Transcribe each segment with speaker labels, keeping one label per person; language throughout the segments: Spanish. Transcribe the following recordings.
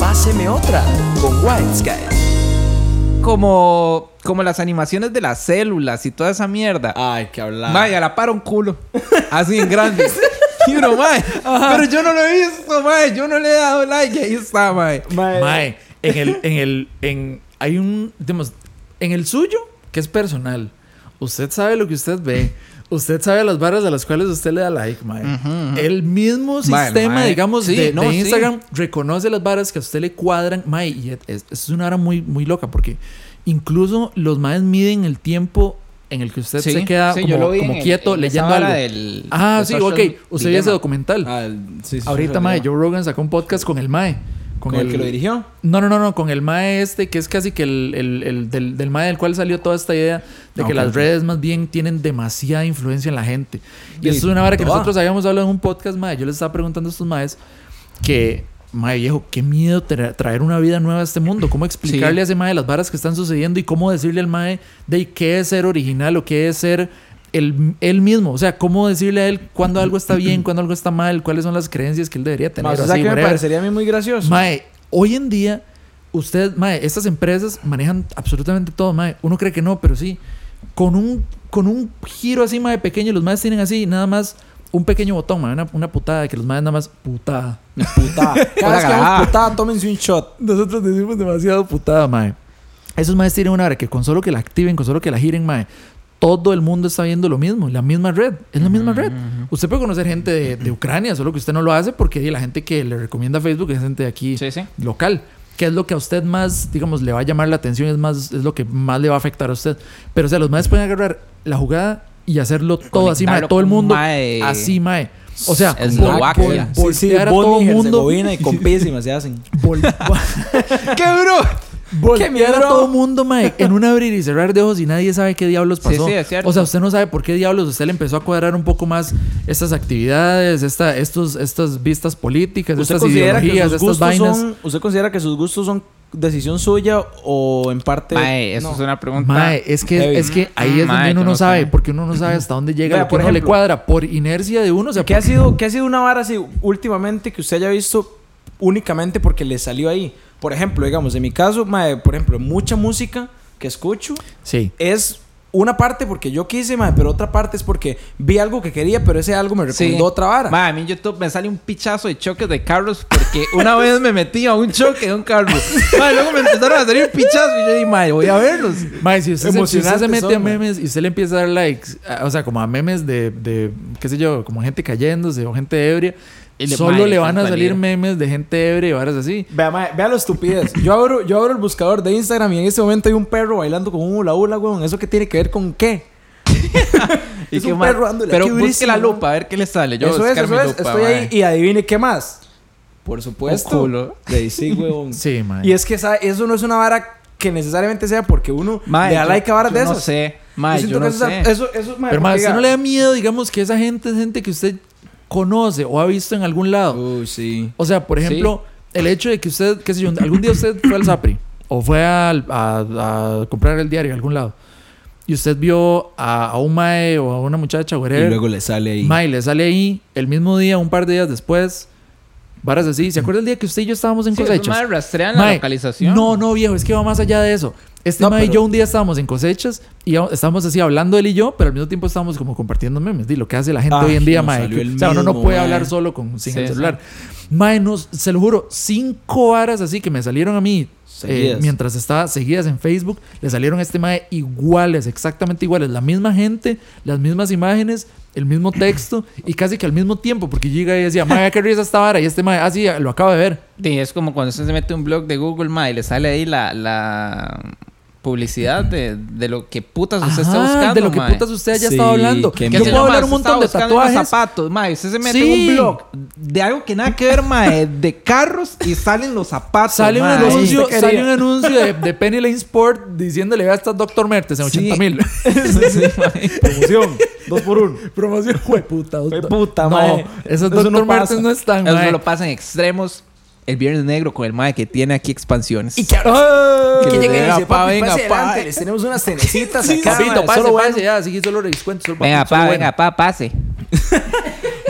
Speaker 1: Haceme otra con White Sky.
Speaker 2: Como, como las animaciones de las células y toda esa mierda.
Speaker 3: Ay, que hablar.
Speaker 2: Mae, a la para un culo. Así en grande. Y uno, mae. Pero yo no lo he visto, mae. Yo no le he dado like. Y ahí está, mae.
Speaker 4: Mae, en el, en el, en, hay un, digamos, en el suyo, que es personal, usted sabe lo que usted ve. Usted sabe las barras a las cuales usted le da like, mae. El mismo
Speaker 2: Mae,
Speaker 4: sistema,
Speaker 2: mae,
Speaker 4: digamos,
Speaker 2: sí,
Speaker 4: de,
Speaker 2: no,
Speaker 4: de
Speaker 2: sí.
Speaker 4: Instagram reconoce las barras que a usted le cuadran, mae. Y es, es- es una hora muy, muy loca porque incluso los maes miden el tiempo en el que usted
Speaker 2: Sí,
Speaker 4: se queda
Speaker 2: sí, yo lo
Speaker 4: como,
Speaker 2: vi
Speaker 4: como
Speaker 2: en-
Speaker 4: quieto
Speaker 2: en esa
Speaker 4: leyendo
Speaker 2: vara
Speaker 4: algo.
Speaker 2: del-
Speaker 4: ah,
Speaker 2: del
Speaker 4: sí,
Speaker 2: Social
Speaker 4: ok. Usted vio ese
Speaker 2: Dilemma.
Speaker 4: documental.
Speaker 3: Ah, el- sí, sí,
Speaker 4: Ahorita,
Speaker 3: sí,
Speaker 4: mae,
Speaker 3: sí.
Speaker 4: Joe Rogan sacó un podcast con el mae.
Speaker 3: ¿Con el que lo dirigió?
Speaker 4: No, no, no, no, con el mae este, que es casi que el, el- el del, del mae del cual salió toda esta idea de
Speaker 3: Ah,
Speaker 4: que
Speaker 3: ok,
Speaker 4: las
Speaker 3: ok.
Speaker 4: redes más bien tienen demasiada influencia en la gente. Y
Speaker 3: De
Speaker 4: eso es una vara que
Speaker 3: toda.
Speaker 4: nosotros habíamos hablado en un podcast, mae. Yo les estaba preguntando a estos maes que, mae viejo, qué miedo tra- traer una vida nueva a este mundo. ¿Cómo explicarle a ese mae las varas que están sucediendo y cómo decirle al mae de qué es ser original o qué es ser el- él mismo? O sea, cómo decirle a él cuando algo está bien, cuando algo está mal, cuáles son las creencias que él debería tener.
Speaker 3: Mae,
Speaker 4: o
Speaker 3: o sea,
Speaker 4: así,
Speaker 3: que me
Speaker 4: whatever.
Speaker 3: parecería a mí muy gracioso.
Speaker 4: Mae, hoy en día, usted, mae, estas empresas manejan absolutamente todo, mae. Uno cree que no, pero sí. Con un, con un giro así, mae, pequeño, los maes tienen así, nada más un pequeño botón, mae, una, una putada, que los maes nada más putada.
Speaker 3: Putada. Cada vez que
Speaker 2: Hola,
Speaker 3: hagan putada, tómense un shot.
Speaker 4: Nosotros decimos demasiado putada, mae. Esos maes tienen una hora que con solo que la activen, con solo que la giren, mae. Todo el mundo está viendo lo mismo, la misma red, es la misma red. Usted puede conocer gente de, de Ucrania, solo que usted no lo hace porque di, la gente que le recomienda Facebook es gente de aquí
Speaker 2: Sí, sí.
Speaker 4: local. ¿Qué es lo que a usted más, digamos, le va a llamar la atención? Es más, es lo que más le va a afectar a usted. Pero, o sea, los maes pueden agarrar la jugada y hacerlo todo así, mae.
Speaker 2: Conectarlo
Speaker 4: Todo el
Speaker 2: con
Speaker 4: mundo
Speaker 2: mae.
Speaker 4: así, mae. O sea,
Speaker 2: Es
Speaker 4: vol-
Speaker 2: Eslovaquia.
Speaker 4: vol-
Speaker 2: Sí,
Speaker 4: voltear a todo el mundo.
Speaker 3: Herzegovina y con písimas se hacen.
Speaker 4: vol-
Speaker 2: ¿Qué, bro?
Speaker 4: Voltear a todo mundo, mae, en un abrir y cerrar de ojos y nadie sabe qué diablos
Speaker 2: Sí,
Speaker 4: pasó.
Speaker 2: sí, es cierto.
Speaker 4: O sea, usted no sabe por qué diablos usted le empezó a cuadrar un poco más estas actividades, esta, estos, estas vistas políticas,
Speaker 3: ¿Usted
Speaker 4: estas
Speaker 3: considera, que
Speaker 4: ideologías,
Speaker 3: sus
Speaker 4: estas
Speaker 3: gustos
Speaker 4: vainas.
Speaker 3: son, ¿Usted considera que sus gustos son decisión suya o en parte...
Speaker 2: Mae, eso
Speaker 3: No.
Speaker 2: es una pregunta.
Speaker 4: Mae, es que,
Speaker 3: Heavy.
Speaker 4: es que ahí es
Speaker 2: Mae,
Speaker 4: donde
Speaker 2: yo
Speaker 4: uno no
Speaker 2: no
Speaker 4: sabe,
Speaker 2: sé.
Speaker 4: porque uno no sabe hasta dónde llega,
Speaker 3: Vea,
Speaker 4: lo que
Speaker 3: por
Speaker 4: uno le
Speaker 3: ejemplo.
Speaker 4: cuadra por inercia de uno. O sea,
Speaker 3: ¿Qué ha, sido, ¿Qué ha sido una vara así últimamente que usted haya visto únicamente porque le salió ahí? Por ejemplo, digamos, en mi caso, mae, por ejemplo, mucha música que escucho
Speaker 4: Sí.
Speaker 3: es una parte porque yo quise, mae, pero otra parte es porque vi algo que quería, pero ese algo me recomendó otra vara.
Speaker 2: Mae, a mí en YouTube me sale un pichazo de choques de carros porque una vez me metí a un choque de un carro. Mae, luego me empezaron a salir pichazos y yo dije, mae, voy a verlos.
Speaker 4: Mae, si usted, se- pues, si usted se
Speaker 3: Emocionantes
Speaker 4: mete
Speaker 3: son,
Speaker 4: a
Speaker 3: mae.
Speaker 4: memes y usted le empieza a dar likes, a- o sea, como a memes de, de, qué sé yo, como gente cayéndose o gente ebria,
Speaker 2: Y le-
Speaker 4: solo
Speaker 2: mae,
Speaker 4: le van a
Speaker 2: son
Speaker 4: salir
Speaker 2: valientes.
Speaker 4: memes de gente ebria y varas así.
Speaker 3: Vea, mae, vea la estupidez. Yo abro, yo abro el buscador de Instagram y en este momento hay un perro bailando con un hula hula, weón. ¿Eso qué tiene que ver con qué?
Speaker 2: Y
Speaker 3: Es
Speaker 2: que,
Speaker 3: un
Speaker 2: mae,
Speaker 3: perro dándole
Speaker 2: pero
Speaker 3: aquí
Speaker 2: busque la
Speaker 3: durísimo.
Speaker 2: lupa a ver qué le sale. Yo
Speaker 3: eso
Speaker 2: voy a
Speaker 3: es,
Speaker 2: buscar
Speaker 3: eso
Speaker 2: mi
Speaker 3: es.
Speaker 2: lupa,
Speaker 3: Estoy
Speaker 2: mae.
Speaker 3: ahí y adivine qué más. Por supuesto.
Speaker 2: culo.
Speaker 3: De sí, weón.
Speaker 4: Sí, mae.
Speaker 3: Y es que esa- eso no es una vara que necesariamente sea porque uno
Speaker 2: Mae,
Speaker 3: le da
Speaker 2: yo-
Speaker 3: like a varas
Speaker 2: yo
Speaker 3: de
Speaker 2: no
Speaker 3: esas.
Speaker 2: sé. Mae,
Speaker 3: siento
Speaker 2: yo
Speaker 3: que
Speaker 2: no
Speaker 3: eso, es-
Speaker 2: sé.
Speaker 3: eso, eso es mae,
Speaker 4: Pero, mae,
Speaker 3: porque,
Speaker 4: ¿usted no le
Speaker 3: diga,
Speaker 4: da miedo, digamos, que esa gente es gente que usted conoce o ha visto en algún lado?
Speaker 3: Uy, Uh, sí.
Speaker 4: O sea, por ejemplo, el hecho de que usted, qué sé yo, algún día usted fue al Zapri o fue al- a, a comprar el diario a algún lado y usted vio a, a un mae o a una muchacha, whatever,
Speaker 3: le sale
Speaker 4: mae, le sale ahí el mismo día, un par de días después, varas así. ¿Se acuerda el día que usted y yo estábamos en
Speaker 2: Sí, esos
Speaker 4: cosechas?
Speaker 2: mae rastrean la
Speaker 4: Mae,
Speaker 2: localización.
Speaker 4: No, no, viejo, es que va más allá de eso. Este
Speaker 3: No,
Speaker 4: mae y
Speaker 3: pero-
Speaker 4: yo un día estábamos en cosechas y ya- estábamos así hablando él y yo, pero al mismo tiempo estábamos como compartiendo memes. Di, lo que hace la gente
Speaker 3: Ay,
Speaker 4: hoy en día,
Speaker 3: Ah, nos
Speaker 4: mae.
Speaker 3: salió
Speaker 4: que-
Speaker 3: el
Speaker 4: o sea, uno no
Speaker 3: mismo,
Speaker 4: puede
Speaker 3: mae.
Speaker 4: hablar solo con, sin
Speaker 2: Sí,
Speaker 4: el
Speaker 2: sí.
Speaker 4: celular. Mae, nos, se lo juro, cinco varas así que me salieron a mí eh,
Speaker 3: Seguidas.
Speaker 4: mientras estaba seguidas en Facebook, le salieron a este mae iguales, exactamente iguales. La misma gente, las mismas imágenes, el mismo texto y casi que al mismo tiempo, porque yo llega y decía, mae, qué risa esta vara. Y este mae, ah, sí, lo acabo de ver.
Speaker 2: Sí, es como cuando usted se mete un blog de Google, mae, y le sale ahí la, la publicidad de, de lo que putas Pues usted está
Speaker 4: Ajá,
Speaker 2: buscando,
Speaker 4: de lo que
Speaker 2: mae.
Speaker 4: putas usted haya
Speaker 3: Sí,
Speaker 4: estado hablando.
Speaker 3: qué
Speaker 4: Yo
Speaker 2: ¿Qué
Speaker 3: miedo.
Speaker 2: sé
Speaker 4: puedo
Speaker 2: mae,
Speaker 4: hablar un
Speaker 2: usted
Speaker 4: montón de
Speaker 2: estaba buscando unos
Speaker 4: tatuajes.
Speaker 2: zapatos, mae, usted se mete
Speaker 4: Sí.
Speaker 2: un blog de algo que nada que ver, mae, de carros y salen los zapatos,
Speaker 4: Sale un,
Speaker 2: mae. Este
Speaker 4: anuncio,
Speaker 3: quería.
Speaker 4: sale un anuncio de, de Penny Lane Sport diciéndole a estas Doctor Mertes en
Speaker 2: Sí.
Speaker 4: 80 mil.
Speaker 3: Promoción. dos por uno.
Speaker 4: Promoción, jueputa.
Speaker 3: Jueputa,
Speaker 4: No,
Speaker 3: mae.
Speaker 4: esas
Speaker 3: Eso
Speaker 4: Doctor
Speaker 3: no pasa.
Speaker 4: Mertes no están,
Speaker 2: Eso
Speaker 4: mae.
Speaker 2: lo pasan extremos el viernes negro con el mae que tiene aquí expansiones.
Speaker 3: Y que
Speaker 2: Que
Speaker 3: que
Speaker 2: lleguen y
Speaker 3: venga,
Speaker 2: dicen,
Speaker 3: pa,
Speaker 2: "Papi,
Speaker 3: venga,
Speaker 2: pase
Speaker 3: pa".
Speaker 2: adelante,
Speaker 3: Les tenemos unas cenecitas
Speaker 4: Sí,
Speaker 3: acá,
Speaker 4: papito,
Speaker 3: mae,
Speaker 4: pase,
Speaker 3: solo bueno.
Speaker 4: pase, ya, así que solo descuentos. solo
Speaker 2: venga,
Speaker 4: papito, solo
Speaker 2: pa,
Speaker 4: bueno.
Speaker 2: venga, pa, pase.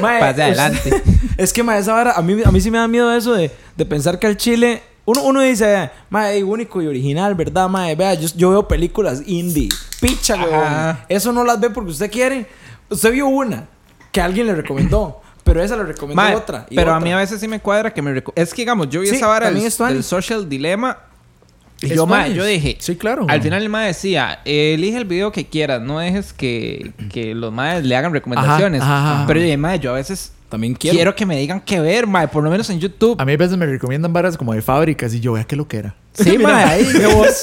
Speaker 3: Mae,
Speaker 2: Pase
Speaker 3: es-
Speaker 2: adelante.
Speaker 3: Es que, mae, esa vara, a mí, a mí sí me da miedo eso de, de pensar que al chile Uno, uno dice, mae, único y original, ¿verdad, mae? Vea, yo, yo veo películas indie. Picha, weón.
Speaker 2: Ajá.
Speaker 3: Eso no las ve porque usted quiere. Usted vio una que alguien le recomendó, pero esa le recomendó
Speaker 2: Mae,
Speaker 3: otra. y
Speaker 2: pero a
Speaker 3: otra.
Speaker 2: mí a veces sí me cuadra que me... reco- Es que, digamos, yo vi
Speaker 3: Sí,
Speaker 2: esa vara
Speaker 3: también
Speaker 2: del,
Speaker 3: es tuanis.
Speaker 2: del Social Dilemma. Y
Speaker 4: Es
Speaker 2: yo, mae,
Speaker 4: tuanis.
Speaker 2: yo dije...
Speaker 4: Sí, claro.
Speaker 2: Al final el mae decía, eh, elige el video que quieras. No dejes que, que los maes le hagan recomendaciones.
Speaker 4: ajá, ajá.
Speaker 2: Pero yo dije, mae, yo a veces...
Speaker 3: También
Speaker 2: Quiero.
Speaker 3: quiero.
Speaker 2: que me digan qué ver, mae. Por lo menos en YouTube.
Speaker 4: A mí a veces me recomiendan varas como de fábricas y yo vea qué lo que era.
Speaker 2: Sí,
Speaker 3: Mira,
Speaker 2: mae.
Speaker 3: ahí, qué voz.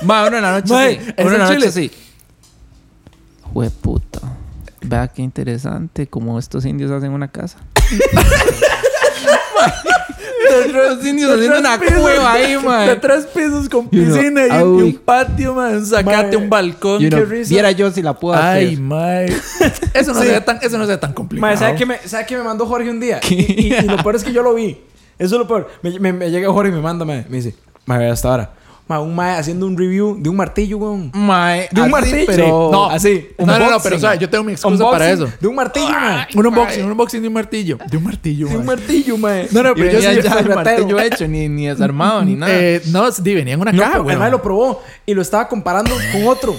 Speaker 2: Mae, uno en la noche
Speaker 4: Mae,
Speaker 2: sí.
Speaker 4: es
Speaker 2: Uno en
Speaker 4: en
Speaker 2: la noche
Speaker 4: Chile.
Speaker 2: sí. Jueputa. Vea qué interesante como estos indios hacen una casa. Los indios haciendo una cueva ahí, mae.
Speaker 4: De tres pisos con
Speaker 2: You know,
Speaker 4: piscina y, un- y
Speaker 2: ay.
Speaker 4: un patio, mae. Un
Speaker 3: Mae,
Speaker 4: zacate, un balcón.
Speaker 2: You know,
Speaker 4: qué risa.
Speaker 2: Viera yo si la puedo
Speaker 4: Ay,
Speaker 2: hacer.
Speaker 4: mae. Eso no, se ve tan, eso no se ve tan complicado.
Speaker 3: Mae, ¿sabe qué, me, sabe qué me mandó Jorge un día? Y, y- y lo peor es que yo lo vi. Eso es lo peor. Me, me- me llega Jorge y me manda, mae. Me dice, mae, hasta ahora. Mae, un mae haciendo un review de un martillo, weón.
Speaker 2: Mae,
Speaker 3: De un
Speaker 2: así,
Speaker 3: martillo.
Speaker 2: pero-
Speaker 3: No, así.
Speaker 4: No, no, no,
Speaker 3: Unboxing.
Speaker 4: pero o sea, yo tengo mi excusa
Speaker 3: Unboxing
Speaker 4: para eso.
Speaker 3: De un martillo, mae.
Speaker 4: Un unboxing, un unboxing de un martillo. De un martillo,
Speaker 3: De un
Speaker 4: mae.
Speaker 3: martillo, mae.
Speaker 4: No, no,
Speaker 2: Y
Speaker 4: pero yo
Speaker 2: venía
Speaker 4: sí
Speaker 2: ya
Speaker 4: soy
Speaker 2: el martillo
Speaker 4: ratero.
Speaker 2: hecho, ni, ni desarmado, ni nada.
Speaker 4: Eh, no, sí, venía en una
Speaker 3: No,
Speaker 4: caja,
Speaker 3: pero
Speaker 4: güey.
Speaker 3: el mae lo probó y lo estaba comparando con otro.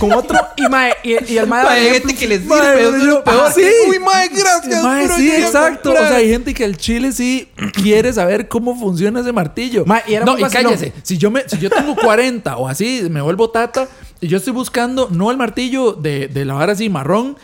Speaker 3: Con otro y mae. Y, y el mae. daba
Speaker 2: Mae, pues, hay
Speaker 3: ejemplos.
Speaker 2: gente que les
Speaker 4: Mae,
Speaker 2: sirve, eso es lo
Speaker 4: yo-
Speaker 2: peor.
Speaker 4: ah, sí.
Speaker 2: Uy, mae, gracias.
Speaker 4: Mae,
Speaker 2: bro,
Speaker 4: sí,
Speaker 2: llegué a
Speaker 4: exacto. O
Speaker 2: comprar.
Speaker 4: sea, hay gente que al chile sí quiere saber cómo funciona ese martillo.
Speaker 3: Mae, y era
Speaker 4: no,
Speaker 3: muy
Speaker 4: y
Speaker 3: vacilón.
Speaker 4: cállese. Si yo, me, si yo tengo 40 o así, me vuelvo tata y yo estoy buscando no el martillo de, de la vara así marrón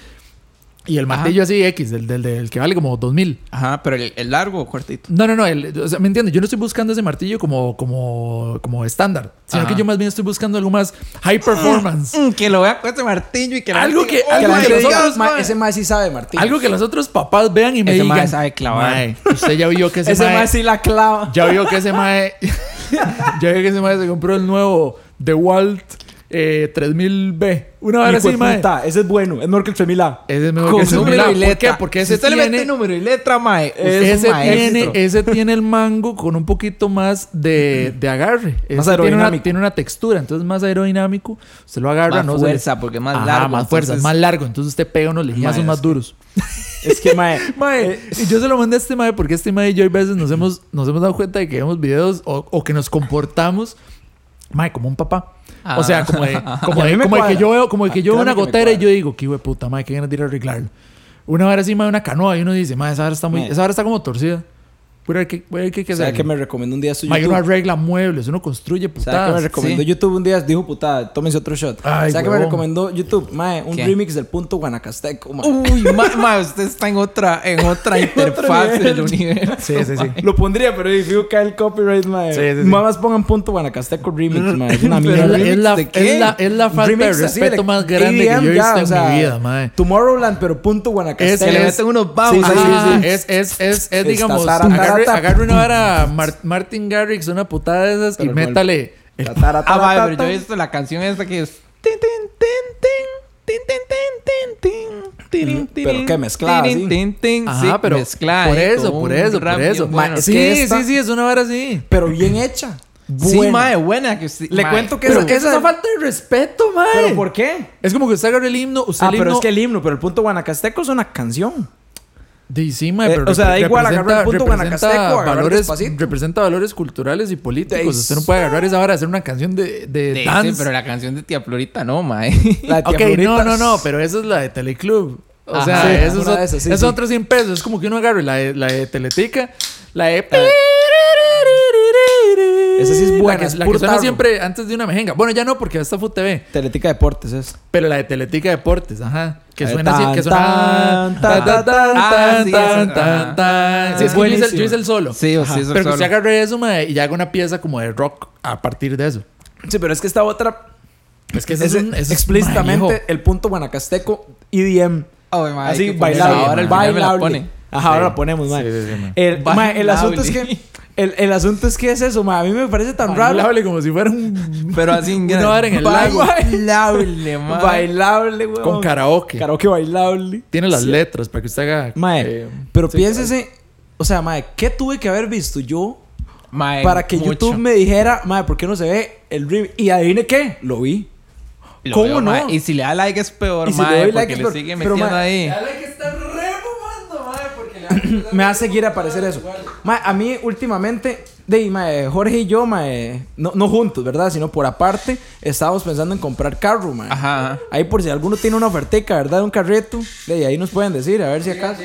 Speaker 4: y el martillo así X, del, del, del que vale como 2000.
Speaker 2: Ajá, pero el, el largo o cortito.
Speaker 4: No, no, no. el- o sea, ¿Me entiendes? Yo no estoy buscando ese martillo como, como, como estándar. Sino
Speaker 2: Ajá.
Speaker 4: que yo más bien estoy buscando algo más high performance.
Speaker 2: Mm, que lo vea con ese martillo y que la
Speaker 4: Algo
Speaker 2: gente-
Speaker 4: que-
Speaker 2: ¡Oh,
Speaker 3: Que
Speaker 4: algo
Speaker 3: la
Speaker 2: my
Speaker 4: que
Speaker 3: gente
Speaker 2: God,
Speaker 3: diga,
Speaker 4: nosotros-
Speaker 3: mae,
Speaker 2: mae!
Speaker 3: ese mae sí sabe martillo.
Speaker 4: Algo que los otros papás vean y me
Speaker 2: Ese mae
Speaker 4: digan.
Speaker 2: sabe clavar.
Speaker 4: "Mae, usted ya vio que ese,
Speaker 3: Ese mae
Speaker 4: mae-
Speaker 3: sí la clava.
Speaker 4: Ya vio que ese mae. ya vio que ese mae se compró el nuevo DeWalt eh, 3000B. Una vara
Speaker 3: Hijo
Speaker 4: así,
Speaker 3: de
Speaker 4: mae.
Speaker 3: puta, Ese es bueno. Es mejor que el 3000 A.
Speaker 4: Ese es mejor
Speaker 2: Con
Speaker 4: que ese
Speaker 2: número
Speaker 4: Mila.
Speaker 2: y letra.
Speaker 4: ¿Por qué? Porque ese
Speaker 2: Si usted le mete
Speaker 4: tiene.
Speaker 2: número y letra, mae. Es
Speaker 4: Ese
Speaker 2: un maestro.
Speaker 4: tiene, ese tiene el mango con un poquito más de, de agarre. Ese tiene, una,
Speaker 3: aerodinámico.
Speaker 4: tiene una textura, entonces más aerodinámico. Usted lo agarra,
Speaker 2: Más
Speaker 4: no se le-
Speaker 2: fuerza, porque es más
Speaker 4: Ajá,
Speaker 2: largo.
Speaker 4: Más fuerza, es
Speaker 2: entonces-
Speaker 4: más largo. Entonces usted pega unos lejillazos
Speaker 2: Mae,
Speaker 4: más
Speaker 2: es
Speaker 4: duros.
Speaker 3: Es que mae.
Speaker 4: Mae,
Speaker 3: eh,
Speaker 4: y yo se lo mandé a este mae porque este mae y yo a veces nos hemos, nos hemos dado cuenta de que vemos videos o, o que nos comportamos, mae, como un papá.
Speaker 2: Ah.
Speaker 4: O sea, como de, como
Speaker 3: Y a
Speaker 4: de-
Speaker 3: mí me
Speaker 4: como de que
Speaker 3: cuadra.
Speaker 4: yo veo, como de que
Speaker 3: Ah,
Speaker 4: yo
Speaker 3: créame
Speaker 4: veo una
Speaker 3: que me
Speaker 4: gotera y
Speaker 3: cuadra.
Speaker 4: yo digo, qué hijo de puta, mae, qué ganas de ir a arreglarlo. Una vara encima de una canoa y uno dice, mae, esa vara está muy,
Speaker 3: Mae.
Speaker 4: esa vara está como torcida. Voy a ver qué, voy a ver qué hay que
Speaker 3: ¿Sabes
Speaker 4: hacer.
Speaker 3: que me recomendó un día su
Speaker 4: Mae, uno
Speaker 3: YouTube?
Speaker 4: arregla muebles, uno construye
Speaker 3: ¿Sabes que me
Speaker 4: putadas.
Speaker 3: recomendó
Speaker 2: sí.
Speaker 3: YouTube un día? Dijo putada, tómense otro shot.
Speaker 4: Ay,
Speaker 3: ¿Sabes que me
Speaker 4: huevón.
Speaker 3: recomendó YouTube? Mae, un
Speaker 2: ¿Qué?
Speaker 3: remix del punto guanacasteco, mae.
Speaker 4: Uh.
Speaker 2: Uy, mae, mae, usted está en otra, en otra interfaz
Speaker 3: nivel.
Speaker 2: del universo.
Speaker 4: Sí, sí, sí.
Speaker 3: Lo pondría, pero digo que el copyright, mae.
Speaker 4: Sí, sí, sí.
Speaker 3: Mamás pongan punto Guanacasteco remix, mae. Es una
Speaker 4: Pero es
Speaker 3: mierda.
Speaker 4: la, es, la,
Speaker 2: ¿de qué?
Speaker 4: es la- es la falta
Speaker 3: Remix
Speaker 4: de
Speaker 3: así,
Speaker 4: respeto
Speaker 3: like,
Speaker 4: más
Speaker 3: EDM
Speaker 4: grande que yo he visto
Speaker 3: ya, o
Speaker 4: en
Speaker 3: sea,
Speaker 4: mi vida, mae.
Speaker 3: Tomorrowland, pero punto Guanacasteco.
Speaker 2: Que le
Speaker 4: Es-
Speaker 2: meten unos bajos.
Speaker 3: Sí, sí, sí,
Speaker 2: ahí.
Speaker 4: Ah, Es, es, es, es, digamos,
Speaker 3: tara,
Speaker 4: agarre,
Speaker 3: tara,
Speaker 4: agarre una vara Mar- Martin Garrix, una putada de esas
Speaker 3: Pero
Speaker 4: y
Speaker 3: con el-
Speaker 4: métale. el-
Speaker 3: Ta, ta, ra, ta,
Speaker 2: Ah, mae,
Speaker 3: ta,
Speaker 2: pero yo
Speaker 3: ta.
Speaker 2: he visto la canción esta que es... tin, tin, tin, tin, tin, tin, tin, tin, tin, tin, tin,
Speaker 3: Pero
Speaker 2: tin,
Speaker 3: qué mezclada,
Speaker 2: tin,
Speaker 3: sí.
Speaker 2: tin, tin,
Speaker 4: Ajá,
Speaker 2: sí,
Speaker 4: pero
Speaker 2: mezclada,
Speaker 4: por
Speaker 2: eh,
Speaker 4: eso,
Speaker 2: con
Speaker 4: por
Speaker 2: un
Speaker 4: eso,
Speaker 2: rap
Speaker 4: por
Speaker 2: bien
Speaker 4: eso.
Speaker 2: bueno.
Speaker 4: Ma-
Speaker 3: es
Speaker 4: sí,
Speaker 3: que esta-
Speaker 4: sí, sí, es una vara así.
Speaker 3: Pero bien hecha.
Speaker 2: Sí,
Speaker 3: Buena.
Speaker 2: mae, buena que usted-
Speaker 3: Le
Speaker 2: mae,
Speaker 3: cuento que
Speaker 4: Pero
Speaker 3: esa-
Speaker 4: es una
Speaker 3: esa-
Speaker 4: falta de respeto, mae.
Speaker 3: ¿Pero por qué?
Speaker 4: Es como que usted agarra el himno, usted
Speaker 3: Ah,
Speaker 4: el himno...
Speaker 3: pero es que el himno, pero el punto Guanacasteco es una canción.
Speaker 4: De, sí,
Speaker 3: Eh,
Speaker 4: mae, pero
Speaker 3: o sea, da
Speaker 4: repre-
Speaker 3: igual
Speaker 4: representa-
Speaker 3: agarrar el punto
Speaker 4: representa
Speaker 3: guanacasteco, agarrar
Speaker 4: valores,
Speaker 3: despacito.
Speaker 4: Representa valores culturales y políticos.
Speaker 3: De-
Speaker 4: usted no puede agarrar esa vara, hacer una canción de, de
Speaker 2: Sí,
Speaker 4: dance.
Speaker 2: sí, pero la canción de Tía Florita no, eh. mae.
Speaker 3: La de Tía
Speaker 4: Ok, no,
Speaker 3: Florita.
Speaker 4: no, no, pero esa es la de Teleclub. O
Speaker 2: Ajá.
Speaker 4: sea,
Speaker 2: Sí,
Speaker 4: eso es,
Speaker 3: una de
Speaker 4: ot-
Speaker 3: esas, sí,
Speaker 4: es
Speaker 3: sí.
Speaker 4: otros 100 pesos. Es como que uno agarre la de, la de Teletica, la de.
Speaker 3: Esa sí es buena,
Speaker 4: La que,
Speaker 3: es
Speaker 4: la que
Speaker 3: puro
Speaker 4: suena
Speaker 3: tarro.
Speaker 4: siempre antes de una mejenga. Bueno, ya no, porque hasta fue TV.
Speaker 3: Teletica Deportes es.
Speaker 4: Pero la de Teletica Deportes, ajá. Que
Speaker 3: La de
Speaker 4: suena así, que
Speaker 3: tan,
Speaker 4: suena.
Speaker 3: tan, tan, Ah,
Speaker 4: tan, tan,
Speaker 2: ah, sí,
Speaker 4: tan,
Speaker 2: esa-
Speaker 4: tan,
Speaker 2: ajá.
Speaker 4: tan. Sí, es que yo hice, el- yo hice el solo.
Speaker 2: Sí, o sí, es el
Speaker 4: Pero que usted
Speaker 2: solo.
Speaker 4: agarre eso, mae, y haga una pieza como de rock a partir de eso.
Speaker 3: Sí, pero es que esta otra.
Speaker 4: Es que eso es
Speaker 3: ese-
Speaker 4: un- eso es-
Speaker 3: explícitamente
Speaker 4: mae, hijo.
Speaker 3: el punto Guanacasteco E EDM.
Speaker 2: Oh, mae,
Speaker 3: así ¿eh?
Speaker 2: hay que ponerla
Speaker 3: bailable.
Speaker 2: Ahora al final me la
Speaker 3: bailable.
Speaker 2: pone.
Speaker 3: Ajá, ahora la ponemos, mae.
Speaker 4: Sí, sí, sí, mae.
Speaker 3: el, mae, el
Speaker 2: Bailable.
Speaker 3: asunto es que. El, el asunto es que es eso, mae. A mí me parece tan raro.
Speaker 4: Bailable como si fuera un
Speaker 2: Pero así en
Speaker 4: Una hora en el lago.
Speaker 2: Bailable, mae.
Speaker 3: Bailable, weón.
Speaker 4: con karaoke.
Speaker 3: Karaoke bailable.
Speaker 4: Tiene las letras para que usted haga.
Speaker 3: Mae,
Speaker 4: eh,
Speaker 3: pero
Speaker 4: sí,
Speaker 3: piénsese. O sea, mae, ¿qué tuve que haber visto yo
Speaker 2: Mae,
Speaker 3: para que
Speaker 2: eh, mucho.
Speaker 3: YouTube me dijera, mae, ¿por qué no se ve el remix? Y adivine qué, lo vi.
Speaker 2: Lo
Speaker 3: ¿Cómo
Speaker 2: veo,
Speaker 3: no?
Speaker 2: mae. Y si le da like es peor,
Speaker 3: Y si
Speaker 2: mae,
Speaker 3: le doy
Speaker 2: porque
Speaker 3: like es
Speaker 2: le
Speaker 3: peor.
Speaker 2: sigue
Speaker 3: Pero,
Speaker 2: metiendo
Speaker 3: mae,
Speaker 2: ahí.
Speaker 4: Dale que está re fumando, madre, porque le
Speaker 3: me va a seguir a aparecer eso. Mae, a mí últimamente, de, mae, Jorge y yo, mae, no, no juntos, ¿verdad? Sino por aparte, estábamos pensando en comprar carro, mae.
Speaker 2: Ajá, ajá.
Speaker 3: Ahí por si alguno tiene una oferteca, ¿verdad? Un carrito, de ahí, ahí nos pueden decir, a ver si acaso.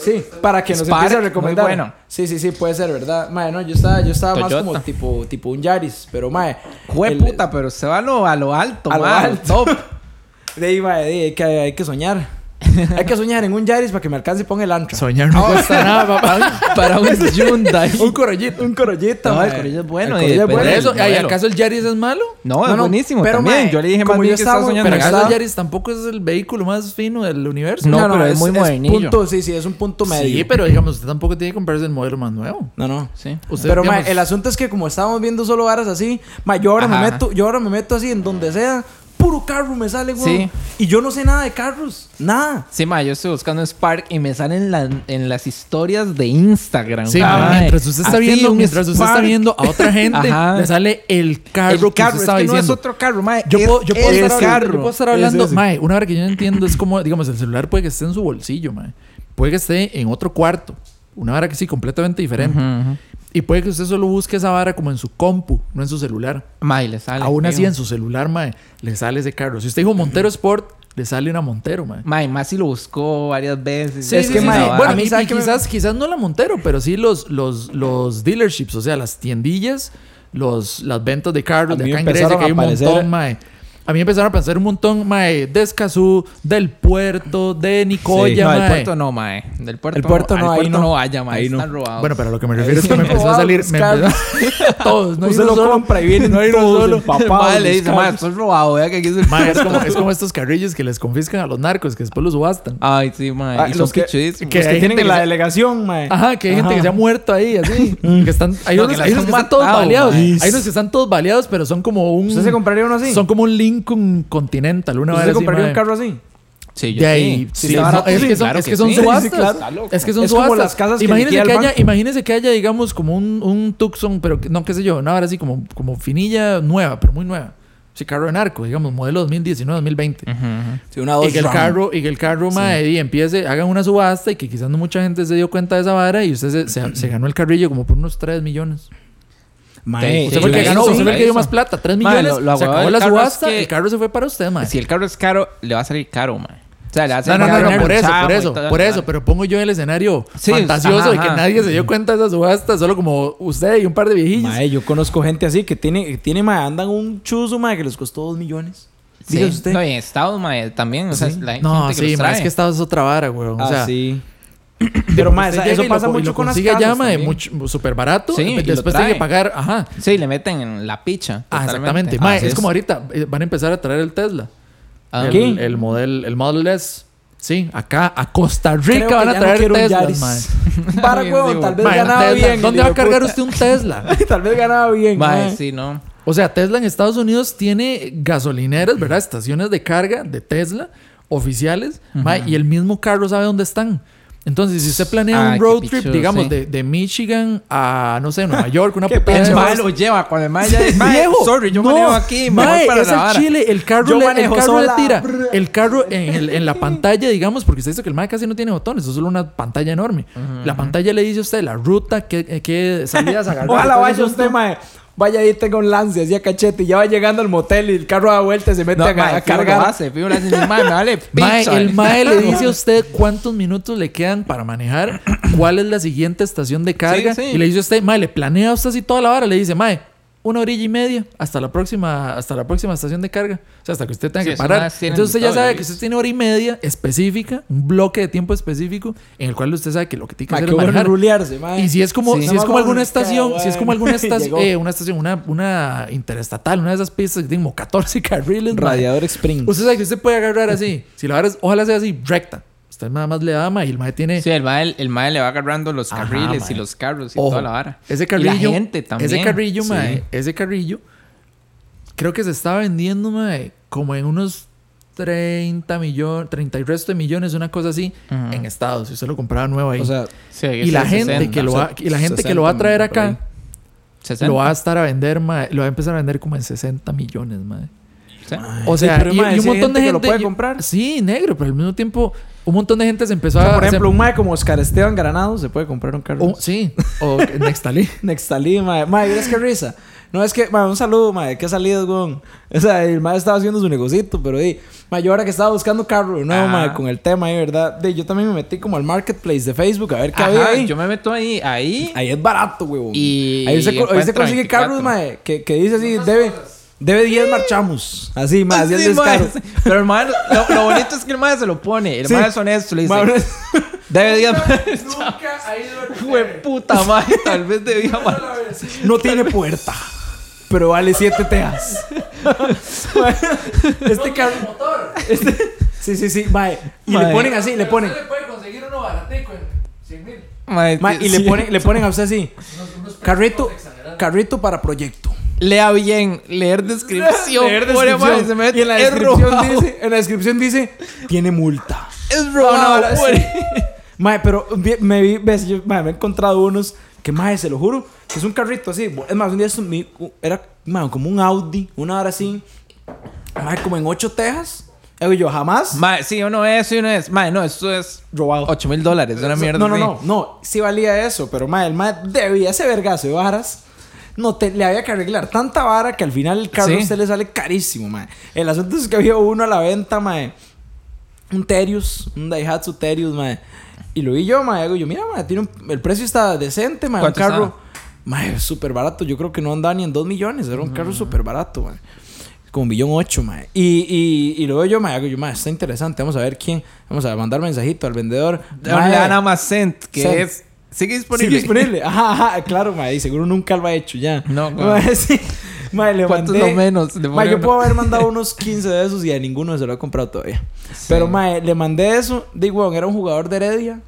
Speaker 3: Sí, para que nos
Speaker 2: Spark,
Speaker 3: empiece a
Speaker 2: muy
Speaker 3: recomendar.
Speaker 2: bueno.
Speaker 3: Sí, sí, sí, puede ser, ¿verdad? Mae, no, yo estaba, yo estaba más
Speaker 2: Toyota.
Speaker 3: como tipo, tipo un Yaris, pero mae.
Speaker 2: Jue
Speaker 3: el-
Speaker 2: puta, pero se va a lo, a lo alto,
Speaker 3: A lo
Speaker 2: ma,
Speaker 3: alto.
Speaker 2: top.
Speaker 3: De ahí, mae, de ahí, hay que, hay que soñar. hay que soñar en un Yaris para que me alcance y ponga el antra.
Speaker 4: Soñar no cuesta nada, papá.
Speaker 2: Ah. Para un Hyundai.
Speaker 3: Un corollito, un corollito.
Speaker 2: No, el
Speaker 3: mae.
Speaker 2: corollito es bueno,
Speaker 3: El
Speaker 2: y
Speaker 3: corollito es
Speaker 2: depende
Speaker 4: Por
Speaker 3: bueno.
Speaker 2: del-
Speaker 4: eso, ay,
Speaker 2: modelo.
Speaker 4: ¿acaso el Yaris es malo?
Speaker 2: No, es
Speaker 3: No, no,
Speaker 2: buenísimo
Speaker 3: pero,
Speaker 2: también.
Speaker 3: mae,
Speaker 2: yo le dije más
Speaker 3: como
Speaker 2: bien
Speaker 3: yo
Speaker 2: que estaba
Speaker 3: estaba-
Speaker 2: soñando
Speaker 4: Pero
Speaker 2: en
Speaker 3: Está-
Speaker 4: ¿acaso
Speaker 2: casa.
Speaker 4: el Yaris tampoco es el vehículo más fino del universo?
Speaker 2: No, pero es muy modernillo.
Speaker 3: punto, sí, sí, es un punto medio.
Speaker 4: Sí, pero digamos, usted tampoco tiene que comprarse el modelo más nuevo.
Speaker 3: No, no.
Speaker 2: Sí.
Speaker 4: Usted,
Speaker 3: pero,
Speaker 4: digamos,
Speaker 3: mae, el asunto es que como estábamos viendo solo varas así, mae, yo ahora
Speaker 2: Ajá.
Speaker 3: me meto, yo ahora me meto así en donde sea, puro carro me sale, güey.
Speaker 2: Sí.
Speaker 3: Y yo no sé nada de carros, nada.
Speaker 2: Sí, ma, yo estoy buscando Spark y me salen la- en las historias de Instagram.
Speaker 4: Sí, mae,
Speaker 2: ma.
Speaker 4: Ah, mientras usted está
Speaker 2: Así,
Speaker 4: viendo,
Speaker 2: un
Speaker 4: mientras usted está
Speaker 2: Spark.
Speaker 4: viendo a otra gente,
Speaker 2: Ajá.
Speaker 4: le sale el carro
Speaker 2: El
Speaker 4: que usted
Speaker 2: carro, es que
Speaker 4: estaba
Speaker 2: no es
Speaker 4: diciendo.
Speaker 2: otro carro, mae.
Speaker 4: Yo
Speaker 2: es
Speaker 4: puedo, yo puedo
Speaker 2: el
Speaker 4: estar hablando,
Speaker 2: carro.
Speaker 4: yo puedo estar
Speaker 3: Ese,
Speaker 4: hablando-
Speaker 3: ese.
Speaker 4: mae, una hora que yo no entiendo es como, digamos, el celular puede que esté en su bolsillo, mae. Puede que esté en otro cuarto. Una vara que sí, completamente diferente. Y puede que usted solo busque esa vara como en su compu, no en su celular.
Speaker 2: Ma, y le sale.
Speaker 4: Aún así,
Speaker 2: fijo.
Speaker 4: en su celular, mae, le sale ese carro. Si usted dijo Montero Sport, le sale una Montero, mae.
Speaker 2: Ma, y más si lo buscó varias veces.
Speaker 4: Sí,
Speaker 2: Es
Speaker 4: sí,
Speaker 2: que,
Speaker 4: sí,
Speaker 2: ma,
Speaker 4: sí.
Speaker 2: va-
Speaker 4: Bueno,
Speaker 3: a mí,
Speaker 4: y-
Speaker 3: ¿sabe
Speaker 4: y
Speaker 3: qué me-
Speaker 4: quizás, quizás no la Montero, pero sí los, los, los dealerships, o sea, las tiendillas, los, las ventas de
Speaker 3: A
Speaker 4: carros de
Speaker 3: mí
Speaker 4: acá en
Speaker 3: empezaron
Speaker 4: Grecia, que
Speaker 3: a
Speaker 4: hay un
Speaker 3: aparecer-
Speaker 4: montón, mae. A mí empezaron a pensar un montón, mae, de Escazú, del puerto, de Nicoya,
Speaker 2: no, del
Speaker 4: mae.
Speaker 2: puerto no, mae. Del puerto,
Speaker 3: El puerto
Speaker 2: al
Speaker 3: no, ahí
Speaker 2: puerto
Speaker 3: no.
Speaker 2: vaya, mae.
Speaker 3: Ahí no.
Speaker 2: Están robados.
Speaker 4: Bueno, pero a lo que me refiero es que
Speaker 3: Sí,
Speaker 4: me empezó a
Speaker 3: robados,
Speaker 4: salir... me
Speaker 3: carros.
Speaker 4: empezó- todos, no hay
Speaker 3: Usted
Speaker 4: uno
Speaker 3: lo
Speaker 4: solo.
Speaker 3: compra y vienen
Speaker 4: no hay uno
Speaker 3: todos
Speaker 4: solo.
Speaker 2: el
Speaker 3: empapados.
Speaker 2: mae le
Speaker 3: los
Speaker 2: dice,
Speaker 3: carros.
Speaker 2: mae, sos robado, vea que aquí es el
Speaker 4: Mae, es
Speaker 2: puerto.
Speaker 4: como, es como estos carrillos que les confiscan a los narcos, que después los subastan.
Speaker 2: Ay, sí, mae.
Speaker 3: Ah,
Speaker 2: y
Speaker 3: los
Speaker 2: son
Speaker 3: que-
Speaker 2: pichudísimos.
Speaker 4: que
Speaker 3: Los que,
Speaker 4: hay
Speaker 3: tienen
Speaker 4: gente
Speaker 3: en
Speaker 4: que
Speaker 3: la
Speaker 4: se-
Speaker 3: delegación, mae.
Speaker 4: Ajá, que hay gente que se ha muerto ahí, así.
Speaker 3: Mm.
Speaker 4: que están, hay,
Speaker 2: No,
Speaker 4: unos,
Speaker 2: que las
Speaker 4: hay unos que
Speaker 2: han
Speaker 4: están todos
Speaker 2: matado,
Speaker 4: baleados.
Speaker 2: mae.
Speaker 4: Hay unos que están todos baleados, pero son como un.
Speaker 3: ¿Usted se compraría uno así?
Speaker 4: Son como un Lincoln Continental, una
Speaker 3: ¿Usted
Speaker 4: vez
Speaker 3: se compraría un carro así?
Speaker 2: Sí, yo
Speaker 4: de ahí.
Speaker 2: sí.
Speaker 4: Sí,
Speaker 2: Sí,
Speaker 4: no,
Speaker 2: barato,
Speaker 4: es
Speaker 2: sí,
Speaker 4: que son,
Speaker 2: claro
Speaker 4: es que son
Speaker 2: sí.
Speaker 4: subastas.
Speaker 3: Sí, claro. Está
Speaker 4: Es que son
Speaker 3: Es como
Speaker 4: subastas.
Speaker 3: las casas que
Speaker 4: imagínese,
Speaker 3: liquida
Speaker 4: que
Speaker 3: el
Speaker 4: haya,
Speaker 3: banco.
Speaker 4: imagínese que haya, digamos, como un, un Tucson, pero que- no, qué sé yo, una hora así como, como finilla nueva, pero muy nueva. Sí, carro de narco, digamos, modelo 2019-2020.
Speaker 3: Sí, una
Speaker 4: Y que el carro, y que el carro mae, y empiece, hagan una subasta y que quizás no mucha gente se dio cuenta de esa vara y usted se, se- se ganó el carrillo como por unos 3 millones.
Speaker 3: Mae,
Speaker 2: Sí,
Speaker 4: Usted fue el que
Speaker 2: la
Speaker 4: ganó,
Speaker 2: hizo,
Speaker 4: usted fue el
Speaker 2: la
Speaker 4: que dio
Speaker 2: hizo.
Speaker 4: más plata, 3
Speaker 2: Mae,
Speaker 4: millones.
Speaker 2: lo- lo
Speaker 4: se
Speaker 2: agarró
Speaker 4: acabó
Speaker 2: el
Speaker 4: la
Speaker 2: carro,
Speaker 4: subasta,
Speaker 2: es que-
Speaker 4: el carro se fue para usted, mae.
Speaker 2: Si el carro es caro, le va a salir caro, mae. O sea, le va a
Speaker 4: No,
Speaker 2: salir
Speaker 4: no, no,
Speaker 2: caro.
Speaker 4: no, por eso,
Speaker 2: chavo
Speaker 4: por
Speaker 2: y
Speaker 4: eso,
Speaker 2: todo
Speaker 4: por
Speaker 2: eso,
Speaker 4: eso. Pero pongo yo el escenario
Speaker 2: Sí,
Speaker 4: fantasioso
Speaker 2: ajá,
Speaker 4: de que
Speaker 2: ajá.
Speaker 4: nadie se dio cuenta de esa subasta, solo como usted y un par de viejillos.
Speaker 3: Mae, yo conozco gente así que tiene, que tiene mae, andan un chuzo, mae, que les costó dos millones.
Speaker 2: Sí.
Speaker 3: Dígase usted.
Speaker 2: No, y en Estados, mae, también. O sea,
Speaker 4: Sí.
Speaker 2: la gente
Speaker 4: No,
Speaker 2: que
Speaker 4: sí,
Speaker 2: los
Speaker 4: mae,
Speaker 2: trae.
Speaker 4: es que esta es otra vara, güey. O sea,
Speaker 3: ah, sí. Pero, mae,
Speaker 4: usted
Speaker 3: esa-
Speaker 4: llega
Speaker 3: eso
Speaker 4: y lo-
Speaker 3: pasa
Speaker 4: y lo
Speaker 3: mucho con las
Speaker 4: consigue
Speaker 3: casas
Speaker 4: ya, mae,
Speaker 3: también.
Speaker 4: mucho- súper barato.
Speaker 2: Sí, y lo
Speaker 4: después tiene
Speaker 2: trae.
Speaker 4: que pagar, ajá.
Speaker 2: Sí, le meten en la picha.
Speaker 4: Ah,
Speaker 2: totalmente.
Speaker 4: exactamente. Mae,
Speaker 2: Así
Speaker 4: es como ahorita eh, van a empezar a traer el Tesla.
Speaker 2: Ah.
Speaker 4: el,
Speaker 3: ¿Qué?
Speaker 4: el model, el Model S. Sí, acá a Costa Rica
Speaker 3: Creo que
Speaker 4: van a
Speaker 3: ya
Speaker 4: traer
Speaker 3: quiero un
Speaker 4: Teslas,
Speaker 3: Yaris.
Speaker 4: mae.
Speaker 3: Para,
Speaker 2: Yo
Speaker 3: huevón,
Speaker 2: digo,
Speaker 3: tal vez
Speaker 4: Mae,
Speaker 3: ganaba
Speaker 4: Tesla,
Speaker 3: bien.
Speaker 4: ¿Dónde va a cargar usted un Tesla?
Speaker 3: usted? Tal vez ganaba bien,
Speaker 2: Mae,
Speaker 3: mae.
Speaker 2: sí, no.
Speaker 4: O sea, Tesla en Estados Unidos tiene gasolineras, ¿verdad? Estaciones de carga de Tesla oficiales. mae, y el mismo carro sabe dónde están. Entonces, si usted planea
Speaker 2: Ah,
Speaker 4: un
Speaker 2: qué
Speaker 4: road trip,
Speaker 2: pichudo,
Speaker 4: digamos,
Speaker 2: sí.
Speaker 4: de, de Michigan a, no sé, Nueva York, una
Speaker 3: Qué
Speaker 4: putada de
Speaker 2: El
Speaker 3: pichudo.
Speaker 4: esas.
Speaker 2: mae lo lleva cuando el mae ya dice, "Mae,
Speaker 4: Viejo,
Speaker 2: sorry, yo
Speaker 4: no,
Speaker 2: manejo aquí, me
Speaker 4: mae,
Speaker 2: voy para
Speaker 4: es
Speaker 2: la
Speaker 4: el
Speaker 2: vara".
Speaker 4: chile, el carro,
Speaker 3: Yo
Speaker 4: le, el
Speaker 3: manejo
Speaker 4: carro le
Speaker 3: sola.
Speaker 4: tira. El carro en, el- en la pantalla, digamos, porque usted dice que el mae casi no tiene botones, es solo una pantalla enorme. La pantalla le dice a usted la ruta, qué, eh, qué salidas agarrar.
Speaker 3: Ojalá
Speaker 4: todo
Speaker 3: vaya
Speaker 4: eso.
Speaker 3: usted, mae. Vaya ahí, tenga un lance, así a cachete. Y ya va llegando al motel y el carro da vuelta y se mete
Speaker 2: No,
Speaker 3: a, a
Speaker 2: mae, fijo lo
Speaker 3: cargar.
Speaker 2: hace, fijo lo hace, dice, "Mae, me vale
Speaker 4: Mae,
Speaker 2: picha".
Speaker 4: el mae le dice a usted cuántos minutos le quedan para manejar, cuál es la siguiente estación de carga.
Speaker 2: Sí, sí.
Speaker 4: Y le dice a usted, mae, le planea a usted así toda la vara. Le dice, mae, una orilla y media hasta la próxima, hasta la próxima estación de carga. O sea, hasta que usted tenga
Speaker 2: Sí,
Speaker 4: que
Speaker 2: eso
Speaker 4: parar.
Speaker 2: más tienen
Speaker 4: Entonces usted ya
Speaker 2: todo, ya
Speaker 4: sabe que
Speaker 2: viste.
Speaker 4: usted tiene hora y media específica, un bloque de tiempo específico, en el cual usted sabe que lo que tiene que
Speaker 3: Mae,
Speaker 4: hacer
Speaker 3: qué
Speaker 4: es
Speaker 3: bueno
Speaker 4: manejar.
Speaker 3: rulearse, mae.
Speaker 4: Y si es como,
Speaker 2: Sí.
Speaker 4: si
Speaker 3: Nada
Speaker 4: es
Speaker 3: más
Speaker 4: como alguna
Speaker 3: vamos,
Speaker 4: estación,
Speaker 3: qué
Speaker 4: si es como alguna
Speaker 3: Ah, bueno.
Speaker 4: estación,
Speaker 3: Llegó.
Speaker 4: eh, una estación, una, una interestatal, una de esas pistas que tienen como 14 carriles. mae.
Speaker 3: Radiador Spring.
Speaker 4: Usted sabe que usted puede agarrar así. Si la vara es, ojalá sea así, recta. Usted nada más le ama y el mae tiene.
Speaker 2: Sí, el mae, el mae le va agarrando los
Speaker 4: Ajá,
Speaker 2: carriles y
Speaker 4: mae.
Speaker 2: los carros y
Speaker 4: ojo,
Speaker 2: toda la vara.
Speaker 4: Ese
Speaker 2: Y
Speaker 4: carrillo.
Speaker 2: la gente también.
Speaker 4: Ese carrillo,
Speaker 2: Sí.
Speaker 4: mae. Ese carrillo. Creo que se está vendiendo, mae, como en unos 30 millones, 30 y resto de millones, una cosa así,
Speaker 2: Ujú.
Speaker 4: en Estados. Si usted lo compraba nuevo ahí.
Speaker 3: O sea,
Speaker 2: Sí,
Speaker 4: y la gente
Speaker 2: 60,
Speaker 4: que lo va, y la gente que lo va a
Speaker 3: 60
Speaker 4: traer
Speaker 3: por ahí.
Speaker 4: acá,
Speaker 2: 60.
Speaker 4: lo va a estar a vender, mae, lo va a empezar a vender como en 60 millones, mae.
Speaker 2: Sí.
Speaker 4: O sea,
Speaker 3: pero,
Speaker 4: y,
Speaker 3: mae,
Speaker 4: y un
Speaker 3: sí hay
Speaker 4: montón
Speaker 3: gente que
Speaker 4: de gente
Speaker 3: lo puede
Speaker 4: yo-
Speaker 3: comprar.
Speaker 4: Sí, negro, pero al mismo tiempo, un montón de gente se empezó
Speaker 3: O sea,
Speaker 4: a.
Speaker 3: por
Speaker 4: se-
Speaker 3: ejemplo, un mae como Oscar Esteban Granado se puede comprar un carro.
Speaker 4: un- sí, o Nextalí.
Speaker 3: Nextalí, mae. Mae, ¿ves qué risa? No, es que, mae, un saludo, mae. Qué salidas, weón. O sea, el mae estaba haciendo su negocito, pero di. Mae, yo ahora que estaba buscando carro, no,
Speaker 2: Ah.
Speaker 3: mae, con el tema ahí, ¿verdad? Di, yo también me metí como al marketplace de Facebook a ver qué había
Speaker 2: Ajá,
Speaker 3: ahí.
Speaker 2: yo me meto ahí, ahí.
Speaker 3: Ahí es barato, weón.
Speaker 2: Y-
Speaker 3: ahí se,
Speaker 2: y
Speaker 3: co- ahí se
Speaker 2: encuentra
Speaker 3: consigue
Speaker 2: 24.
Speaker 3: carros, mae, que, que dice así, debe, debe 10 marchamos. Así, mae, así
Speaker 2: Sí,
Speaker 3: el descaro.
Speaker 2: mae, sí. Pero el mae, lo, lo bonito es que el mae se lo pone. El
Speaker 3: Sí.
Speaker 2: mae es honesto, le dice.
Speaker 3: Mae,
Speaker 2: Debe día Jue puta mae, tal vez debía mal.
Speaker 3: No tiene puerta. Pero vale 7 teas. este carro. Este... Sí, sí, sí. Mae. Y
Speaker 2: Mae.
Speaker 3: le ponen así, le ponen.
Speaker 4: puede conseguir uno barateco en 100 mil.
Speaker 2: Mae,
Speaker 3: mae, y
Speaker 2: sí.
Speaker 3: le ponen, le ponen a usted así. Carrito, carrito para proyecto.
Speaker 2: Lea bien, leer descripción. pobre mae, se mete-
Speaker 3: Y en la
Speaker 2: es
Speaker 3: descripción
Speaker 2: robado.
Speaker 3: dice, en la descripción dice, tiene multa.
Speaker 2: Es robado,
Speaker 3: Ahora sí.
Speaker 2: pobre.
Speaker 3: Mae, pero vi- me vi, ves, yo, mae, me he encontrado unos que, mae, se lo juro, que es un carrito así. bo- Es más, un día esto mi- u- era, mae, como un Audi, una hora así. Mae, como en ocho tejas. Digo yo, jamás.
Speaker 2: Mae, sí, uno es, sí, uno es. Mae, no, esto es
Speaker 3: Robado.
Speaker 2: 8 mil dólares, una
Speaker 3: Eso-
Speaker 2: mierda.
Speaker 3: No, no,
Speaker 2: así.
Speaker 3: no, no. Sí valía eso, pero mae, el mae debía ese vergazo de varas. No, te, le había que arreglar tanta vara que al final el carro
Speaker 2: Sí.
Speaker 3: a usted le sale carísimo, mae. El asunto es que había uno a la venta, mae. Un Terius, un Daihatsu Terius, mae. Y lo vi yo, mae. Digo yo, mira, mae, tiene un- el precio está decente, mae. Un
Speaker 2: ¿Cuánto
Speaker 3: carro,
Speaker 2: estaba?
Speaker 3: mae, súper barato. Yo creo que no andaba ni en 2 millones. Era un carro súper barato, mae. Como un billón ocho, mae. Y, y, y luego yo, mae, digo yo, mae, está interesante. Vamos a ver quién. Vamos a mandar mensajito al vendedor.
Speaker 2: Le van
Speaker 3: Mae,
Speaker 2: a más cent, que
Speaker 3: Cent.
Speaker 2: es. Sigue
Speaker 3: Sigue
Speaker 2: disponible.
Speaker 3: disponible. Ajá, ajá, claro, mae. Y seguro nunca lo ha hecho ya.
Speaker 2: No, güey.
Speaker 3: mae. sí. Mae, le
Speaker 2: ¿Cuántos
Speaker 3: mandé-
Speaker 2: lo menos? Le
Speaker 3: Mae, yo
Speaker 2: ponen-
Speaker 3: puedo haber mandado unos 15 de esos y a ninguno se lo ha comprado todavía. Pero, mae, le mandé eso. Digo, weón, era un jugador de Heredia.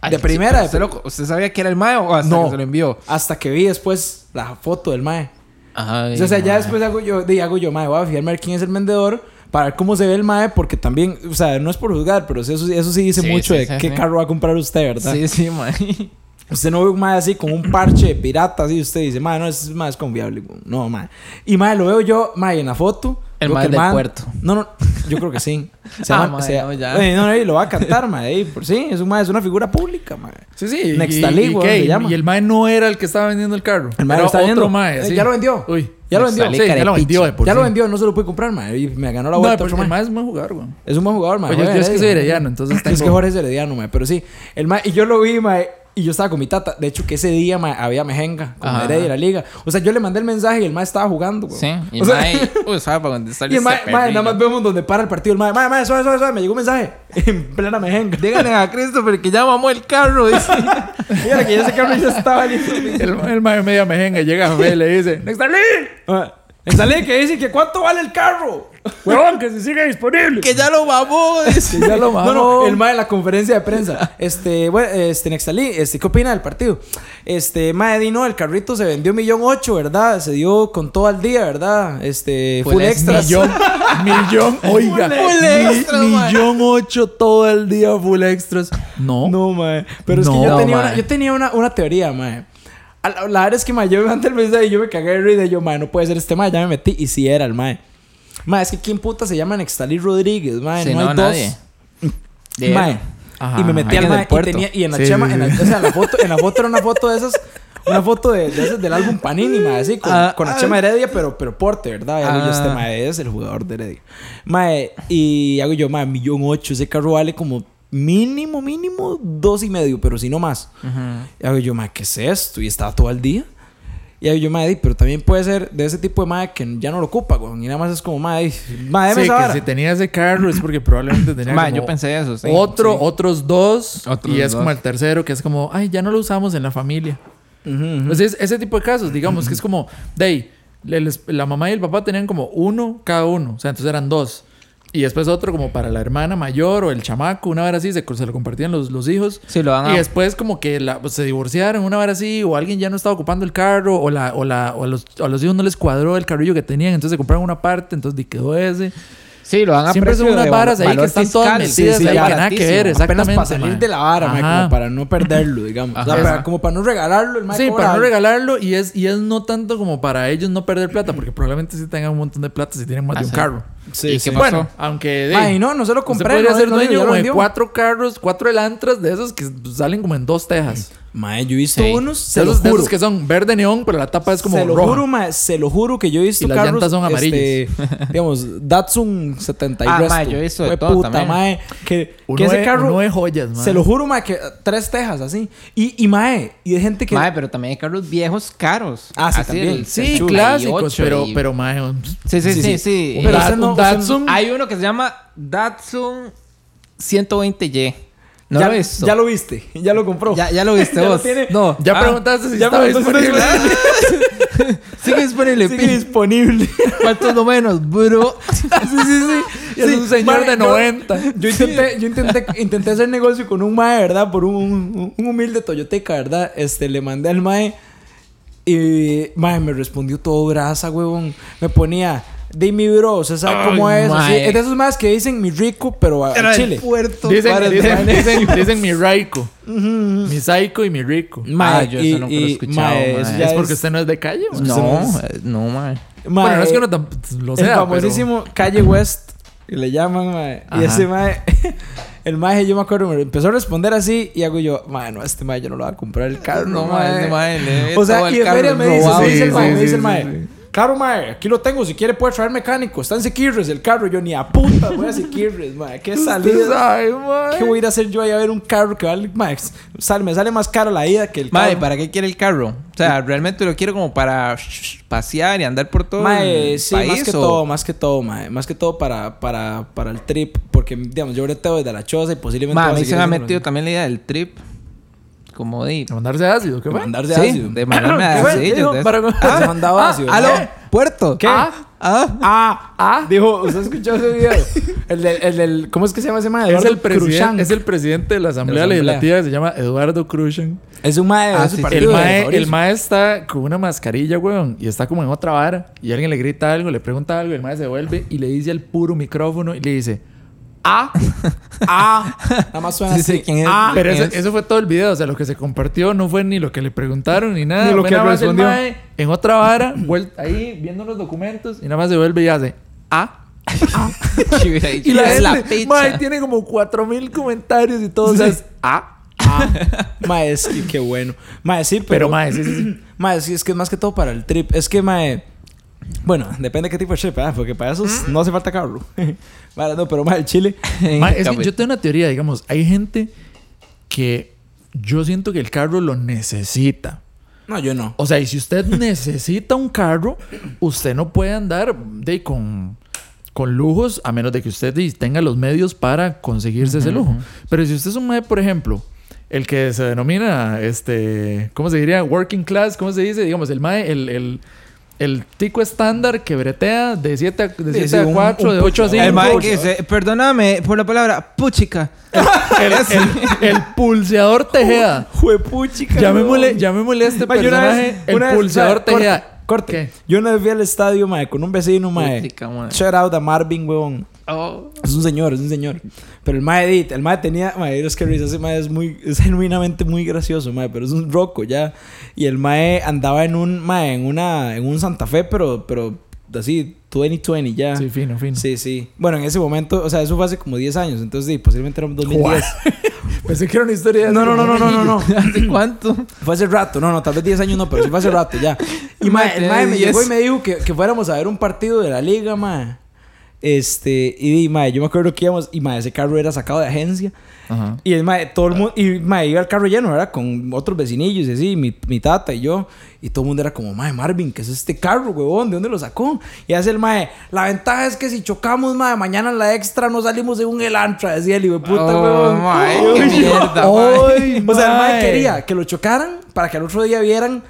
Speaker 2: Ay,
Speaker 3: de
Speaker 2: sí,
Speaker 3: primera.
Speaker 2: pero
Speaker 3: de
Speaker 2: usted, lo- ¿Usted sabía que era el mae o hasta
Speaker 3: No.
Speaker 2: que se lo envió?
Speaker 3: Hasta que vi después la foto del mae.
Speaker 2: Ay,
Speaker 3: o sea, ya
Speaker 2: mae.
Speaker 3: después hago yo, di, hago yo, mae, voy a fijarme a ver quién es el vendedor para ver cómo se ve el mae, porque también, o sea, no es por juzgar, pero eso, eso sí dice
Speaker 2: Sí,
Speaker 3: mucho
Speaker 2: sí,
Speaker 3: de
Speaker 2: sí,
Speaker 3: qué
Speaker 2: sí.
Speaker 3: carro va a comprar usted, ¿verdad?
Speaker 2: Sí, sí, mae.
Speaker 3: Usted no ve un mae así con un parche de pirata, así usted dice, mae, no, ese es más confiable. No, mae. Y mae, lo veo yo, mae, en la foto.
Speaker 2: El
Speaker 3: creo
Speaker 2: mae
Speaker 3: que
Speaker 2: del puerto.
Speaker 3: No, no, yo creo que sí. Se
Speaker 2: Ah,
Speaker 3: llama-
Speaker 2: mae,
Speaker 3: se-
Speaker 2: no, ya.
Speaker 3: Eh, no, no, y lo va a cantar, mae, ahí, por sí, es un mae, es una figura pública, mae.
Speaker 4: Sí, sí.
Speaker 3: Nextalí,
Speaker 4: y, y,
Speaker 3: weón,
Speaker 4: qué,
Speaker 3: se llama.
Speaker 4: y el mae no era el que estaba vendiendo el carro.
Speaker 3: El mae
Speaker 4: Era
Speaker 3: lo está
Speaker 4: otro
Speaker 3: vendiendo.
Speaker 4: mae.
Speaker 3: Eh,
Speaker 4: sí.
Speaker 3: ya lo vendió.
Speaker 4: Uy.
Speaker 3: Ya lo vendió.
Speaker 4: Sí, ya lo vendió de por
Speaker 3: ya
Speaker 4: sí.
Speaker 3: lo vendió, no se lo pude comprar, mae, y me ganó la
Speaker 4: No,
Speaker 3: vuelta.
Speaker 4: pero
Speaker 3: otro
Speaker 4: el
Speaker 3: mae.
Speaker 4: mae es buen jugador, weón.
Speaker 3: Es un buen jugador, mae.
Speaker 4: Oye,
Speaker 3: juega
Speaker 4: yo es que soy
Speaker 3: Heredia.
Speaker 4: herediano, entonces
Speaker 3: Es que
Speaker 4: tengo-
Speaker 3: Jorge es herediano, mae, pero sí. El mae, y yo lo vi, mae, y yo estaba con mi tata. De hecho, que ese día, mae, había mejenga con
Speaker 2: Ajá.
Speaker 3: Heredia de la liga. O sea, yo le mandé el mensaje y el mae estaba jugando, güey.
Speaker 2: Sí, y
Speaker 3: O sea,
Speaker 2: mae. Uy, sabe para contestar.
Speaker 3: Y el mae, mae, nada más vemos donde para el partido. El mae, mae, mae, suave, suave, suave. Me llegó un mensaje. En plena mejenga.
Speaker 2: Díganle a Christopher que ya mamó el carro. dice.
Speaker 3: Mira que ya ese carro ya estaba listo.
Speaker 4: El, el mae media mejenga llega a y le dice: ¡Nextalí!
Speaker 3: Ah, Sale que dice que cuánto vale el carro.
Speaker 4: ¡Huevón, que se siga disponible!
Speaker 2: que ya lo mamó. dice.
Speaker 4: Ya lo
Speaker 3: No, no,
Speaker 4: mamó.
Speaker 3: el mae en la conferencia de prensa. Este, bueno, este, Nextalí, este, ¿qué opina del partido? Este, mae, di, no, el carrito se vendió un millón ocho, ¿verdad? Se dio con todo al día, ¿verdad? Este,
Speaker 2: Pues
Speaker 3: full
Speaker 2: es
Speaker 3: extras.
Speaker 4: Millón, millón, oiga,
Speaker 2: Full extras,
Speaker 4: mi-
Speaker 2: mae.
Speaker 4: millón ocho todo el día full extras. No,
Speaker 3: No, mae. Pero es que
Speaker 4: No,
Speaker 3: yo tenía,
Speaker 2: mae.
Speaker 3: una, yo tenía una, una teoría, mae. A La, la verdad es que, mae, yo levanté el mensaje y yo me cagué de risa. y Yo, mae, no puede ser este mae. Ya me metí y sí era el mae. Mae, es que ¿quién puta se llama Nextalí Rodríguez, mae?
Speaker 2: Sí,
Speaker 3: no,
Speaker 2: no,
Speaker 3: hay
Speaker 2: nadie.
Speaker 3: dos. Mae.
Speaker 4: Ajá,
Speaker 3: y me metí
Speaker 2: alguien
Speaker 3: al
Speaker 2: del
Speaker 3: mae y
Speaker 2: puerto.
Speaker 3: tenía... Y en la
Speaker 4: Sí,
Speaker 3: chema...
Speaker 4: sí,
Speaker 3: En la,
Speaker 4: sí.
Speaker 3: o sea, en la foto, en la foto era una foto de esas... Una foto de, de esas del álbum Panini, mae. Así, con,
Speaker 2: Ah,
Speaker 3: con la
Speaker 2: ah.
Speaker 3: chema Heredia, pero, pero porte, ¿verdad? Y hago yo,
Speaker 2: Ah.
Speaker 3: este mae es el jugador de Heredia. Mae, y hago yo, mae, millón ocho. Ese carro vale como mínimo, mínimo dos y medio, pero si no más. Y hago yo, mae, ¿qué es esto? Y estaba todo el día. Y hago yo, mae, di, pero también puede ser de ese tipo de mae que ya no lo ocupa, güey. Y nada más es como, mae, di, mae, deme
Speaker 4: Sí,
Speaker 3: esa
Speaker 4: que
Speaker 3: vara.
Speaker 4: si tenía ese carro es porque probablemente tenía
Speaker 2: Mae,
Speaker 4: como
Speaker 2: yo pensé eso, sí.
Speaker 4: otro, otros dos
Speaker 2: Otros
Speaker 4: y es
Speaker 2: dos.
Speaker 4: como el tercero que es como, ay, ya no lo usamos en la familia.
Speaker 3: Ujú, ujú.
Speaker 4: Pues es- ese tipo de casos, digamos, que es como, de ahí, le- les- la mamá y el papá tenían como uno cada uno, o sea, entonces eran dos. Y después otro como para la hermana mayor o el chamaco, una vez así, se, se lo compartían los, los hijos.
Speaker 2: Sí, lo van a-
Speaker 4: Y después como que la- pues, se divorciaron, una vez así, o alguien ya no estaba ocupando el carro, o, la, o, la, o a, los, a los hijos no les cuadró el carrillo que tenían, entonces se compraron una parte, entonces di, quedó ese.
Speaker 2: Sí, lo van a
Speaker 4: Siempre son
Speaker 2: precio
Speaker 4: unas
Speaker 2: de
Speaker 4: varas
Speaker 2: val-
Speaker 4: ahí que
Speaker 2: valor
Speaker 4: están todas
Speaker 2: fiscal,
Speaker 4: metidas
Speaker 2: sí, sí,
Speaker 4: ahí que nada que
Speaker 2: baratísimo.
Speaker 4: ver, exactamente.
Speaker 3: Apenas para salir
Speaker 4: mae.
Speaker 3: de la vara, mae,
Speaker 4: Ajá.
Speaker 3: como para no perderlo, digamos. O sea,
Speaker 4: Ajá.
Speaker 3: para- como para no regalarlo, el mae
Speaker 4: Sí,
Speaker 3: cobra
Speaker 4: para no
Speaker 3: algo.
Speaker 4: regalarlo y es, y es no tanto como para ellos no perder plata, porque probablemente sí tengan un montón de plata si tienen más
Speaker 2: Ah,
Speaker 4: de un
Speaker 2: sí.
Speaker 4: carro.
Speaker 3: Sí,
Speaker 2: ¿Y
Speaker 3: sí.
Speaker 2: qué
Speaker 4: Bueno,
Speaker 2: pasó?
Speaker 4: aunque de,
Speaker 3: Mae, no, no se lo
Speaker 4: usted
Speaker 3: compré.
Speaker 4: podría
Speaker 3: no,
Speaker 4: ser
Speaker 3: no, ya
Speaker 4: dueño
Speaker 3: lo
Speaker 4: como de
Speaker 3: vendió.
Speaker 4: cuatro carros, cuatro elantras de esos que salen como en dos tejas.
Speaker 3: Mae, yo he visto
Speaker 2: Sí.
Speaker 3: unos,
Speaker 4: de,
Speaker 3: se lo
Speaker 4: esos, de esos
Speaker 3: juro.
Speaker 4: que son verde neón, pero la tapa es como
Speaker 3: se lo
Speaker 4: roja.
Speaker 3: juro, mae, se lo juro que yo he visto
Speaker 4: Y las
Speaker 3: carros.
Speaker 4: llantas son
Speaker 3: este, digamos, Datsun 70 y
Speaker 2: Ah, mae,
Speaker 3: resto.
Speaker 2: yo he visto de
Speaker 3: Fue
Speaker 2: todo
Speaker 3: puta,
Speaker 2: también.
Speaker 3: mae, que,
Speaker 4: Uno
Speaker 3: que ese
Speaker 4: de-
Speaker 3: carro.
Speaker 4: uno de joyas, mae.
Speaker 3: se lo juro, mae, que eh, tres tejas así. Y, y mae, y de gente que.
Speaker 2: Mae, pero también hay carros viejos caros.
Speaker 3: Ah, sí, también.
Speaker 4: Sí,
Speaker 2: 78
Speaker 4: clásicos,
Speaker 2: y-
Speaker 4: pero, pero mae, un-
Speaker 2: Sí, sí,
Speaker 3: Sí,
Speaker 2: sí,
Speaker 3: sí.
Speaker 2: sí.
Speaker 4: un,
Speaker 2: Eh,
Speaker 3: Pero
Speaker 4: Dat-
Speaker 3: usted no-
Speaker 4: un
Speaker 3: usted no-
Speaker 4: Datsun.
Speaker 2: hay uno que se llama Datsun 120Y. ¿No
Speaker 3: ya,
Speaker 2: lo he visto?
Speaker 3: ya lo viste, ya lo compró.
Speaker 2: ya, ya lo viste
Speaker 3: Ya lo
Speaker 2: vos.
Speaker 3: tiene.
Speaker 2: No.
Speaker 4: Ya
Speaker 2: Ah,
Speaker 4: preguntaste si
Speaker 3: Ya
Speaker 4: estaba
Speaker 3: preguntó si
Speaker 4: disponible.
Speaker 3: está
Speaker 2: Sigue disponible.
Speaker 3: Sigue
Speaker 2: pin.
Speaker 3: disponible.
Speaker 2: ¿Cuántos no menos, bro? sí, sí,
Speaker 4: Y es un señor
Speaker 3: Mae,
Speaker 4: de
Speaker 3: yo-
Speaker 4: 90.
Speaker 3: Yo intenté, yo intenté, intenté hacer negocio con un mae, ¿verdad? Por un, un- un humilde Toyoteca, ¿verdad? Este, le mandé al mae y mae me respondió todo grasa, huevón. Me ponía, dime bro, o sea, ¿sabe cómo
Speaker 2: Ay,
Speaker 3: es? Así,
Speaker 2: mae.
Speaker 3: es de esos maes que dicen mi rico, pero a, a Chile.
Speaker 2: puerto.
Speaker 4: Dicen,
Speaker 2: para-
Speaker 4: dicen, dicen, dicen mi Raico. mi Psycho y mi Rico.
Speaker 3: Mae,
Speaker 2: Ah, yo eso nunca lo he escuchado, mae.
Speaker 3: eso ya
Speaker 4: Es porque usted no es de calle, mae.
Speaker 2: No, eh, no, mae.
Speaker 3: mae,
Speaker 4: Bueno, no es que uno tam- lo
Speaker 3: el
Speaker 4: sea, pero-
Speaker 3: famosísimo Calle West, que le llaman, mae. Y
Speaker 4: Ajá.
Speaker 3: ese mae, el mae, yo me acuerdo, me empezó a responder así y hago yo, mae, no, este mae yo no lo voy a comprar el carro,
Speaker 2: No, mae,
Speaker 3: mae.
Speaker 2: este mae, le-
Speaker 3: o sea,
Speaker 2: todo el
Speaker 3: y en
Speaker 2: carro
Speaker 3: feria me dice,
Speaker 2: robado.
Speaker 3: me dice el
Speaker 4: Sí,
Speaker 3: mae,
Speaker 4: sí,
Speaker 3: me
Speaker 4: sí,
Speaker 3: dice el
Speaker 4: sí,
Speaker 3: mae.
Speaker 4: sí.
Speaker 3: Claro, mae, aquí lo tengo. Si quiere, puede traer mecánico. Está en Sequirres el carro. Yo ni a puta voy a Sequirres, mae. Qué
Speaker 4: Usted
Speaker 3: salida.
Speaker 4: sabe, mae.
Speaker 3: ¿Qué voy a ir a hacer yo ahí a ver un carro que vale, mae? sal- me sale más caro la ida que el
Speaker 2: Mae,
Speaker 3: carro.
Speaker 2: ¿para qué quiere el carro? O sea, realmente lo quiero como para pasear y andar por todo
Speaker 3: Mae,
Speaker 2: el
Speaker 3: sí,
Speaker 2: país.
Speaker 3: más que
Speaker 2: o-
Speaker 3: todo, más que todo, mae. Más que todo para, para, para el trip. Porque, digamos, yo breteo desde la choza y posiblemente.
Speaker 2: Mae, a
Speaker 3: voy a
Speaker 2: mí se
Speaker 3: seguir
Speaker 2: me ha
Speaker 3: haciendo
Speaker 2: metido
Speaker 3: lo
Speaker 2: también la idea del trip. Como de...
Speaker 4: A mandarse ácido, ¿qué
Speaker 3: mismo.
Speaker 4: fue?
Speaker 3: Mandar de
Speaker 2: sí,
Speaker 3: ácido.
Speaker 2: de mandarme a
Speaker 3: Qué bueno,
Speaker 2: ellos.
Speaker 3: digo,
Speaker 2: de eso.
Speaker 3: para-
Speaker 2: Ah,
Speaker 3: se mandaba
Speaker 2: ah,
Speaker 3: ácido,
Speaker 2: ¿Aló?
Speaker 3: mae.
Speaker 2: ¿Puerto?
Speaker 3: ¿Qué?
Speaker 2: Ah, ah.
Speaker 3: Ah,
Speaker 4: Ah.
Speaker 3: Dijo, ¿usted escuchó ese video? El del, el del- ¿cómo es que se llama ese mae?
Speaker 4: Es
Speaker 3: Eduardo
Speaker 4: el,
Speaker 3: Cruzán.
Speaker 4: presidente, es el presidente de la Asamblea,
Speaker 3: De la Asamblea.
Speaker 4: Legislativa que se llama Eduardo Cruzan.
Speaker 3: Es un mae de
Speaker 2: Ah,
Speaker 3: su
Speaker 2: sí, sí.
Speaker 3: partido.
Speaker 4: El
Speaker 3: de
Speaker 4: mae,
Speaker 3: Mauricio.
Speaker 4: el mae está con una mascarilla, weón, y está como en otra vara. Y alguien le grita algo, le pregunta algo, y el mae se vuelve y le dice al puro micrófono y le dice, ah,
Speaker 3: Ah, nada más suena
Speaker 2: Sí, sí,
Speaker 3: así.
Speaker 2: ¿quién es?
Speaker 3: Ah,
Speaker 4: pero eso,
Speaker 2: es.
Speaker 4: eso fue todo el video. O sea, lo que se compartió no fue ni lo que le preguntaron ni nada.
Speaker 3: Ni lo
Speaker 4: Fue
Speaker 3: que
Speaker 4: nada más el
Speaker 3: respondió.
Speaker 4: mae en otra vara, vuel- ahí viendo los documentos, y nada más se vuelve y hace, ah. Y la,
Speaker 2: Es
Speaker 4: gente, mae, tiene como 4000 comentarios y todo. o sea, es, ah.
Speaker 3: ah. Mae, es que qué bueno. Mae, sí, pero.
Speaker 4: Pero, mae, sí, sí, sí.
Speaker 3: Mae, sí, es que es más que todo para el trip. Es que, mae. Bueno, depende de qué tipo de trip, ¿verdad? Porque para
Speaker 2: Mm.
Speaker 3: esos no hace falta carro. Vale, no, pero mae, el chile. eh,
Speaker 4: Ma, es que yo tengo una teoría, digamos, hay gente que yo siento que el carro lo necesita.
Speaker 3: No, yo no.
Speaker 4: O sea, y si usted necesita un carro, usted no puede andar de con con lujos a menos de que usted di, tenga los medios para conseguirse ese lujo. Pero si usted es un mae, por ejemplo, el que se denomina este, ¿cómo se diría? Working class, ¿cómo se dice? Digamos, el mae, el, el el tico estándar que bretea de 7 a, de
Speaker 3: Sí,
Speaker 4: siete
Speaker 3: sí,
Speaker 4: a
Speaker 3: un-
Speaker 4: 4,
Speaker 3: un
Speaker 4: de 8 a
Speaker 3: pucho.
Speaker 4: 5.
Speaker 2: El mae
Speaker 3: pucha.
Speaker 2: que dice, perdóname por la palabra puchica.
Speaker 4: El, el- el pulseador Tejeda.
Speaker 3: Juepuchica.
Speaker 4: Llamémosle, llamémosle a este
Speaker 3: Ma, yo una
Speaker 4: personaje
Speaker 3: vez-
Speaker 4: el
Speaker 3: una vez-
Speaker 4: pulseador
Speaker 3: corte,
Speaker 4: Tejeda.
Speaker 3: corte.
Speaker 4: ¿Qué?
Speaker 3: Yo una vez fui al estadio, mae, con un vecino, mae.
Speaker 2: Puchica, mae.
Speaker 3: Shout out a Marvin, huevón.
Speaker 2: Oh.
Speaker 3: Es un señor, es un señor. Pero el mae Edith, el mae tenía, mae, es que risa, ese mae es muy, es genuinamente muy gracioso, mae, pero es un roco ya. Y el mae andaba en un, mae, en una, en un Santa Fe, pero, pero así, 2020 ya.
Speaker 4: Sí,
Speaker 3: Sí,
Speaker 4: fino, fino.
Speaker 3: sí. Bueno, en ese momento, o sea, eso fue hace como 10 años, entonces sí, posiblemente era un 2010.
Speaker 4: Pensé que era una historia.
Speaker 3: No, no, no, no, no, no, no.
Speaker 2: ¿Hace cuánto?
Speaker 3: Fue hace rato, no, no, tal vez 10 años no, pero sí fue hace rato ya. Y mae, el mae me
Speaker 2: Yes.
Speaker 3: llegó y me dijo que, que fuéramos a ver un partido de la liga, mae. Este, y di, mae, yo me acuerdo que íbamos, y mae, ese carro era sacado de agencia.
Speaker 4: Ajá.
Speaker 3: Y el mae, todo el mundo, y mae, iba el carro lleno, ¿verdad? Con otros vecinillos y así, mi, mi tata y yo. Y todo el mundo era como, mae, Marvin, ¿qué es este carro, huevón? ¿De dónde lo sacó? Y hace el mae, la ventaja es que si chocamos, mae, mañana en la extra no salimos de un Elantra, decía el hijo de puta,
Speaker 2: Oh,
Speaker 3: huevón.
Speaker 2: mae,
Speaker 3: Y
Speaker 2: qué
Speaker 3: yo,
Speaker 2: mierda,
Speaker 3: "Ay,
Speaker 4: mae".
Speaker 3: O sea, el mae
Speaker 4: Mae.
Speaker 3: quería que lo chocaran para que al otro día vieran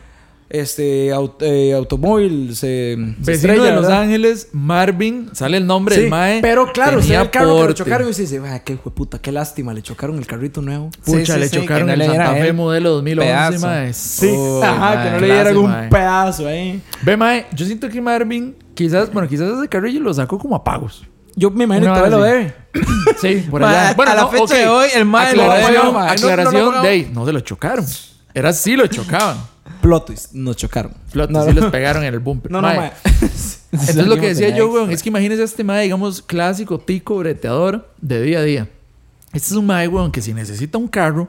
Speaker 3: este aut- eh, automóvil, se, se
Speaker 4: Vecino de
Speaker 3: estrella,
Speaker 4: Los
Speaker 3: ¿verdad?
Speaker 4: Ángeles, Marvin, sale el nombre
Speaker 3: Sí,
Speaker 4: del mae.
Speaker 3: Pero claro, se
Speaker 4: tenía
Speaker 3: ve el carro que lo
Speaker 4: porte.
Speaker 3: chocaron y se dice, "Ah, qué puta, qué lástima, le chocaron el carrito nuevo.
Speaker 4: Pucha,
Speaker 2: Sí, sí,
Speaker 4: le
Speaker 2: sí, que
Speaker 4: chocaron
Speaker 2: no
Speaker 4: el
Speaker 2: le diera
Speaker 4: Santa
Speaker 2: a
Speaker 4: Fe
Speaker 2: él.
Speaker 4: modelo 2011,
Speaker 2: Pedazo.
Speaker 4: mae.
Speaker 3: Sí,
Speaker 4: Oh,
Speaker 3: ajá,
Speaker 4: mae,
Speaker 3: que no le dieran
Speaker 4: clase,
Speaker 3: un
Speaker 4: mae.
Speaker 3: pedazo eh. ahí.
Speaker 4: Ve, mae, yo siento que Marvin, quizás, bueno, quizás ese carrillo lo sacó como a pagos.
Speaker 3: Yo me imagino
Speaker 4: Una
Speaker 3: que todavía lo
Speaker 4: vara así.
Speaker 3: debe.
Speaker 4: Sí, por
Speaker 2: Ma,
Speaker 4: allá.
Speaker 2: a la fecha
Speaker 4: ok.
Speaker 2: de hoy, el mae lo
Speaker 4: Aclaración,
Speaker 2: pagó, mae. No,
Speaker 4: aclaración
Speaker 2: no lo pagó.
Speaker 4: de ahí, no se lo chocaron. Era sí lo chocaban.
Speaker 3: Plot twist, nos chocaron.
Speaker 4: Flotas
Speaker 3: No,
Speaker 4: sí
Speaker 3: no.
Speaker 4: los pegaron en el bumper.
Speaker 3: No, no,
Speaker 4: Mae,
Speaker 3: mae.
Speaker 4: Entonces lo que
Speaker 3: Salimos
Speaker 4: decía
Speaker 3: de
Speaker 4: yo,
Speaker 3: extra.
Speaker 4: weón, es que imagínese este mae, digamos, clásico, tico, breteador de día a día. Este es un mae, weón, que si necesita un carro,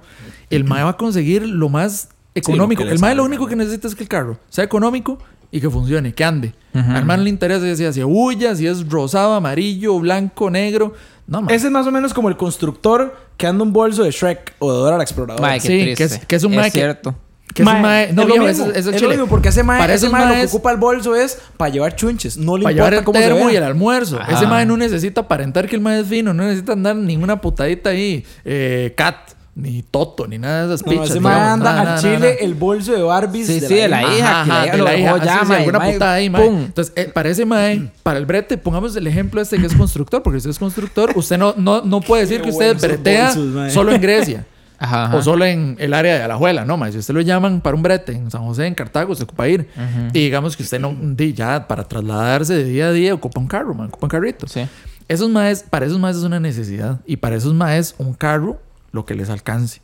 Speaker 4: el mae va a conseguir lo más económico.
Speaker 3: que le
Speaker 4: el mae lo
Speaker 3: salga,
Speaker 4: único que necesita es que el carro sea económico y que funcione, que ande. Al mae no le interesa si es hacia bulla, si es rosado, amarillo, blanco, negro. No, mae.
Speaker 3: Ese es más o menos como el constructor que anda un bolso de Shrek o de Dora la Exploradora.
Speaker 2: Oh. Mae, qué
Speaker 4: Sí,
Speaker 2: triste.
Speaker 4: que es- que es un mae que-
Speaker 2: cierto.
Speaker 4: que es un mae- No,
Speaker 3: es lo
Speaker 4: viejo,
Speaker 3: mismo,
Speaker 4: eso- eso
Speaker 3: es lo
Speaker 4: chile.
Speaker 3: mismo, porque ese mae,
Speaker 4: Para
Speaker 3: ese
Speaker 4: esos
Speaker 3: mae lo que
Speaker 4: maes-
Speaker 3: ocupa el bolso es para llevar chunches. No le
Speaker 4: Para
Speaker 3: importa
Speaker 4: llevar el
Speaker 3: cómo se
Speaker 4: termo
Speaker 3: vea.
Speaker 4: y el almuerzo.
Speaker 2: Ajá.
Speaker 4: Ese mae no necesita aparentar que el mae es fino, no necesita andar ninguna putadita ahí, eh, cat, ni toto, ni nada de esas
Speaker 3: No,
Speaker 4: pichas.
Speaker 3: ese mae
Speaker 4: digamos.
Speaker 3: anda
Speaker 4: Nada,
Speaker 3: al
Speaker 4: nada,
Speaker 3: chile
Speaker 4: nada.
Speaker 3: el bolso de Barbies.
Speaker 2: Sí, sí, de la
Speaker 3: hija.
Speaker 2: hija, que la
Speaker 4: Ajá,
Speaker 2: hija
Speaker 4: de
Speaker 2: lo
Speaker 4: la
Speaker 2: dejó
Speaker 4: hija.
Speaker 2: ya,
Speaker 4: Ah, sí, sí,
Speaker 2: mae,
Speaker 4: alguna
Speaker 2: mae,
Speaker 4: putada ahí, mae.
Speaker 2: pum.
Speaker 4: Entonces, eh, para ese mae, para el brete, pongamos el ejemplo este que es constructor, porque usted es constructor, usted no, no, no puede decir
Speaker 3: Qué
Speaker 4: que usted
Speaker 3: buenos esos
Speaker 4: bretea
Speaker 3: bolsos, mae.
Speaker 4: solo en Grecia.
Speaker 2: Ajá, ajá.
Speaker 4: O solo en el área de Alajuela, no, mae. Si usted lo llaman para un brete en San José, en Cartago, se ocupa ir. Y digamos que usted no, di, ya para trasladarse de día a día, ocupa un carro, mae, ocupa un carrito.
Speaker 2: Sí.
Speaker 4: Esos maes, para esos maes es una necesidad. Y para esos maes, un carro, lo que les alcance.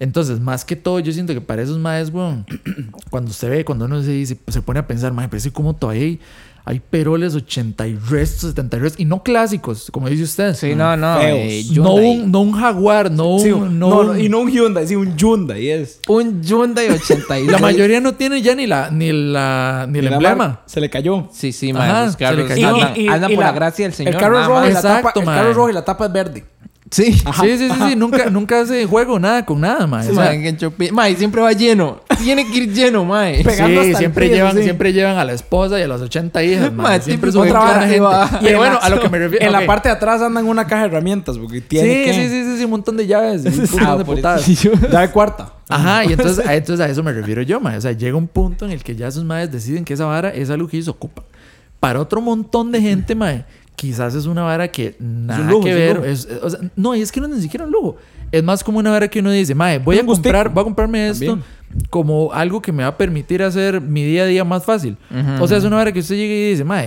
Speaker 4: Entonces, más que todo, yo siento que para esos maes, weón, cuando usted ve, cuando uno se, dice, se pone a pensar, mae, pero es que como todavía hay, hay peroles 80 y restos, 70 y restos, y no clásicos, como dice usted.
Speaker 2: Sí, no, no.
Speaker 3: Feos.
Speaker 2: eh,
Speaker 4: no,
Speaker 2: Hyundai.
Speaker 4: un, no un jaguar, no un...
Speaker 3: Sí,
Speaker 4: no,
Speaker 3: no, no,
Speaker 4: un-
Speaker 3: y no un Hyundai, sí, un Hyundai. Es.
Speaker 2: Un Hyundai 86.
Speaker 4: La mayoría no tiene ya ni la ni la ni el
Speaker 3: Mira,
Speaker 4: emblema.
Speaker 3: mar- Se le cayó.
Speaker 2: Sí, sí,
Speaker 4: Ajá,
Speaker 2: mae. Los
Speaker 4: se le
Speaker 2: carros
Speaker 4: cayó.
Speaker 2: andan, andan por la, gracia del Señor.
Speaker 3: El carro,
Speaker 2: nada
Speaker 3: rojo,
Speaker 2: más.
Speaker 3: y la tapa,
Speaker 4: Exacto,
Speaker 3: el
Speaker 4: mae.
Speaker 3: carro rojo y la tapa es verde.
Speaker 2: Sí.
Speaker 4: Sí, sí, sí, sí, nunca nunca hace juego nada con nada, Ah, mae.
Speaker 2: Sí,
Speaker 4: O sea,
Speaker 2: mae, en Chopi- mae, siempre va lleno. Tiene que ir lleno, mae.
Speaker 3: Pe- pegando hasta
Speaker 4: Sí,
Speaker 3: el
Speaker 4: siempre
Speaker 3: frío,
Speaker 4: llevan,
Speaker 3: sí.
Speaker 4: siempre llevan a la esposa y a las 80 hijas.
Speaker 2: Ma,
Speaker 4: Man. Siempre es
Speaker 2: típico
Speaker 4: otra
Speaker 2: de
Speaker 4: vara, gente.
Speaker 2: Córdoba.
Speaker 4: Y
Speaker 3: en
Speaker 4: bueno,
Speaker 3: la-
Speaker 4: a lo que me refiero.
Speaker 3: En
Speaker 4: ok.
Speaker 3: la parte de atrás andan una caja de herramientas porque
Speaker 4: Sí,
Speaker 3: tiene que
Speaker 4: sí, sí, sí, sí, un montón de llaves. Un montón
Speaker 3: Ah,
Speaker 4: de
Speaker 3: por
Speaker 4: putadas.
Speaker 3: dar cuarta.
Speaker 4: Ajá, y entonces, a- entonces a eso me refiero yo, ma. O sea, llega un punto en el que ya sus madres deciden que esa vara es algo que ellos ocupan. Para otro montón de gente, ma, quizás es una vara que nada
Speaker 3: lujo,
Speaker 4: que
Speaker 3: es un
Speaker 4: ver.
Speaker 3: lujo.
Speaker 4: es- o sea, no, y es que no es ni siquiera un lujo. Es más como una vara que uno dice, ma, voy
Speaker 3: Es
Speaker 4: a
Speaker 3: un gustico.
Speaker 4: comprar, voy a comprarme esto como algo que me va a permitir hacer mi día a día más fácil. O sea, es una vara que usted llega y dice, ma,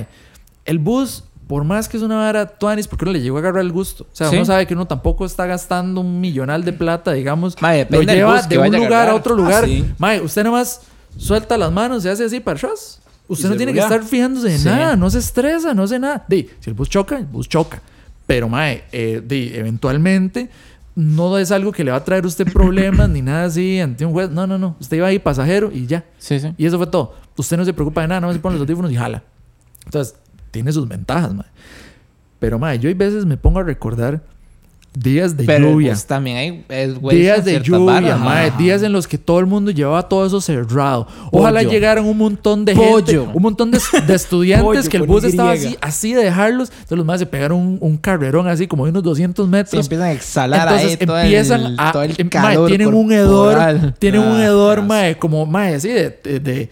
Speaker 4: el bus. Por más que es una vara tuanis, porque uno le llegó a agarrar el gusto. O sea,
Speaker 2: Sí.
Speaker 4: uno sabe que uno tampoco está gastando un millonal de plata, digamos.
Speaker 2: Mae,
Speaker 4: lo
Speaker 2: depende del
Speaker 4: lleva
Speaker 2: bus que
Speaker 4: de un
Speaker 2: vaya a
Speaker 4: lugar a,
Speaker 2: agarrar.
Speaker 4: otro
Speaker 3: Ah,
Speaker 4: lugar.
Speaker 3: sí.
Speaker 4: Mae, usted nomás suelta las manos, se hace así para atrás. Usted
Speaker 3: Y
Speaker 4: no
Speaker 3: se
Speaker 4: tiene que
Speaker 3: rueda.
Speaker 4: estar fijándose de
Speaker 2: Sí.
Speaker 4: nada, no se estresa, no hace nada. Di, si el bus choca, el bus choca. Pero, mae, eh, di, eventualmente no es algo que le va a traer a usted problemas ni nada así ante un juez. No, no, no. Usted iba ahí pasajero y ya.
Speaker 2: Sí, sí.
Speaker 4: Y eso fue todo. Usted no se preocupa de nada, no se pone los audífonos y jala. Entonces, tiene sus ventajas, mae. Pero, mae, yo hay veces me pongo a recordar días de
Speaker 2: Pero
Speaker 4: lluvia.
Speaker 2: pues, también hay es, güey,
Speaker 4: Días
Speaker 2: con
Speaker 4: de
Speaker 2: ciertas
Speaker 4: lluvia,
Speaker 2: varas,
Speaker 4: mae,
Speaker 2: mae.
Speaker 4: días en los que todo el mundo llevaba todo eso cerrado. Ojalá
Speaker 2: Pollo.
Speaker 4: llegaran un montón de
Speaker 2: Pollo.
Speaker 4: gente, un montón de, de estudiantes
Speaker 3: Pollo
Speaker 4: que el
Speaker 3: con
Speaker 4: bus
Speaker 3: Y.
Speaker 4: estaba así, así de dejarlos. Entonces los más se pegaron un, un carrerón así como de unos 200
Speaker 2: Se
Speaker 4: metros.
Speaker 2: empiezan a exhalar
Speaker 4: Entonces
Speaker 2: ahí todo
Speaker 4: empiezan
Speaker 2: el,
Speaker 4: a.
Speaker 2: todo el
Speaker 4: em, mae,
Speaker 2: calor
Speaker 4: tienen un hedor.
Speaker 2: corporal.
Speaker 4: Tienen un
Speaker 2: Ah,
Speaker 4: hedor,
Speaker 2: ah,
Speaker 4: mae, como, mae, así de. de- de-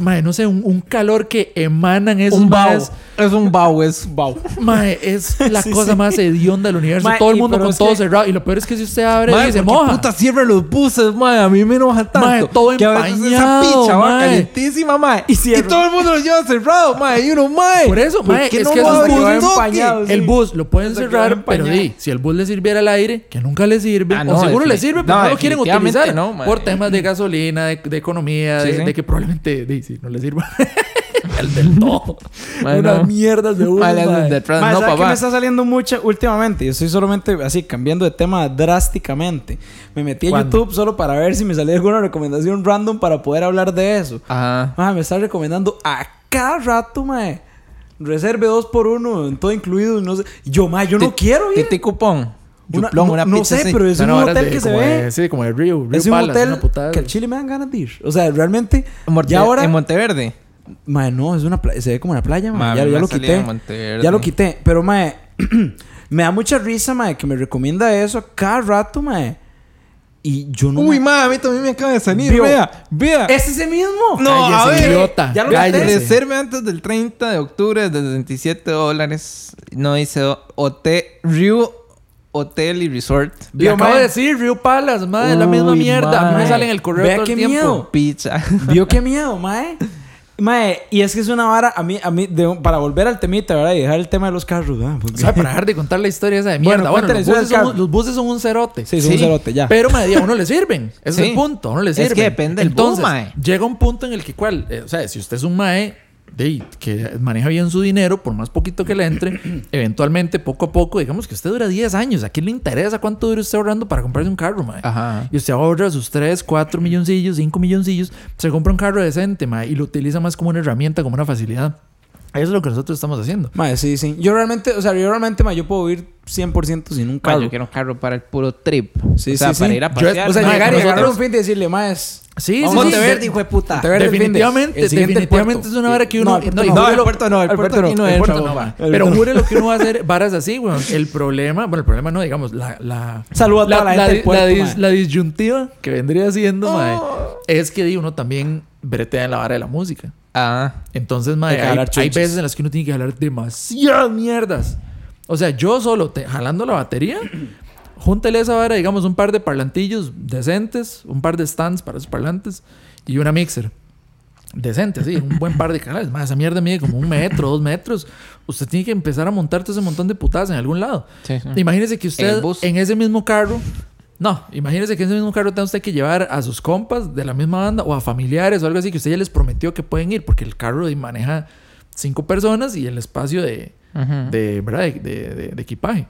Speaker 4: mae, no sé, un, un calor que emanan esos
Speaker 2: Un bau.
Speaker 4: maes.
Speaker 2: Es un bau, es un bau.
Speaker 4: Mae, es la cosa más hedionda del universo.
Speaker 3: Mae,
Speaker 4: todo el
Speaker 3: y
Speaker 4: mundo
Speaker 3: pero
Speaker 4: con
Speaker 3: es
Speaker 4: todo
Speaker 3: que-
Speaker 4: cerrado. Y lo peor es que si usted abre y se
Speaker 2: ¿por qué
Speaker 4: moja.
Speaker 2: puta cierran los buses, mae? A mí me enoja tanto.
Speaker 4: Mae, todo
Speaker 2: que a veces esa
Speaker 4: empañado,
Speaker 2: picha va
Speaker 4: mae.
Speaker 2: calentísima, mae. Y,
Speaker 3: cierran.
Speaker 2: todo el mundo lo lleva cerrado, mae. Y uno, mae.
Speaker 4: Por eso, mae,
Speaker 2: qué
Speaker 4: es
Speaker 2: no
Speaker 4: que
Speaker 2: lo
Speaker 4: esos
Speaker 2: abren
Speaker 4: buses-
Speaker 2: un toque?
Speaker 3: empañados.
Speaker 4: El
Speaker 3: Ah, Sí.
Speaker 4: bus lo pueden
Speaker 3: Eso quedó
Speaker 4: cerrar, pero
Speaker 3: empañado.
Speaker 4: di, si el bus le sirviera al aire, que nunca le sirve,
Speaker 2: Ah,
Speaker 4: o
Speaker 2: no,
Speaker 4: seguro le
Speaker 2: definit-
Speaker 4: sirve, pero
Speaker 2: no,
Speaker 4: no, lo quieren
Speaker 2: definitivamente
Speaker 4: utilizar
Speaker 2: no, mae.
Speaker 4: por temas de gasolina, de, de economía,
Speaker 2: Sí,
Speaker 4: de,
Speaker 2: sí.
Speaker 4: de que probablemente di, si no le sirva al del todo.
Speaker 2: Mae,
Speaker 4: Unas
Speaker 2: no.
Speaker 4: mierdas de bus.
Speaker 2: Mae, las
Speaker 4: mae.
Speaker 2: de atrás,
Speaker 3: Mae,
Speaker 2: no,
Speaker 3: ¿sabe qué
Speaker 2: papá.
Speaker 3: me está saliendo mucha últimamente? Yo estoy solamente así, cambiando de tema drásticamente. Me metí a
Speaker 4: ¿Cuándo?
Speaker 3: YouTube solo para ver si me salía alguna recomendación random para poder hablar de eso.
Speaker 2: Ajá.
Speaker 3: Mae, Ah, me está recomendando a cada rato, mae. Reserve dos por uno, en todo incluido, no sé. Yo, mae, yo no
Speaker 2: Ti-
Speaker 3: quiero ir.
Speaker 2: Titi cupón.
Speaker 3: Una-
Speaker 2: Yuplón,
Speaker 3: no-
Speaker 2: una
Speaker 3: no
Speaker 2: pizza
Speaker 3: sé,
Speaker 2: así.
Speaker 3: pero es
Speaker 4: Son
Speaker 3: un
Speaker 4: horas
Speaker 3: hotel
Speaker 4: de-
Speaker 3: que se
Speaker 4: como
Speaker 3: ve.
Speaker 4: de- sí, como de Rio. Rio
Speaker 3: Es un
Speaker 4: Palace, una
Speaker 3: hotel
Speaker 4: putada.
Speaker 3: que al chile me dan ganas de ir. O sea, realmente.
Speaker 2: En Monte-
Speaker 3: ya ahora.
Speaker 2: En Monteverde.
Speaker 3: Mae, no, es una pla- se ve como una playa, mae.
Speaker 2: Mae,
Speaker 3: ya,
Speaker 2: me
Speaker 3: ya
Speaker 2: ha
Speaker 3: lo
Speaker 2: salido
Speaker 3: quité.
Speaker 2: en Monteverde.
Speaker 3: Ya lo quité. Pero, mae, me da mucha risa, mae, que me recomienda eso a cada rato, mae. Y yo no.
Speaker 2: Uy,
Speaker 3: mae.
Speaker 2: mae, a mí también me acaba de salir.
Speaker 3: Vio.
Speaker 2: Vea, vea.
Speaker 3: ¡Es ese mismo!
Speaker 2: No, a
Speaker 4: Cállese,
Speaker 2: ver.
Speaker 4: idiota.
Speaker 3: Ya lo
Speaker 4: cállese.
Speaker 3: ese.
Speaker 2: Reserve antes del 30 de octubre de 67 dólares. No dice o- hotel, Ryu Hotel y Resort.
Speaker 4: Le
Speaker 3: Vio,
Speaker 4: acabo
Speaker 3: mae.
Speaker 4: de decir, Rio Palace, madre, la misma
Speaker 2: Uy,
Speaker 4: mierda. A mí
Speaker 2: mae.
Speaker 4: me sale en el correo
Speaker 3: Vea
Speaker 4: todo
Speaker 3: qué
Speaker 4: el tiempo.
Speaker 3: miedo.
Speaker 2: Picha.
Speaker 3: Vio qué miedo, mae. Mae, y es que es una vara. A mí, a mí de- para volver al temita, ¿verdad? Y dejar el tema de los carros, ¿verdad? Porque-
Speaker 4: O sea, para dejar de contar la historia esa de
Speaker 3: Bueno,
Speaker 4: mierda. Bueno,
Speaker 3: cuéntale,
Speaker 4: los,
Speaker 3: suena
Speaker 4: buses
Speaker 3: el
Speaker 4: son,
Speaker 3: carro.
Speaker 4: un- los buses son un cerote.
Speaker 3: Sí, son un cerote, ya.
Speaker 4: Pero, madre, a uno le sirven. Ese
Speaker 2: Sí.
Speaker 4: es el punto. A uno le
Speaker 2: Es
Speaker 4: sirven.
Speaker 2: que depende del bus,
Speaker 4: Entonces,
Speaker 2: mae.
Speaker 4: llega un punto en el que, ¿cuál? Eh, o sea, si usted es un mae, de ahí, que maneja bien su dinero, por más poquito que le entre, eventualmente, poco a poco, digamos que usted dura 10 años. ¿A quién le interesa cuánto dure usted ahorrando para comprarse un carro, mae?
Speaker 2: Ajá.
Speaker 4: Y usted ahorra sus 3, 4 milloncillos, 5 milloncillos, se compra un carro decente, mae, y lo utiliza más como una herramienta, como una facilidad. Eso es lo que nosotros estamos haciendo.
Speaker 3: Mae, sí, sí. Yo realmente, o sea, yo realmente, mae, yo puedo vivir 100% sin un
Speaker 2: Mae,
Speaker 3: carro.
Speaker 2: yo quiero un carro para el puro trip.
Speaker 3: Sí,
Speaker 2: o sea,
Speaker 3: sí,
Speaker 2: para
Speaker 3: sí.
Speaker 2: ir a
Speaker 4: Yo-
Speaker 2: pasear.
Speaker 3: o sea,
Speaker 2: mae,
Speaker 3: llegar y
Speaker 2: con
Speaker 3: agarrar un
Speaker 2: nosotros.
Speaker 3: fin y decirle, maes.
Speaker 4: Sí,
Speaker 2: Vamos a Monteverde, hijo de puta.
Speaker 3: Monteverde el fin de-
Speaker 4: Definitivamente,
Speaker 3: el siguiente
Speaker 4: definitivamente
Speaker 3: puerto.
Speaker 4: es una vara que
Speaker 3: No,
Speaker 4: uno.
Speaker 3: el
Speaker 4: no,
Speaker 3: puerto
Speaker 4: y
Speaker 3: no,
Speaker 4: jure
Speaker 2: el
Speaker 4: lo-
Speaker 2: puerto no, el puerto aquí no
Speaker 4: el
Speaker 2: entra,
Speaker 4: puerto no,
Speaker 2: papá.
Speaker 4: ma. Pero jure lo que uno va a hacer, varas así, weón. El problema, bueno, el problema no, digamos, la. la
Speaker 3: Saluda a toda la, gente
Speaker 4: di-
Speaker 3: del puerto,
Speaker 4: dis-
Speaker 3: mae.
Speaker 4: la disyuntiva que vendría siendo, mae,
Speaker 3: Oh.
Speaker 4: es que di, uno también bretea en la vara de la música.
Speaker 2: Ah.
Speaker 4: Entonces, mae,
Speaker 3: Hay que
Speaker 4: hay,
Speaker 3: jalar
Speaker 4: hay
Speaker 3: chunches.
Speaker 4: veces en las que uno tiene que jalar demasiadas mierdas. O sea, yo solo te- jalando la batería, júntele esa vara, digamos, un par de parlantillos decentes, un par de stands para esos parlantes y una mixer. Decente, sí, un buen par de canales. Más esa mierda mide como un metro, dos metros. Usted tiene que empezar a montar todo ese montón de putadas en algún lado.
Speaker 2: Sí, sí.
Speaker 4: Imagínese que
Speaker 2: En
Speaker 4: usted
Speaker 2: el bus.
Speaker 4: en ese mismo carro. No, imagínese que en ese mismo carro tenga usted que llevar a sus compas de la misma banda o a familiares o algo así que usted ya les prometió que pueden ir, porque el carro de- maneja cinco personas y el espacio de,
Speaker 2: Ujú.
Speaker 4: de, ¿verdad? de, de- de- de equipaje.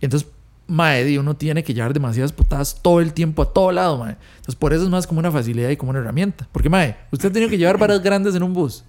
Speaker 4: Y entonces, mae, di, uno tiene que llevar demasiadas putadas todo el tiempo a todo lado, mae. Entonces, por eso es más como una facilidad y como una herramienta. Porque, mae, usted ha tenido que llevar varas grandes en un bus.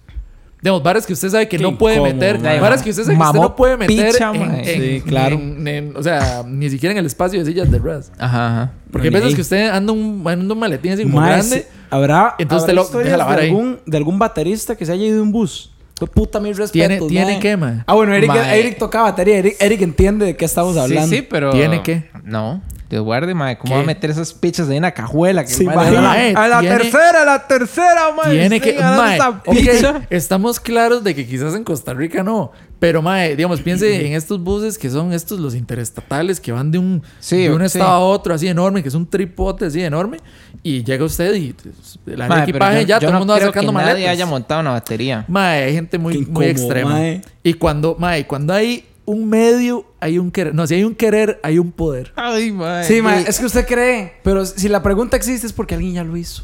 Speaker 4: Digamos, varas que usted sabe que
Speaker 3: Qué
Speaker 4: no puede
Speaker 3: incómodo,
Speaker 4: meter.
Speaker 2: mae.
Speaker 4: Varas que usted sabe que usted
Speaker 2: Mamó
Speaker 4: no puede meter.
Speaker 2: picha,
Speaker 4: en-
Speaker 2: mae.
Speaker 4: en-
Speaker 3: Sí, claro.
Speaker 4: en- en- o sea, ni siquiera en el espacio de sillas de ruedas.
Speaker 2: Ajá, ajá.
Speaker 4: Porque hay
Speaker 3: Ni
Speaker 4: veces
Speaker 3: ahí.
Speaker 4: que usted anda un, anda un maletín así como
Speaker 3: Mae,
Speaker 4: grande.
Speaker 3: sí. Habrá,
Speaker 4: Entonces
Speaker 3: habrá
Speaker 4: te lo-
Speaker 3: historias
Speaker 4: deja la vara
Speaker 3: de,
Speaker 4: ahí.
Speaker 3: algún, de algún baterista que se haya ido en bus. Fue puta mis respetos.
Speaker 4: Tiene- tiene
Speaker 3: mae.
Speaker 4: que, mae.
Speaker 3: Ah, bueno, Eric,
Speaker 2: Mae.
Speaker 3: Eric toca batería. Eric, Eric entiende de qué estamos hablando.
Speaker 2: Sí, sí, pero...
Speaker 4: ¿Tiene qué?
Speaker 2: No. Dios guarde, mae. ¿Cómo
Speaker 4: ¿Qué?
Speaker 2: va a meter esas pichas ahí en la cajuela? Que
Speaker 3: Sí,
Speaker 2: mae,
Speaker 3: mae.
Speaker 2: a la-
Speaker 4: Mae,
Speaker 2: a la
Speaker 4: tiene-
Speaker 2: tercera, a la tercera, mae.
Speaker 4: Tiene
Speaker 2: Estoy
Speaker 4: que.
Speaker 2: ganando
Speaker 4: Mae,
Speaker 2: esta
Speaker 4: ok,
Speaker 2: picha.
Speaker 4: estamos claros de que quizás en Costa Rica no. Pero, mae, digamos, piense en estos buses que son estos los interestatales que van de un,
Speaker 2: Sí,
Speaker 4: de un
Speaker 2: sí.
Speaker 4: estado a otro así enorme, que es un tripote así enorme. Y llega usted y pues, el área de
Speaker 2: Mae, pero
Speaker 4: equipaje
Speaker 2: yo-
Speaker 4: ya,
Speaker 2: yo
Speaker 4: todo el
Speaker 2: no
Speaker 4: mundo va
Speaker 2: creo
Speaker 4: sacando
Speaker 2: que
Speaker 4: maletas.
Speaker 2: nadie haya montado una batería.
Speaker 4: Mae, hay gente muy,
Speaker 3: Qué
Speaker 4: muy
Speaker 3: incómodo,
Speaker 4: extrema.
Speaker 3: mae.
Speaker 4: Y cuando, mae, cuando hay un medio, hay un querer. No, si hay un querer, hay un poder.
Speaker 2: Ay, mae.
Speaker 3: Sí, mae, es que usted cree. Pero si la pregunta existe es porque alguien ya lo hizo.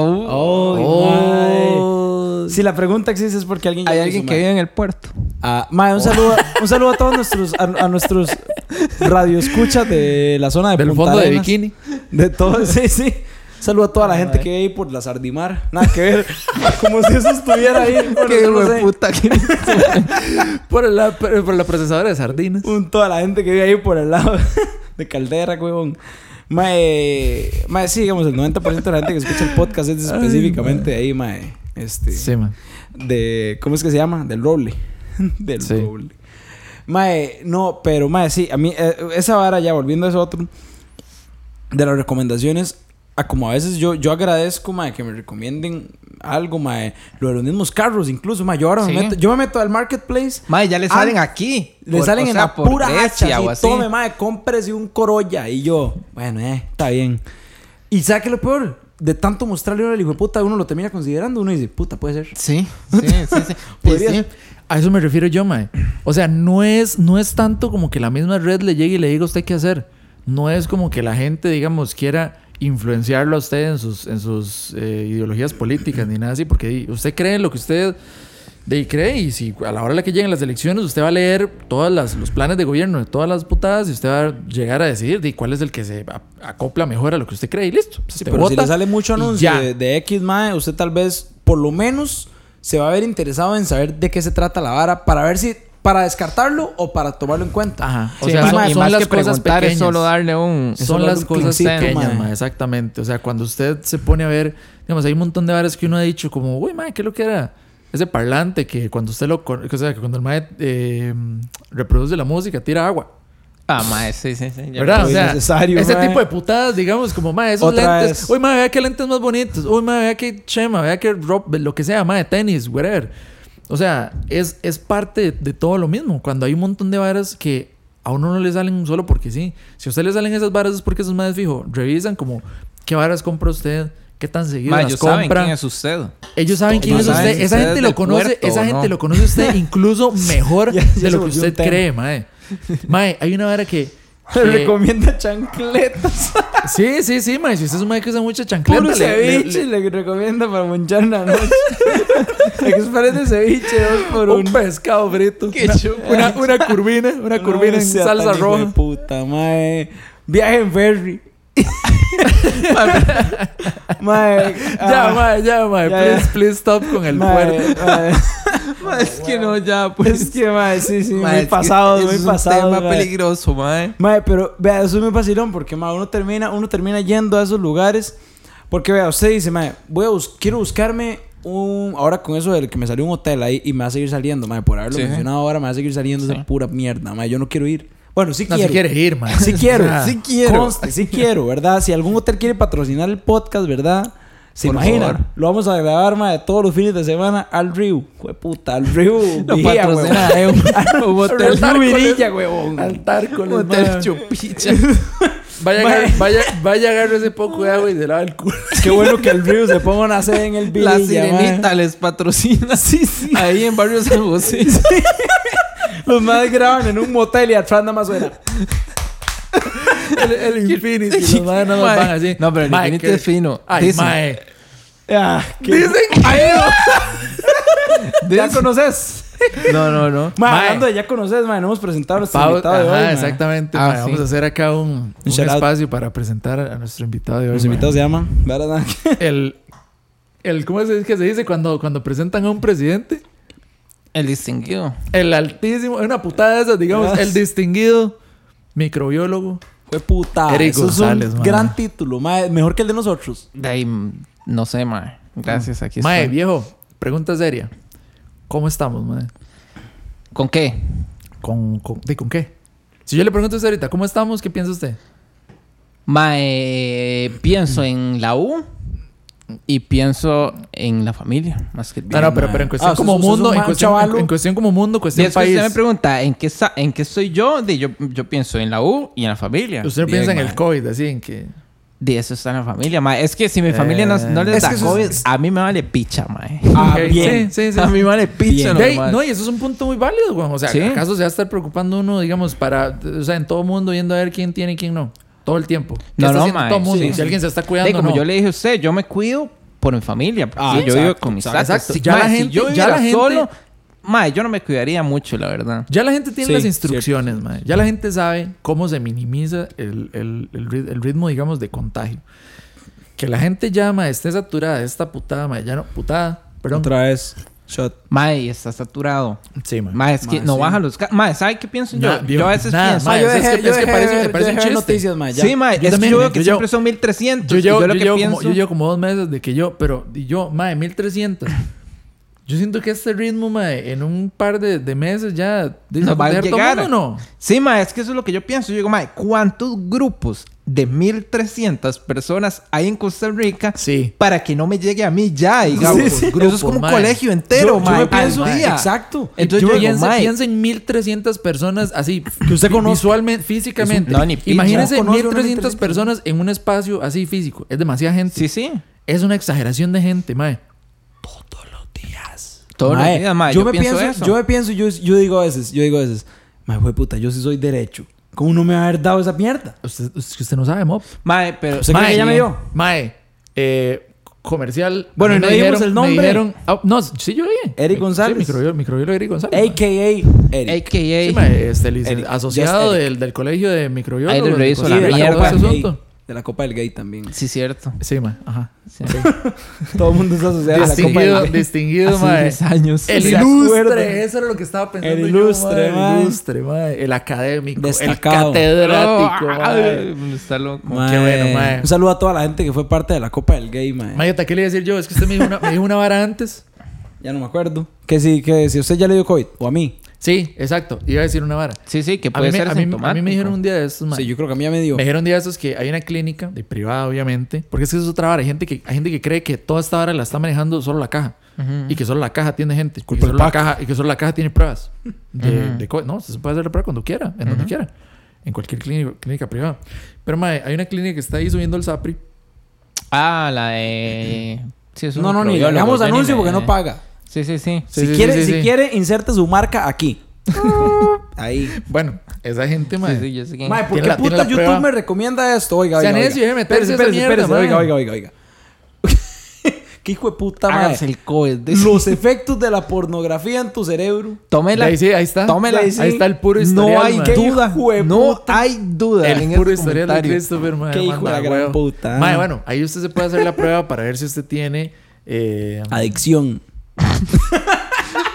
Speaker 2: Oh,
Speaker 3: Oh. Si la pregunta existe es porque alguien ya
Speaker 2: Hay
Speaker 3: lo
Speaker 2: alguien
Speaker 3: hizo,
Speaker 2: que Oh.
Speaker 3: mae.
Speaker 2: vive en el puerto.
Speaker 3: Ah, mae, un saludo, un saludo a todos nuestros, a, a nuestros radioescuchas de la zona de
Speaker 4: Del
Speaker 3: Punta
Speaker 4: fondo de
Speaker 3: Arenas.
Speaker 4: bikini.
Speaker 3: De todo, sí, sí. Saludo a toda
Speaker 2: Ah,
Speaker 3: la gente que vive ahí por la Sardimar. Nada que ver. Como si eso estuviera ahí. Bueno,
Speaker 2: Qué
Speaker 3: yo no
Speaker 2: hijo
Speaker 3: sé.
Speaker 2: de puta. que-
Speaker 4: Por la, por, por la procesadora de sardinas.
Speaker 3: Un, toda la gente que vive ahí por el lado de Caldera, huevón. Mae, mae, sí, digamos, el 90% de la gente que escucha el podcast es específicamente de ahí, mae. Este,
Speaker 4: Sí, mae.
Speaker 3: de, ¿cómo es que se llama? Del roble. Del
Speaker 4: Sí.
Speaker 3: roble. Mae, no, pero mae, sí, a mí, eh, esa vara ya, volviendo a eso otro, de las recomendaciones, a como a veces yo, yo agradezco, mae, que me recomienden algo, mae, lo de los mismos carros, incluso, mae, yo ahora
Speaker 2: Sí.
Speaker 3: me meto, yo me meto al marketplace.
Speaker 2: Mae, ya le
Speaker 3: Ah,
Speaker 2: salen aquí.
Speaker 3: Le
Speaker 2: Por-
Speaker 3: salen
Speaker 2: o
Speaker 3: en
Speaker 2: sea,
Speaker 3: la
Speaker 2: por
Speaker 3: pura
Speaker 2: Grecia
Speaker 3: hacha.
Speaker 2: o
Speaker 3: Y
Speaker 2: así.
Speaker 3: tome, madre, cómprese un Corolla. Y yo, bueno, eh, está bien. Y ¿sabe qué es lo peor? De tanto mostrarle ahora el hijo de puta, uno lo termina considerando. Uno dice, puta, puede ser.
Speaker 2: Sí, sí, sí. sí.
Speaker 3: Podría ser.
Speaker 4: A eso me refiero yo, mae. O sea, no es, no es tanto como que la misma red le llegue y le diga a usted qué hacer. No es como que la gente, digamos, quiera influenciarlo a usted en sus, en sus eh, ideologías políticas ni nada así, porque di, usted cree en lo que usted de, cree y si a la hora en la que lleguen las elecciones usted va a leer todos los planes de gobierno de todas las putadas y usted va a llegar a decidir de cuál es el que se a- acopla mejor a lo que usted cree y listo.
Speaker 3: Sí,
Speaker 4: Usted
Speaker 3: pero si
Speaker 4: vota
Speaker 3: le sale mucho
Speaker 4: y
Speaker 3: anuncio
Speaker 4: ya.
Speaker 3: de, de X, madre, usted tal vez, por lo menos, se va a ver interesado en saber de qué se trata la vara para ver si. Para descartarlo o para tomarlo en cuenta.
Speaker 4: Ajá. O
Speaker 2: Sí,
Speaker 4: sea,
Speaker 2: mae,
Speaker 4: son-
Speaker 2: y
Speaker 4: son
Speaker 2: más
Speaker 4: las
Speaker 2: que
Speaker 4: cosas
Speaker 2: preguntar es
Speaker 4: pequeñas.
Speaker 2: solo darle un...
Speaker 3: Eso
Speaker 4: Son
Speaker 3: lo
Speaker 4: las
Speaker 3: hace un
Speaker 4: cosas
Speaker 3: clickcito,
Speaker 4: pequeñas,
Speaker 3: mae.
Speaker 4: mae, exactamente. O sea, cuando usted se pone a ver, digamos, hay un montón de bares que uno ha dicho como, uy, mae, ¿qué es lo que era? Ese parlante que cuando usted lo... con- O sea, que cuando el mae eh, reproduce la música, tira agua.
Speaker 2: Ah, mae, sí, sí, sí. ya
Speaker 4: ¿Verdad?
Speaker 3: lo
Speaker 4: O
Speaker 3: vi
Speaker 4: sea,
Speaker 3: necesario,
Speaker 4: ese
Speaker 3: mae.
Speaker 4: tipo de putadas, digamos, como, mae, esos
Speaker 3: Otra
Speaker 4: lentes.
Speaker 3: vez.
Speaker 4: Uy, mae, vea qué lentes más bonitos. Uy, mae, vea qué chema, vea qué ropa, lo que sea, mae, tenis, whatever. O sea, es, es parte de, de todo lo mismo. Cuando hay un montón de varas que a uno no le salen solo porque sí. Si a usted le salen esas varas es porque esos madres fijo. Revisan como qué varas compra usted, qué tan seguido
Speaker 2: Mae,
Speaker 4: las
Speaker 2: ellos saben
Speaker 4: compra.
Speaker 2: quién es usted.
Speaker 4: Ellos saben quién
Speaker 2: No
Speaker 4: es
Speaker 2: saben
Speaker 4: usted.
Speaker 2: si
Speaker 4: Esa
Speaker 2: usted
Speaker 4: gente
Speaker 2: es
Speaker 4: lo
Speaker 2: del
Speaker 4: conoce,
Speaker 2: puerto
Speaker 4: esa
Speaker 2: o
Speaker 4: gente
Speaker 2: no.
Speaker 4: lo conoce usted incluso mejor
Speaker 3: Ya- ya
Speaker 4: de
Speaker 3: se
Speaker 4: lo que
Speaker 3: volvió un
Speaker 4: usted
Speaker 3: tema.
Speaker 4: cree, mae. Mae, hay una vara que
Speaker 3: Le
Speaker 4: que-
Speaker 3: recomienda chancletas.
Speaker 4: Sí, sí, sí, mae. Si usted es un mae que usa mucha chancleta,
Speaker 3: Puro
Speaker 4: le- le-
Speaker 3: ceviche le, recomienda para monchar en la noche. Express de ceviche, dos por
Speaker 4: un
Speaker 3: uno.
Speaker 4: pescado frito. Una, una, una curvina, una curvina en
Speaker 3: sea
Speaker 4: salsa
Speaker 3: tan hijo de
Speaker 4: roja.
Speaker 3: puta, mae. Viaje en ferry. mae. ah,
Speaker 4: Ya, mae, Ah. ya, mae.
Speaker 3: Ya,
Speaker 4: please,
Speaker 3: ya.
Speaker 4: please stop con el puerto.
Speaker 3: mae, mae.
Speaker 2: Ma, es que no, ya, pues.
Speaker 3: Es que, mae, sí, sí,
Speaker 2: Ma,
Speaker 3: muy
Speaker 2: es que
Speaker 3: pasado,
Speaker 2: es
Speaker 3: muy
Speaker 2: un
Speaker 3: pasado.
Speaker 2: tema
Speaker 3: mae.
Speaker 2: peligroso, mae.
Speaker 3: Mae, pero vea, eso es muy vacilón porque mae, uno termina, uno termina yendo a esos lugares porque vea, usted dice, mae, voy a bus- quiero buscarme un ahora con eso del que me salió un hotel ahí y me va a seguir saliendo, mae, por haberlo
Speaker 2: Sí.
Speaker 3: mencionado ahora me va a seguir saliendo esa pura mierda, mae, yo no quiero ir. Bueno, sí
Speaker 4: No, si
Speaker 3: quiero.
Speaker 4: quieres ir, mae.
Speaker 3: Sí quiero,
Speaker 4: O sea,
Speaker 3: sí quiero. Conste, sí quiero, ¿verdad? Si algún hotel quiere patrocinar el podcast, ¿verdad? Se
Speaker 2: Por
Speaker 3: imaginan.
Speaker 2: favor.
Speaker 3: Lo vamos a grabar, mae, todos los fines de semana al Río. Jueputa, al Río.
Speaker 2: Lo
Speaker 3: vigía,
Speaker 2: patrocina
Speaker 3: huevón.
Speaker 2: un hotel
Speaker 3: Al Río
Speaker 2: Mirilla,
Speaker 3: Virilla, huevón.
Speaker 4: Al tárcoles,
Speaker 2: Un hotel
Speaker 4: mae.
Speaker 2: chupicha.
Speaker 4: Vaya,
Speaker 3: Mae.
Speaker 4: agar- vaya, vaya, agarre ese poco de agua y se lava el culo.
Speaker 3: Qué bueno que el Río se ponga una sede en el Virilla,
Speaker 2: La sirenita les patrocina. Sí, sí. Ahí en Barrio San José.
Speaker 3: mae. Los madres graban en un motel y atrás nada más suena.
Speaker 4: El, el Infinity. Los madres no los
Speaker 2: Mae.
Speaker 4: van así.
Speaker 2: No, pero el
Speaker 4: Mae,
Speaker 2: Infinity
Speaker 4: qué-
Speaker 2: es fino.
Speaker 4: Ay,
Speaker 2: Dicen.
Speaker 4: mae.
Speaker 3: Ah, qué- ¿Ya conoces?
Speaker 2: No, no, no.
Speaker 3: Mae,
Speaker 4: Mae.
Speaker 3: hablando de ya conoces, mae, no hemos presentado a nuestro
Speaker 4: Pau-
Speaker 3: invitado de hoy.
Speaker 4: ajá,
Speaker 3: mae.
Speaker 4: exactamente.
Speaker 2: Ah,
Speaker 4: mae.
Speaker 2: sí.
Speaker 4: Vamos a hacer acá un, un
Speaker 3: shout out.
Speaker 4: espacio para presentar a nuestro invitado de hoy.
Speaker 3: Los
Speaker 4: mae.
Speaker 3: invitados se llaman, ¿verdad?
Speaker 4: El, el, ¿Cómo es que se dice cuando, cuando presentan a un presidente?
Speaker 2: El distinguido.
Speaker 4: El altísimo, una putada de esas, digamos,
Speaker 3: Yes.
Speaker 4: el distinguido microbiólogo.
Speaker 3: Fue puta.
Speaker 4: Eric
Speaker 3: Eso
Speaker 4: González,
Speaker 3: es un
Speaker 4: mae.
Speaker 3: gran título, mae, mejor que el de nosotros.
Speaker 2: De ahí, mm, no sé, mae. Gracias, aquí
Speaker 4: Mae,
Speaker 2: estoy.
Speaker 4: viejo, pregunta seria. ¿Cómo estamos, mae?
Speaker 2: ¿Con qué?
Speaker 4: ¿Con, con, de, ¿Con qué? Si yo le pregunto a usted ahorita, ¿cómo estamos? ¿Qué piensa usted? Ah,
Speaker 2: Mae, pienso en la U y pienso en la familia, más que
Speaker 4: No,
Speaker 2: todo.
Speaker 4: no, pero,
Speaker 3: mae.
Speaker 4: pero en cuestión
Speaker 3: Ah, sos-
Speaker 4: como
Speaker 3: sos un
Speaker 4: mundo, en
Speaker 3: mal
Speaker 4: cuestión, en,
Speaker 3: chavalo.
Speaker 4: en cuestión como mundo,
Speaker 2: Si
Speaker 4: cuestión
Speaker 2: es que
Speaker 4: país.
Speaker 2: usted me pregunta en qué, está- en qué soy yo, de yo, yo pienso en la U y en la familia.
Speaker 4: Usted no
Speaker 3: Bien,
Speaker 4: piensa en el
Speaker 3: mae.
Speaker 4: COVID, así en que.
Speaker 2: De eso está en la familia, mae. Es que si mi familia no, no
Speaker 4: Eh,
Speaker 2: les
Speaker 3: Es
Speaker 2: da
Speaker 3: que eso
Speaker 2: COVID,
Speaker 3: es-
Speaker 2: a mí me vale picha, mae.
Speaker 3: Ah,
Speaker 4: Ok,
Speaker 3: bien.
Speaker 4: Sí, sí, sí.
Speaker 2: a mí me vale picha,
Speaker 3: Bien.
Speaker 4: De ahí-
Speaker 2: normal.
Speaker 4: no, y eso es un punto muy válido, güey. O sea,
Speaker 2: Sí.
Speaker 4: ¿acaso se va a estar preocupando uno, digamos, para, o sea, en todo mundo yendo a ver quién tiene y quién no? Todo el tiempo. ¿Qué
Speaker 2: No,
Speaker 4: está
Speaker 2: no,
Speaker 4: haciendo
Speaker 2: mae,
Speaker 4: todo el mundo.
Speaker 2: sí,
Speaker 4: si
Speaker 2: sí.
Speaker 4: alguien se está
Speaker 2: De
Speaker 4: cuidando,
Speaker 2: ahí, como
Speaker 4: no.
Speaker 2: yo le dije a usted, yo me cuido por mi familia. Porque
Speaker 3: Ah,
Speaker 2: yo
Speaker 3: exacto,
Speaker 2: vivo con mis
Speaker 3: exacto,
Speaker 2: tatas.
Speaker 4: exacto.
Speaker 2: Si,
Speaker 4: Ya
Speaker 2: mae,
Speaker 4: la
Speaker 2: si
Speaker 4: gente-
Speaker 2: yo
Speaker 4: ya
Speaker 2: viviera
Speaker 4: la gente-
Speaker 2: solo, mae, yo no me cuidaría mucho, la verdad.
Speaker 4: Ya la gente tiene
Speaker 3: Sí,
Speaker 4: las instrucciones, mae. Ya la gente sabe cómo se minimiza el, el- el rit- el ritmo, digamos, de contagio. Que la gente ya, mae, esté saturada de esta putada, mae. Ya no, putada, perdón.
Speaker 3: Otra vez. Shot.
Speaker 2: Mae, está saturado.
Speaker 4: Sí, mae.
Speaker 2: Mae, es que
Speaker 3: Mae,
Speaker 2: no
Speaker 3: sí.
Speaker 2: bajan los casos. Mae, ¿sabe qué pienso yo?
Speaker 4: Nada,
Speaker 2: yo a veces
Speaker 4: nada,
Speaker 2: pienso.
Speaker 4: mae,
Speaker 3: Ah, yo
Speaker 4: es que-
Speaker 3: dejé-
Speaker 4: es
Speaker 3: yo
Speaker 4: que
Speaker 3: dejé
Speaker 4: parece-
Speaker 3: ver-
Speaker 4: que parece
Speaker 3: yo dejé
Speaker 4: un
Speaker 3: ver
Speaker 4: chiste.
Speaker 3: noticias, mae, ya.
Speaker 2: sí, mae,
Speaker 4: yo
Speaker 2: es
Speaker 4: también,
Speaker 2: que yo
Speaker 4: yo
Speaker 2: veo que
Speaker 4: llevo-
Speaker 2: siempre son 1300.
Speaker 4: Yo
Speaker 2: y
Speaker 4: llevo,
Speaker 2: yo
Speaker 4: yo
Speaker 2: lo que
Speaker 4: llevo
Speaker 2: pienso.
Speaker 4: como, yo llevo como dos meses de que yo, pero y yo, madre, 1300. Yo siento que este ritmo, madre, en un par de, de meses ya de-
Speaker 2: Nos va a
Speaker 4: de harto
Speaker 2: llegar.
Speaker 4: mundo, no?
Speaker 2: Sí, mae, es que eso es lo que yo pienso. Yo digo, mae, ¿cuántos grupos de 1300 personas hay en Costa Rica
Speaker 4: Sí.
Speaker 2: para que no me llegue a mí ya, digamos?
Speaker 4: Sí, sí.
Speaker 2: Eso es como un
Speaker 4: Grupos, mae.
Speaker 2: colegio entero,
Speaker 3: Yo- yo me
Speaker 2: mae, al
Speaker 3: pienso-
Speaker 2: día.
Speaker 3: exacto.
Speaker 2: Entonces yo,
Speaker 4: yo
Speaker 2: digo,
Speaker 4: pienso,
Speaker 2: mae,
Speaker 4: pienso en 1300 personas así que
Speaker 3: usted conozca.
Speaker 4: visualmente, físicamente.
Speaker 2: Es un- no, ni pinche.
Speaker 4: Imagínense
Speaker 3: No conozco una
Speaker 4: 1300
Speaker 3: 1300.
Speaker 4: personas en un espacio así físico, es demasiada gente.
Speaker 2: sí, sí.
Speaker 4: Es una exageración de gente, madre.
Speaker 2: Todos los
Speaker 3: Mae,
Speaker 2: días, mae,
Speaker 3: yo, me pienso,
Speaker 2: eso.
Speaker 3: yo me pienso, yo, yo digo a veces, yo digo a veces, mae, fue puta, yo sí soy derecho. ¿Cómo no me va a haber dado esa mierda?
Speaker 4: Usted, usted, usted no sabe, mop.
Speaker 2: Mae, pero
Speaker 3: ¿Usted cree
Speaker 4: Mae,
Speaker 3: que ya me dio?
Speaker 4: Mae, eh, comercial.
Speaker 3: Bueno,
Speaker 4: a mí
Speaker 3: no
Speaker 4: me
Speaker 3: dijimos
Speaker 4: dijeron-
Speaker 3: el nombre.
Speaker 4: me dijeron- ah, no, sí, yo lo dije.
Speaker 3: Eric
Speaker 4: Sí,
Speaker 3: González.
Speaker 4: microbiólogo, microbiólogo Eric González. mae.
Speaker 3: AKA Eric.
Speaker 4: Sí,
Speaker 2: AKA.
Speaker 4: mae, este, lic-
Speaker 3: Eric,
Speaker 4: asociado
Speaker 3: just Eric.
Speaker 4: del, del colegio de microbiólogos.
Speaker 2: Ahí del
Speaker 4: de
Speaker 2: reviso
Speaker 4: Costa
Speaker 2: la
Speaker 4: Rica,
Speaker 2: mierda.
Speaker 4: todo ese
Speaker 3: del
Speaker 4: asunto.
Speaker 3: Gay. De la Copa del Gay también.
Speaker 2: Sí, cierto.
Speaker 4: Sí, mae, ajá.
Speaker 2: Sí.
Speaker 3: Todo el mundo está asociado a la Copa
Speaker 4: Distinguido,
Speaker 3: del Gay.
Speaker 4: distinguido,
Speaker 2: Hace
Speaker 4: mae.
Speaker 2: 10 años.
Speaker 4: El
Speaker 3: ¿Se acuerdan?
Speaker 4: ilustre, eso era lo que estaba pensando.
Speaker 3: El
Speaker 4: yo,
Speaker 3: ilustre, mae.
Speaker 4: El ilustre, mae. El académico,
Speaker 3: Destacado.
Speaker 4: el catedrático,
Speaker 2: Oh,
Speaker 4: mae.
Speaker 2: ay, Está loco.
Speaker 3: Mae,
Speaker 4: Qué bueno, mae.
Speaker 3: Un saludo a toda la gente que fue parte de la Copa del Gay, mae.
Speaker 4: Mayota, ¿qué le iba a decir yo? Es que usted me dijo una, me dijo una vara antes.
Speaker 3: Ya no me acuerdo. Que si, que si usted ya le dio COVID, o a mí.
Speaker 4: Sí, exacto. Iba a decir una vara.
Speaker 2: Sí, sí, que
Speaker 4: A
Speaker 2: puede
Speaker 4: mí me-
Speaker 2: ser
Speaker 4: a mí,
Speaker 2: sintomático.
Speaker 4: a mí me dijeron un día de estos, ma,
Speaker 3: Sí, yo creo que a mí ya me dio.
Speaker 4: me dijeron un día de estos que hay una clínica, de privada obviamente, porque es que eso es otra vara. Hay gente que, hay gente que cree que toda esta vara la está manejando solo la caja. Y que solo la caja tiene gente. Y que,
Speaker 3: Culpa del
Speaker 4: solo la
Speaker 3: Paco.
Speaker 4: caja, y que solo la caja tiene pruebas. De, de co- no, se puede hacer la prueba cuando quiera, en donde quiera. En cualquier clínica, clínica privada. Pero mae, hay una clínica que está ahí subiendo el SAPRI.
Speaker 2: Ah, la de. Sí, es un
Speaker 3: No, no, ni le
Speaker 2: microbiólogo,
Speaker 3: hagamos
Speaker 2: yo ni
Speaker 3: anuncio
Speaker 2: me-
Speaker 3: porque no paga.
Speaker 2: Sí, sí, sí.
Speaker 4: Sí,
Speaker 3: si
Speaker 4: sí,
Speaker 3: quiere,
Speaker 4: sí, sí,
Speaker 3: si
Speaker 4: sí.
Speaker 3: quiere, inserte su marca aquí. Ahí.
Speaker 4: Bueno, esa gente, mae.
Speaker 2: Sí, sí, yo sé quién.
Speaker 3: Mae, ¿por
Speaker 4: Tiene
Speaker 3: qué
Speaker 4: la- tiene
Speaker 3: puta
Speaker 4: la
Speaker 3: YouTube
Speaker 4: prueba.
Speaker 3: me recomienda esto? Oiga,
Speaker 4: Sea
Speaker 3: oiga,
Speaker 4: necio, deje
Speaker 3: oiga.
Speaker 4: meterse a esa mierda, mae.
Speaker 3: oiga, oiga, oiga, oiga. ¿Qué hijo de puta, mae?
Speaker 2: Háganse el coed.
Speaker 3: Los efectos de la pornografía en tu cerebro.
Speaker 2: Tómela.
Speaker 4: Ahí sí, ahí está.
Speaker 2: Tómela.
Speaker 3: Ahí sí.
Speaker 4: Ahí está el puro historial.
Speaker 2: No hay
Speaker 4: mae.
Speaker 2: duda.
Speaker 3: Hijo de
Speaker 2: No
Speaker 3: puta.
Speaker 2: hay duda. en
Speaker 4: El
Speaker 2: ese
Speaker 4: puro historial de
Speaker 2: comentario.
Speaker 4: Christopher, mae.
Speaker 3: Qué hijo de
Speaker 4: manda
Speaker 3: la gran
Speaker 4: huevo.
Speaker 3: puta.
Speaker 4: Mae, bueno, ahí usted se puede hacer la prueba para ver si usted tiene. eh,
Speaker 3: Ah, Adicción.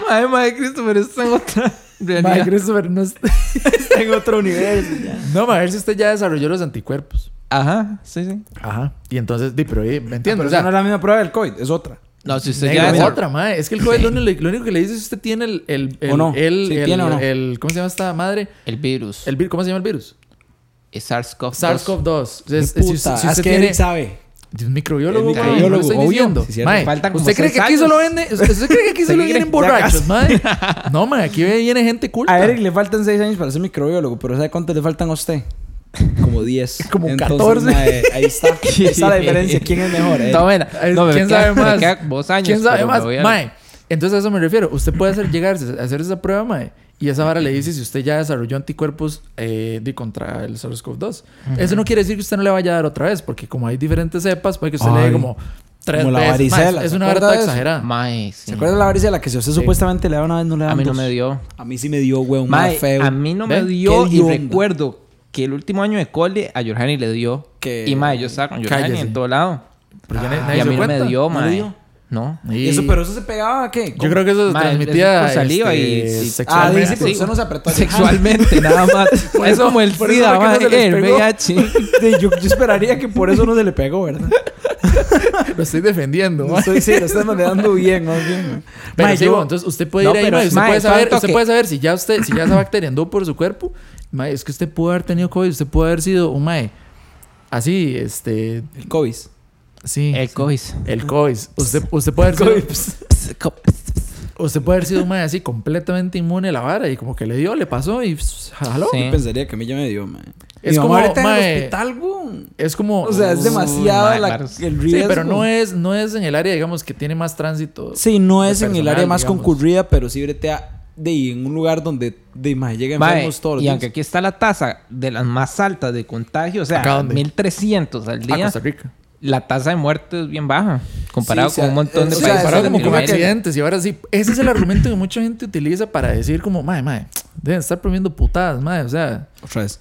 Speaker 2: Ay, madre Christopher, está en otra realidad.
Speaker 4: mae, Christopher no es-
Speaker 3: Está en otro universo. ya.
Speaker 4: No, mae, a ver si usted ya desarrolló los anticuerpos.
Speaker 2: Ajá, sí, sí.
Speaker 4: Ajá. Y entonces, di, pero eh, ¿me
Speaker 3: Ah, Pero
Speaker 4: entiendes? O
Speaker 3: esa
Speaker 4: sea,
Speaker 3: no es la misma prueba del COVID, es otra.
Speaker 2: No, si usted
Speaker 4: negro,
Speaker 2: ya
Speaker 4: es
Speaker 2: desarrolló-
Speaker 4: otra, mae. Es que el joven lo, único- lo único que le dice es si usted tiene el. el, el
Speaker 3: O no.
Speaker 4: El,
Speaker 3: Sí,
Speaker 4: el-
Speaker 3: tiene o no.
Speaker 4: el- ¿Cómo se llama esta madre?
Speaker 2: El virus.
Speaker 4: El, vir- ¿Cómo se llama el virus?
Speaker 2: El SARS-CoV.
Speaker 4: SARS-CoV-2. Es-
Speaker 3: Puta,
Speaker 4: es- si usted-
Speaker 3: es
Speaker 4: si usted
Speaker 3: que
Speaker 4: tiene-
Speaker 3: Eric sabe.
Speaker 4: Es microbiólogo,
Speaker 2: Es
Speaker 4: güey. Yo
Speaker 2: microbiólogo,
Speaker 4: lo estoy
Speaker 2: obvio.
Speaker 4: diciendo.
Speaker 2: Sí, cierto.
Speaker 4: Mae,
Speaker 2: Faltan como
Speaker 4: ¿Usted cree
Speaker 2: seis
Speaker 4: que aquí
Speaker 2: años.
Speaker 4: solo venden? ¿Usted cree que aquí solo
Speaker 2: Seguiré,
Speaker 4: vienen
Speaker 2: ya
Speaker 4: borrachos, mae? No, mae, aquí viene gente culta.
Speaker 3: A Eric le faltan 6 años para ser microbiólogo, pero ¿sabe cuántos le faltan a usted? Como 10.
Speaker 4: Como 14.
Speaker 3: mae, ahí está. Ahí está la diferencia. ¿Quién es mejor? Eric?
Speaker 2: Tómela.
Speaker 4: Es-
Speaker 2: No, me
Speaker 4: ¿Quién
Speaker 2: queda-
Speaker 4: sabe
Speaker 2: me
Speaker 4: más?
Speaker 2: queda Dos años.
Speaker 4: ¿Quién sabe
Speaker 2: pero
Speaker 4: más?
Speaker 2: me voy a-
Speaker 4: Mae, entonces a eso me refiero. Usted puede hacer llegarse a hacer esa prueba, mae. Y esa vara le dice si usted ya desarrolló anticuerpos eh, de contra el SARS-CoV-2. Eso no quiere decir que usted no le vaya a dar otra vez, porque como hay diferentes cepas, puede que usted le dé
Speaker 3: Ay,
Speaker 4: como tres
Speaker 3: como la
Speaker 4: veces. Mae,
Speaker 3: varicela,
Speaker 4: es
Speaker 3: ¿se
Speaker 4: una
Speaker 3: acuerda
Speaker 4: vara toda
Speaker 3: de eso?
Speaker 4: exagerada.
Speaker 2: Mae, sí.
Speaker 3: ¿Se acuerda la varicela que si a usted supuestamente le da una vez no le da
Speaker 2: A mí no me dio.
Speaker 3: A mí sí me dio, weón.
Speaker 2: Mae,
Speaker 3: más feo.
Speaker 2: a mí no
Speaker 4: ¿Ve?
Speaker 2: me dio
Speaker 3: Qué
Speaker 2: y
Speaker 3: hedionda.
Speaker 2: recuerdo que el último año de cole a Jorjani le dio.
Speaker 3: Que-
Speaker 2: Y mae, yo estaba con Jorjani
Speaker 4: Cállese.
Speaker 2: en todo lado.
Speaker 4: Pero ya nadie
Speaker 2: y
Speaker 4: se
Speaker 2: a mí
Speaker 4: dio
Speaker 2: no me
Speaker 4: cuenta.
Speaker 2: dio,
Speaker 3: ¿No le dio?
Speaker 2: mae. No.
Speaker 4: Y-
Speaker 3: ¿Y eso, pero eso se pegaba a qué?
Speaker 4: Yo creo que eso se
Speaker 2: Mae,
Speaker 4: transmitía
Speaker 2: es por saliva
Speaker 4: este,
Speaker 2: y- sí.
Speaker 3: Ah,
Speaker 4: sexualmente.
Speaker 3: dice, pero
Speaker 2: Sí.
Speaker 3: usted no se apretó.
Speaker 2: Sexualmente, nada más. es como el
Speaker 4: por eso
Speaker 2: SIDA,
Speaker 4: fue que no
Speaker 2: mae.
Speaker 4: se les
Speaker 2: El
Speaker 4: pegó.
Speaker 2: VIH.
Speaker 3: Sí, yo, yo esperaría que por eso no se le pegó, ¿verdad?
Speaker 4: Lo estoy defendiendo.
Speaker 3: No
Speaker 4: mae.
Speaker 3: estoy, sí, lo estás manejando bien, más bien.
Speaker 4: Pero
Speaker 3: Mae,
Speaker 4: sí,
Speaker 3: yo-
Speaker 4: bueno, entonces usted puede
Speaker 2: No,
Speaker 4: ir ahí,
Speaker 2: pero
Speaker 4: mae,
Speaker 2: es-
Speaker 4: usted,
Speaker 2: mae,
Speaker 4: puede saber,
Speaker 2: tanto
Speaker 4: usted
Speaker 2: que-
Speaker 4: puede saber si ya usted, si ya esa bacteria andó por su cuerpo, mae, es que usted pudo haber tenido COVID, usted pudo haber sido un mae así, este,
Speaker 3: El COVID.
Speaker 4: sí,
Speaker 2: El COVID.
Speaker 4: el COVID, usted, usted puede haber sido, usted puede haber sido un mae así completamente inmune a la vara y como que le dio, le pasó y pss, jaló.
Speaker 2: Sí.
Speaker 3: Yo pensaría que a mí ya me dio, man.
Speaker 4: Es
Speaker 3: Es como
Speaker 4: como,
Speaker 3: ahorita en
Speaker 4: mae,
Speaker 3: el hospital, weón.
Speaker 4: Es como
Speaker 3: O sea, es
Speaker 4: Uy,
Speaker 3: demasiado
Speaker 2: mae,
Speaker 3: la-
Speaker 2: claro.
Speaker 3: el riesgo.
Speaker 4: Sí, pero no es no es en el área digamos que tiene más tránsito.
Speaker 3: Sí, no es
Speaker 4: de
Speaker 3: en el
Speaker 4: personal,
Speaker 3: área más
Speaker 4: digamos.
Speaker 3: concurrida, pero sí bretea de y en un lugar donde de más llega
Speaker 2: Mae,
Speaker 3: enfermos todos los
Speaker 2: y
Speaker 3: días.
Speaker 2: aunque aquí está la tasa de las más altas de contagio, o
Speaker 4: ¿Acá
Speaker 2: sea,
Speaker 4: dónde?
Speaker 2: 1300 al
Speaker 4: A
Speaker 2: día,
Speaker 4: Costa Rica.
Speaker 2: la tasa de muerte es bien baja comparado
Speaker 3: Sí, o sea,
Speaker 2: con un montón de
Speaker 3: o sea,
Speaker 2: países.
Speaker 4: Comparado
Speaker 3: eso
Speaker 4: como
Speaker 3: es
Speaker 4: con
Speaker 2: del
Speaker 3: lo que-
Speaker 2: nivel.
Speaker 4: accidentes y ahora sí. Ese es el argumento que mucha gente utiliza para decir como, mae, mae, deben estar promiendo putadas, mae. O sea,
Speaker 3: Otra vez.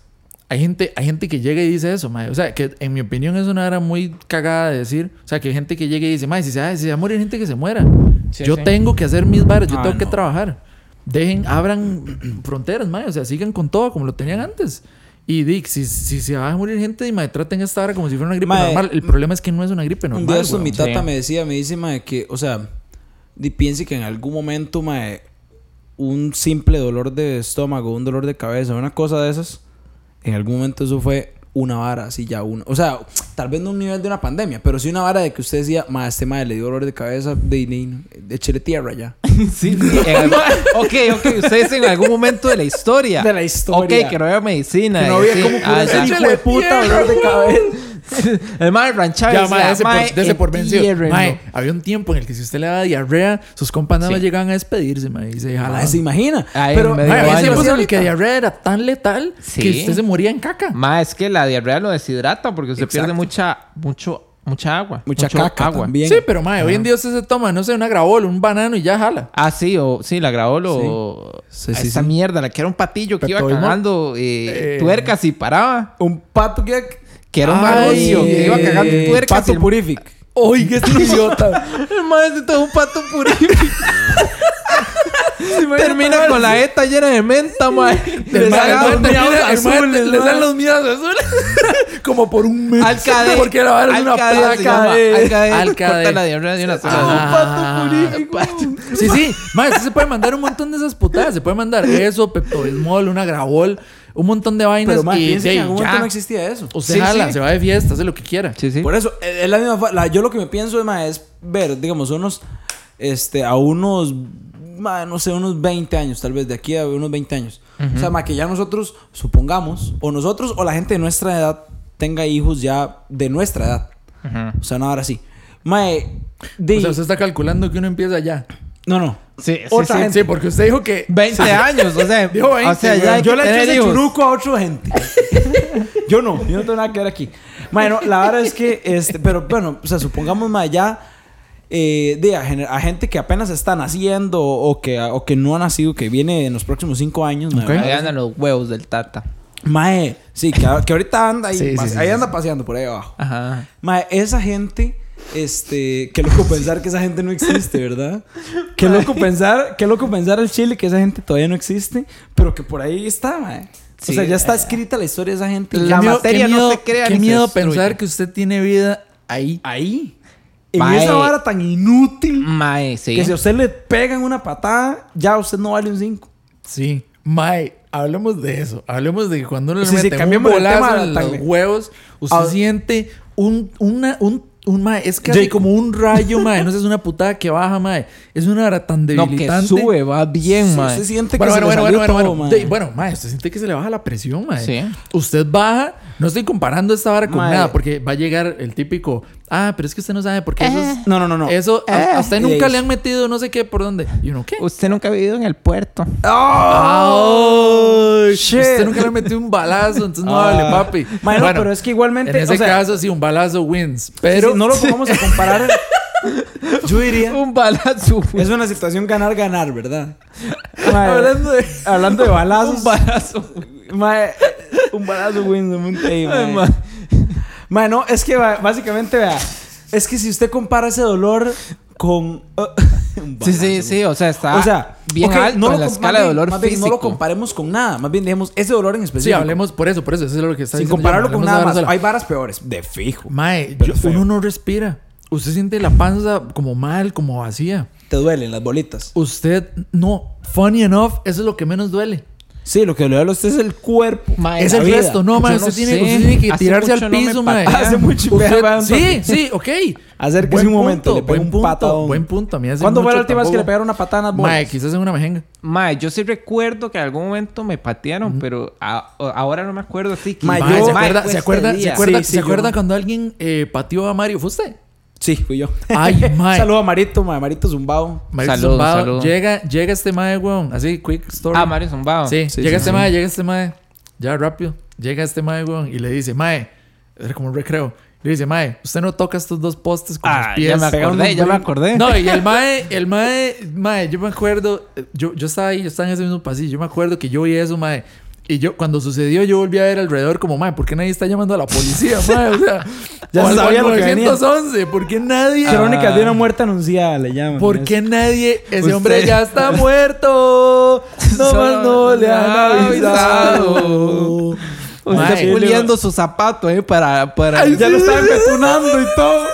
Speaker 4: hay gente, hay gente que llega y dice eso, mae. O sea, que en mi opinión es una era muy cagada de decir. O sea, que hay gente que llega y dice, mae, si se, ay, si se va a morir gente que se muera.
Speaker 2: Sí,
Speaker 4: yo
Speaker 2: sí.
Speaker 4: tengo que hacer mis bares, yo
Speaker 3: Ah,
Speaker 4: tengo que
Speaker 3: no.
Speaker 4: trabajar. Dejen, abran fronteras, mae. O sea, sigan con todo como lo tenían antes. Y Dick, si, si se va a morir gente, mae, traten esta hora como si fuera una gripe
Speaker 3: Mae,
Speaker 4: normal. El problema es que no es una gripe normal.
Speaker 3: Un día esto mi
Speaker 4: weón.
Speaker 3: tata
Speaker 2: sí.
Speaker 3: me decía, me dice, mae, que, o sea, di, piense que en algún momento, mae, un simple dolor de estómago, un dolor de cabeza, una cosa de esas, en algún momento eso fue una vara, así ya una. O sea, tal vez no un nivel de una pandemia, pero sí una vara de que usted decía, mae, este mae le dio dolor de cabeza, de, de, échele tierra ya.
Speaker 2: Sí, sí, en algún- ok, ok, ustedes en algún momento de la historia.
Speaker 3: De la historia.
Speaker 2: Ok, que no había medicina.
Speaker 3: Que no
Speaker 2: y
Speaker 3: había
Speaker 2: sí.
Speaker 3: como
Speaker 2: Ah,
Speaker 3: curarse el
Speaker 2: ya.
Speaker 3: hijo de puta dolor de cabeza.
Speaker 2: El mae ranchado.
Speaker 4: Ya,
Speaker 2: decía,
Speaker 4: mae, ese
Speaker 2: mae,
Speaker 4: por, dese por vencido.
Speaker 2: entiérrenlo.
Speaker 4: Mae, había un tiempo en el que si usted le daba diarrea, sus compas nada más
Speaker 2: Sí.
Speaker 4: llegaban a despedirse, mae. Y se jalaban.
Speaker 3: Mae, se imagina.
Speaker 2: Ay,
Speaker 3: pero,
Speaker 2: me
Speaker 4: Mae,
Speaker 2: dio
Speaker 4: había
Speaker 2: años.
Speaker 4: tiempos en el que
Speaker 3: ahorita.
Speaker 4: diarrea era tan letal
Speaker 2: Sí.
Speaker 4: que usted se moría en caca.
Speaker 2: Mae, es que la diarrea lo deshidrata porque se pierde
Speaker 3: Exacto.
Speaker 2: mucha, mucho, mucha agua.
Speaker 3: Mucha
Speaker 2: mucho
Speaker 3: caca
Speaker 2: agua.
Speaker 3: también.
Speaker 4: Sí, pero mae, hoy en día usted se toma, no sé, una gravola, un banano y ya jala.
Speaker 2: Ah, sí, o sí, la Graol o
Speaker 3: Sí, sí, sí,
Speaker 2: esa
Speaker 3: sí.
Speaker 2: mierda, la que era un patillo que iba
Speaker 4: Pepto-Bismol.
Speaker 2: cagando eh,
Speaker 4: Eh.
Speaker 2: tuercas y paraba.
Speaker 3: Un pato que...
Speaker 2: Que era un
Speaker 4: Ay,
Speaker 2: negocio, que iba
Speaker 4: eh,
Speaker 2: cagando tuercas. y
Speaker 3: Pato
Speaker 2: el-
Speaker 3: purific.
Speaker 4: Oiga, este idiota.
Speaker 2: El mae se tomó un pato purífico. Termina con la ETA llena de menta, mae.
Speaker 4: El
Speaker 2: Le
Speaker 4: mae
Speaker 2: saca
Speaker 4: el
Speaker 2: los
Speaker 4: mae termina-
Speaker 2: miedos
Speaker 4: el mae
Speaker 2: azules,
Speaker 4: le
Speaker 2: mae.
Speaker 4: dan los miedos azules. Como por un mes.
Speaker 2: Alcade.
Speaker 4: Porque la vara es una
Speaker 2: Alcade se
Speaker 4: placa.
Speaker 2: llama. Alcade.
Speaker 4: Alcade.
Speaker 2: Corta la diarrea de una sola vez.
Speaker 4: Ah, pato. Sí, sí. Mae, usted se puede mandar un montón de esas putadas. Se puede mandar eso, Pepto-Bismol, una Grabol, un montón de vainas.
Speaker 3: Pero, mae,
Speaker 4: y
Speaker 3: piense que
Speaker 4: de
Speaker 3: en
Speaker 4: ahí
Speaker 3: algún
Speaker 4: ya.
Speaker 3: momento no existía eso.
Speaker 4: Usted
Speaker 2: Sí,
Speaker 4: jala,
Speaker 2: sí.
Speaker 4: se va de fiesta, hace lo que quiera.
Speaker 2: Sí, sí.
Speaker 3: Por eso, eh, es la misma. fa- la- yo lo que me pienso mae, es ver, digamos, unos. Este, a unos. mae, no sé, unos 20 años, tal vez, de aquí a unos 20 años. O sea, mae, que ya nosotros, supongamos, o nosotros o la gente de nuestra edad tenga hijos ya de nuestra edad. O sea, no ahora sí. Mae, de-
Speaker 4: O sea, usted está calculando que uno empieza ya.
Speaker 3: No, no.
Speaker 2: Sí, sí,
Speaker 3: Otra
Speaker 2: sí.
Speaker 3: gente.
Speaker 4: Sí, porque usted dijo que.
Speaker 2: 20 años, o sea,
Speaker 4: Dijo 20,
Speaker 2: o sea, ya
Speaker 4: weón.
Speaker 2: hay que
Speaker 3: Yo le eché
Speaker 2: tener
Speaker 3: ese
Speaker 2: hijos.
Speaker 3: churuco a otra gente. yo no, yo no tengo nada que ver aquí. Bueno, la verdad es que, este, pero bueno, o sea, supongamos más allá eh, de a, gener- a gente que apenas está naciendo o que, o que no ha nacido, que viene en los próximos cinco años. mae,
Speaker 2: Ahí
Speaker 3: mae,
Speaker 2: andan los huevos del Tata.
Speaker 3: Mae, sí, que, a- que ahorita anda ahí,
Speaker 4: Sí, sí,
Speaker 3: pas-
Speaker 4: sí,
Speaker 3: ahí
Speaker 4: sí,
Speaker 3: anda paseando por ahí abajo.
Speaker 2: Ajá.
Speaker 3: Mae, esa gente, este, qué loco pensar que esa gente no existe, ¿verdad? Qué loco pensar, qué loco pensar al Chile que esa gente todavía no existe, pero que por ahí está, mae.
Speaker 2: Sí,
Speaker 3: o sea, ya está
Speaker 2: eh.
Speaker 3: escrita la historia de esa gente.
Speaker 2: La
Speaker 3: Ya-
Speaker 4: miedo-
Speaker 2: materia no se crea
Speaker 4: Qué
Speaker 2: ni se
Speaker 4: miedo
Speaker 2: destruye.
Speaker 4: pensar que usted tiene vida ahí.
Speaker 3: ahí. En
Speaker 2: Mae.
Speaker 3: esa vara tan inútil
Speaker 2: Mae, sí.
Speaker 3: que si a usted le pegan una patada, ya usted no vale un 5.
Speaker 4: Sí. Mae, hablemos de eso. Hablemos de que cuando uno le
Speaker 3: Sí, sí,
Speaker 4: mete un
Speaker 3: cambiemos el
Speaker 4: bolazo
Speaker 3: tema,
Speaker 4: en los
Speaker 3: Tangre.
Speaker 4: huevos, usted
Speaker 3: Ah.
Speaker 4: siente un, una, un, un mae, es casi
Speaker 3: Jake.
Speaker 4: como un rayo, mae. No sé, es una putada que baja, mae. Es una hora tan
Speaker 2: no, que
Speaker 4: debilitante.
Speaker 2: sube, va bien, mae.
Speaker 3: Usted siente que
Speaker 4: Bueno,
Speaker 3: se
Speaker 4: bueno,
Speaker 3: le
Speaker 4: bueno,
Speaker 3: salió
Speaker 4: bueno, bueno,
Speaker 3: todo,
Speaker 4: bueno.
Speaker 3: mae.
Speaker 4: Sí, bueno, mae, usted siente que se le baja la presión, mae.
Speaker 2: Sí.
Speaker 4: Usted baja, no estoy comparando esta vara con
Speaker 3: Mae.
Speaker 4: nada, porque va a llegar el típico, ah, pero es que usted no sabe por qué eso es-
Speaker 3: No, Eh, no, no, no.
Speaker 4: Eso, a- a usted
Speaker 3: y
Speaker 4: nunca
Speaker 3: ahí
Speaker 4: le
Speaker 3: es.
Speaker 4: han metido no sé qué por dónde. ¿Y uno qué?
Speaker 2: Usted nunca ha vivido en el puerto.
Speaker 3: Ah,
Speaker 4: ¡Oh!
Speaker 3: shit.
Speaker 4: Usted nunca le metió un balazo, entonces no vale,
Speaker 3: Ah.
Speaker 4: papi.
Speaker 3: Mae, no, pero es que igualmente,
Speaker 4: En ese
Speaker 3: o sea-
Speaker 4: caso, sí, un balazo wins.
Speaker 3: Pero
Speaker 4: Pero.
Speaker 3: no lo vamos a comparar. Yo diría
Speaker 2: Un balazo.
Speaker 3: Es una situación ganar-ganar, ¿verdad?
Speaker 2: Hablando
Speaker 3: de, hablando de balazos.
Speaker 2: Un balazo.
Speaker 3: mae, un balazo Windows, un té, mae.
Speaker 2: mae.
Speaker 3: Mae, no, es que ba- básicamente, vea. Es que si usted compara ese dolor con. un balazo,
Speaker 2: Sí, sí, sí. O sea, está
Speaker 3: O sea,
Speaker 2: bien
Speaker 3: ok,
Speaker 2: alto en la
Speaker 3: com- más
Speaker 2: escala de
Speaker 3: bien-
Speaker 2: dolor
Speaker 3: más bien
Speaker 2: físico.
Speaker 3: no lo comparemos con nada. Más bien, digamos, ese dolor en
Speaker 4: sí,
Speaker 3: específico.
Speaker 4: hablemos por eso, por eso. Eso es lo que está
Speaker 3: Sin
Speaker 4: diciendo
Speaker 3: compararlo
Speaker 4: Jan,
Speaker 3: con
Speaker 4: hablemos
Speaker 3: nada
Speaker 4: de
Speaker 3: más.
Speaker 4: la-
Speaker 3: Hay varas peores. De fijo.
Speaker 4: Mae,
Speaker 3: Pero
Speaker 4: yo-
Speaker 3: feo.
Speaker 4: uno no respira. Usted siente la panza como mal, como vacía.
Speaker 3: Te duelen las bolitas.
Speaker 4: Usted, no. Funny enough, eso es lo que menos duele.
Speaker 3: Sí, lo que le duele a usted es el cuerpo.
Speaker 2: Mae,
Speaker 4: Es
Speaker 2: la
Speaker 4: el
Speaker 2: vida.
Speaker 4: resto, no, mae.
Speaker 2: Yo
Speaker 4: Usted,
Speaker 2: no
Speaker 4: tiene,
Speaker 2: sé.
Speaker 4: usted tiene que
Speaker 2: Hace
Speaker 4: tirarse
Speaker 2: mucho
Speaker 4: al
Speaker 2: no me
Speaker 4: piso, mae.
Speaker 2: patean.
Speaker 3: Hace mucho
Speaker 4: Usted-
Speaker 3: me patean.
Speaker 4: Sí, sí, ok.
Speaker 3: Acérquese
Speaker 4: Buen
Speaker 3: un momento,
Speaker 4: punto,
Speaker 3: le pega
Speaker 4: buen
Speaker 3: un
Speaker 4: punto,
Speaker 3: patadón.
Speaker 4: Buen punto, a mí hace
Speaker 3: ¿Cuándo fue
Speaker 4: mucho
Speaker 3: la última vez que le
Speaker 4: tampoco-
Speaker 3: pegaron una patada en las bolas?
Speaker 4: Mae, quizás en una mejenga.
Speaker 2: Mae, yo sí recuerdo que en algún momento me patearon, pero a- o- ahora no me acuerdo así. que-
Speaker 3: Mae,
Speaker 4: Mae,
Speaker 3: Ah, yo-
Speaker 4: ¿se
Speaker 2: Mae,
Speaker 4: acuerda,
Speaker 2: fue
Speaker 4: se
Speaker 2: este
Speaker 4: acuerda, se
Speaker 2: día.
Speaker 4: acuerda,
Speaker 3: Sí, sí,
Speaker 4: se
Speaker 3: yo-
Speaker 4: acuerda cuando alguien eh, pateó a Mario? ¿Fue usted?
Speaker 3: Sí, fui yo.
Speaker 4: Ay, mae.
Speaker 3: Saludo a Marito, mae. Marito Zumbao.
Speaker 4: Mario
Speaker 2: Saludos,
Speaker 4: Zumbado.
Speaker 2: saludos.
Speaker 4: Llega, llega este mae, weón. Así, quick story.
Speaker 2: Ah, Mario Zumbado.
Speaker 4: Sí,
Speaker 3: Sí,
Speaker 4: llega
Speaker 3: sí,
Speaker 4: este
Speaker 3: sí.
Speaker 4: mae, llega este mae. Ya rápido. Llega este mae, weón. Y le dice, mae, era como un recreo. Le dice, mae, usted no toca estos dos postes con los
Speaker 2: Ah,
Speaker 4: pies.
Speaker 2: ya me acordé, ya me acordé.
Speaker 4: No, y el mae, el mae, mae, yo me acuerdo, eh, yo, yo estaba ahí, yo estaba en ese mismo pasillo, yo me acuerdo que yo vi eso, mae. Y yo, cuando sucedió, yo volví a ver alrededor como, mae, ¿por qué nadie está llamando a la policía, mae? O sea,
Speaker 3: Ya
Speaker 4: o
Speaker 3: se
Speaker 4: al-
Speaker 3: sabía
Speaker 4: al
Speaker 3: lo que venía.
Speaker 4: 911, ¿por qué nadie?
Speaker 3: Crónicas de una muerte anunciada, le llaman.
Speaker 4: Ah. ¿Por
Speaker 3: Es-
Speaker 4: qué nadie? Ese
Speaker 2: Usted-
Speaker 4: hombre ya está muerto. No más no le han avisado.
Speaker 2: Usted
Speaker 4: Mae.
Speaker 2: puliendo su zapato, eh, para... para...
Speaker 3: Ya lo estaban petunando y todo.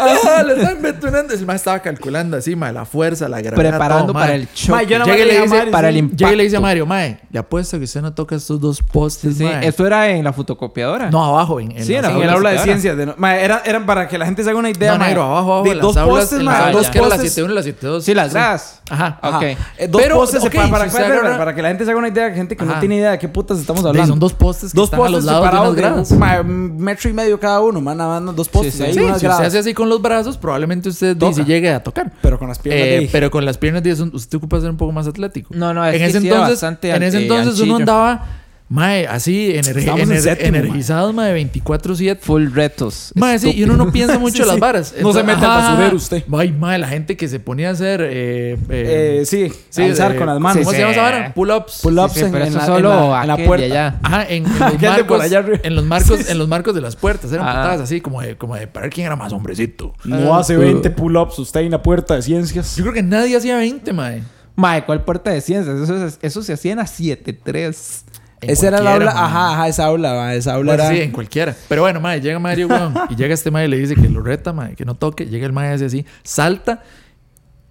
Speaker 4: Ajá, le están betonando. El más estaba calculando así, mae, la fuerza, la gravedad.
Speaker 2: Preparando
Speaker 4: todo, mae.
Speaker 2: para el show.
Speaker 3: Mae, yo no-
Speaker 4: Llega
Speaker 3: le
Speaker 4: y le
Speaker 3: dije a
Speaker 4: dice,
Speaker 3: Mario,
Speaker 2: para
Speaker 3: sí.
Speaker 2: el impacto.
Speaker 4: llega y le dice a Mario, mae, le apuesto que usted no toca estos dos postes,
Speaker 2: Sí,
Speaker 4: mae.
Speaker 2: eso era en la fotocopiadora.
Speaker 4: No, abajo, en, en
Speaker 2: Sí,
Speaker 4: la-
Speaker 2: era-
Speaker 3: En el aula de
Speaker 2: Ahora.
Speaker 3: ciencias. de no- mae, era- eran para que la gente se haga una idea,
Speaker 4: No,
Speaker 3: mae.
Speaker 4: negro, abajo, abajo.
Speaker 3: De
Speaker 4: en
Speaker 3: dos
Speaker 4: las aulas,
Speaker 3: postes,
Speaker 4: en
Speaker 3: mae.
Speaker 4: las
Speaker 3: Dos
Speaker 4: aulas, que era la
Speaker 3: postes.
Speaker 4: 7-1 y la 7-2.
Speaker 2: Sí, las gradas.
Speaker 4: Ajá,
Speaker 2: Ajá.
Speaker 4: ok.
Speaker 3: Eh, dos
Speaker 4: Pero,
Speaker 3: postes
Speaker 4: ok,
Speaker 3: separados. Para,
Speaker 4: si
Speaker 3: para-
Speaker 4: usted
Speaker 3: para-
Speaker 4: agarra-
Speaker 3: para que la gente se haga una idea, de gente que
Speaker 4: Ajá.
Speaker 3: no tiene idea de qué putas estamos
Speaker 4: Sí,
Speaker 3: hablando.
Speaker 4: son dos postes que
Speaker 3: dos
Speaker 4: están a
Speaker 3: postes
Speaker 4: los lados de
Speaker 3: separados
Speaker 4: unas gradas.
Speaker 3: de mae, metro y medio cada uno, man, nada más dos postes
Speaker 2: Sí, sí.
Speaker 3: ahí,
Speaker 4: Sí,
Speaker 3: unas
Speaker 4: si usted
Speaker 3: gradas.
Speaker 4: hace así con los brazos, probablemente usted
Speaker 3: Toca.
Speaker 4: dice llegue a tocar.
Speaker 3: Pero con las piernas
Speaker 4: Eh,
Speaker 3: de ahí.
Speaker 4: pero con las piernas de eso, usted ocupa ser un poco más atlético.
Speaker 2: No, no, es
Speaker 4: en
Speaker 2: que
Speaker 4: ese
Speaker 2: sí era
Speaker 4: entonces,
Speaker 2: bastante
Speaker 4: en ese
Speaker 2: an- eh,
Speaker 4: entonces uno
Speaker 2: anchillo.
Speaker 4: andaba mae, así energe-
Speaker 3: Estábamos en
Speaker 4: ener-
Speaker 3: séptimo, mae.
Speaker 4: energizado, mae, 24/7.
Speaker 2: Full retos.
Speaker 4: Mae, sí, y uno no piensa mucho
Speaker 3: Sí,
Speaker 4: en las
Speaker 3: sí.
Speaker 4: varas.
Speaker 3: No se mete al
Speaker 4: ajá,
Speaker 3: basurero
Speaker 4: ajá.
Speaker 3: usted.
Speaker 4: Ay, mae, la gente que se ponía a hacer eh, eh,
Speaker 3: Eh, sí,
Speaker 4: sí,
Speaker 3: alzar
Speaker 4: de-
Speaker 3: con las manos.
Speaker 4: ¿Cómo se llama esa vara? Pull-ups.
Speaker 3: Pull-ups
Speaker 2: Sí, sí,
Speaker 3: en,
Speaker 2: pero
Speaker 3: en
Speaker 2: eso
Speaker 3: la,
Speaker 2: solo
Speaker 3: en la- en la
Speaker 2: aquel de
Speaker 3: puerta.
Speaker 2: allá.
Speaker 4: Ajá, en,
Speaker 3: Aquel
Speaker 4: en los
Speaker 3: de por
Speaker 4: marcos,
Speaker 3: allá arriba.
Speaker 4: en los marcos, en los marcos de las puertas, eran
Speaker 2: Ah.
Speaker 4: patadas así como de, como de para ver quién era más hombrecito.
Speaker 3: No hace 20 pull-ups usted en la puerta de ciencias.
Speaker 4: Yo creo que nadie hacía 20, mae.
Speaker 2: Mae, ¿cuál puerta de ciencias? Eso, es- eso se hacía en la 7-3.
Speaker 4: En
Speaker 3: Esa era la
Speaker 4: cualquiera,
Speaker 3: aula.
Speaker 4: mae.
Speaker 3: Ajá, ajá, Ah, esa aula, ma, esa aula
Speaker 4: Bueno,
Speaker 3: era.
Speaker 4: sí, en cualquiera. Pero bueno, mae, llega Mario, weón. y llega este mae y le dice que lo reta, mae, que no toque. Llega el mae, hace así, salta.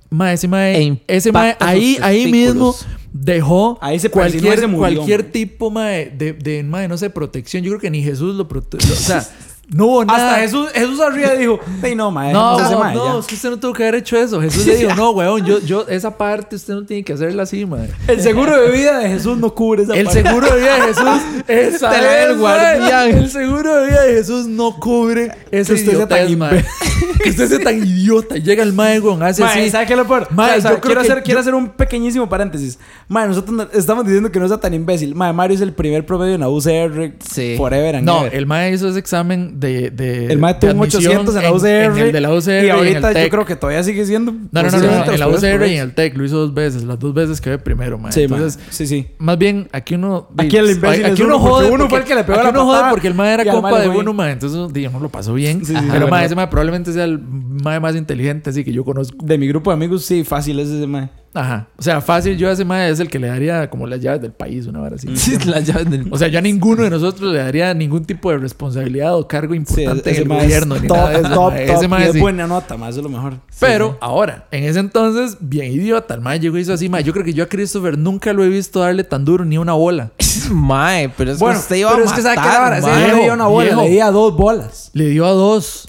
Speaker 4: Mae, ese
Speaker 2: E
Speaker 4: mae,
Speaker 2: impacta
Speaker 4: ese mae,
Speaker 2: sus
Speaker 4: ahí, ahí
Speaker 2: testículos.
Speaker 4: mismo dejó
Speaker 3: Ahí se persinó y
Speaker 4: cualquier,
Speaker 3: se murió,
Speaker 4: cualquier
Speaker 3: mae.
Speaker 4: tipo, mae, de, de, mae, no sé, protección. Yo creo que ni Jesús lo protegió. O sea, No hubo nada.
Speaker 5: Hasta Jesús, Jesús arriba dijo, "Ey, no, mae,
Speaker 4: No,
Speaker 5: dejemos ese mae,
Speaker 4: no,
Speaker 5: ya".
Speaker 4: es que usted no tuvo que haber hecho eso. Jesús le dijo, no, weón, yo, yo, esa parte usted no tiene que hacerla así, madre.
Speaker 5: El seguro de vida de Jesús no cubre esa
Speaker 4: El
Speaker 5: parte.
Speaker 4: seguro de vida de Jesús es
Speaker 2: Te la da el guardián.
Speaker 4: El seguro de vida de Jesús no cubre ese
Speaker 5: usted sea
Speaker 4: idiotez,
Speaker 5: tan
Speaker 4: mae. Que usted sea tan idiota. Llega el mae, weón, hace
Speaker 5: Mae,
Speaker 4: así.
Speaker 5: ¿sabe qué es lo peor?
Speaker 4: Mae,
Speaker 5: O sea, quiero,
Speaker 4: yo creo que
Speaker 5: hacer,
Speaker 4: yo-
Speaker 5: quiero hacer un pequeñísimo paréntesis. Mae, nosotros no- estamos diciendo que no sea tan imbécil. Mae, Mario es el primer promedio en la UCR
Speaker 2: Sí.
Speaker 5: forever and
Speaker 4: No,
Speaker 5: ever.
Speaker 4: el mae hizo ese examen de. de
Speaker 5: El mae tuvo
Speaker 4: de
Speaker 5: un
Speaker 4: admisión
Speaker 5: 800 en la UCR.
Speaker 4: En, el de la UCR.
Speaker 5: Y ahorita yo creo
Speaker 4: que.
Speaker 5: que todavía sigue siendo.
Speaker 4: No, no, no, no,
Speaker 5: posiblemente
Speaker 4: en la
Speaker 5: los peores
Speaker 4: UCR y en
Speaker 5: promedios.
Speaker 4: el TEC lo hizo dos veces, las dos veces que ve primero, mae.
Speaker 5: Sí, mae.
Speaker 4: Entonces,
Speaker 5: sí, sí.
Speaker 4: Más bien, aquí uno.
Speaker 5: Aquí el imbécil
Speaker 4: aquí
Speaker 5: es uno,
Speaker 4: uno
Speaker 5: porque
Speaker 4: jode.
Speaker 5: uno fue el que le pegó
Speaker 4: aquí
Speaker 5: la
Speaker 4: uno jode
Speaker 5: patada
Speaker 4: porque el mae era
Speaker 5: y al
Speaker 4: compa
Speaker 5: mae le
Speaker 4: de
Speaker 5: fue
Speaker 4: uno, mae. Entonces, digamos, lo pasó bien.
Speaker 5: Sí, sí, sí,
Speaker 4: pero,
Speaker 5: es
Speaker 4: mae,
Speaker 5: verdad.
Speaker 4: ese mae probablemente sea el mae más inteligente, así que yo conozco.
Speaker 5: De mi grupo de amigos, sí, fácil es ese mae.
Speaker 4: Ajá. O sea, fácil, yo a ese mae es el que le daría como las llaves del país, una vara así.
Speaker 2: Sí, las llaves del-
Speaker 4: O sea, yo a ninguno de nosotros le daría ningún tipo de responsabilidad o cargo
Speaker 5: Sí,
Speaker 4: importante en el
Speaker 5: mae es
Speaker 4: gobierno. ni
Speaker 5: top,
Speaker 4: nada de
Speaker 5: es
Speaker 4: eso,
Speaker 5: top,
Speaker 4: mae.
Speaker 5: top,
Speaker 4: Ese mae
Speaker 5: y es
Speaker 4: sí.
Speaker 5: buena nota, mae, eso es lo mejor.
Speaker 4: Pero ahora, en ese entonces, bien idiota, el mae llegó y hizo así, mae. Yo creo que yo a Christopher nunca lo he visto darle tan duro ni una bola.
Speaker 2: Mae, pero es
Speaker 5: Bueno,
Speaker 2: que usted iba
Speaker 5: pero
Speaker 2: a
Speaker 5: es que sabe que la
Speaker 2: matar,
Speaker 5: vara, ese
Speaker 2: mae.
Speaker 5: mae le dio una bola,
Speaker 4: viejo.
Speaker 5: le di a dos bolas.
Speaker 4: Le dio a dos.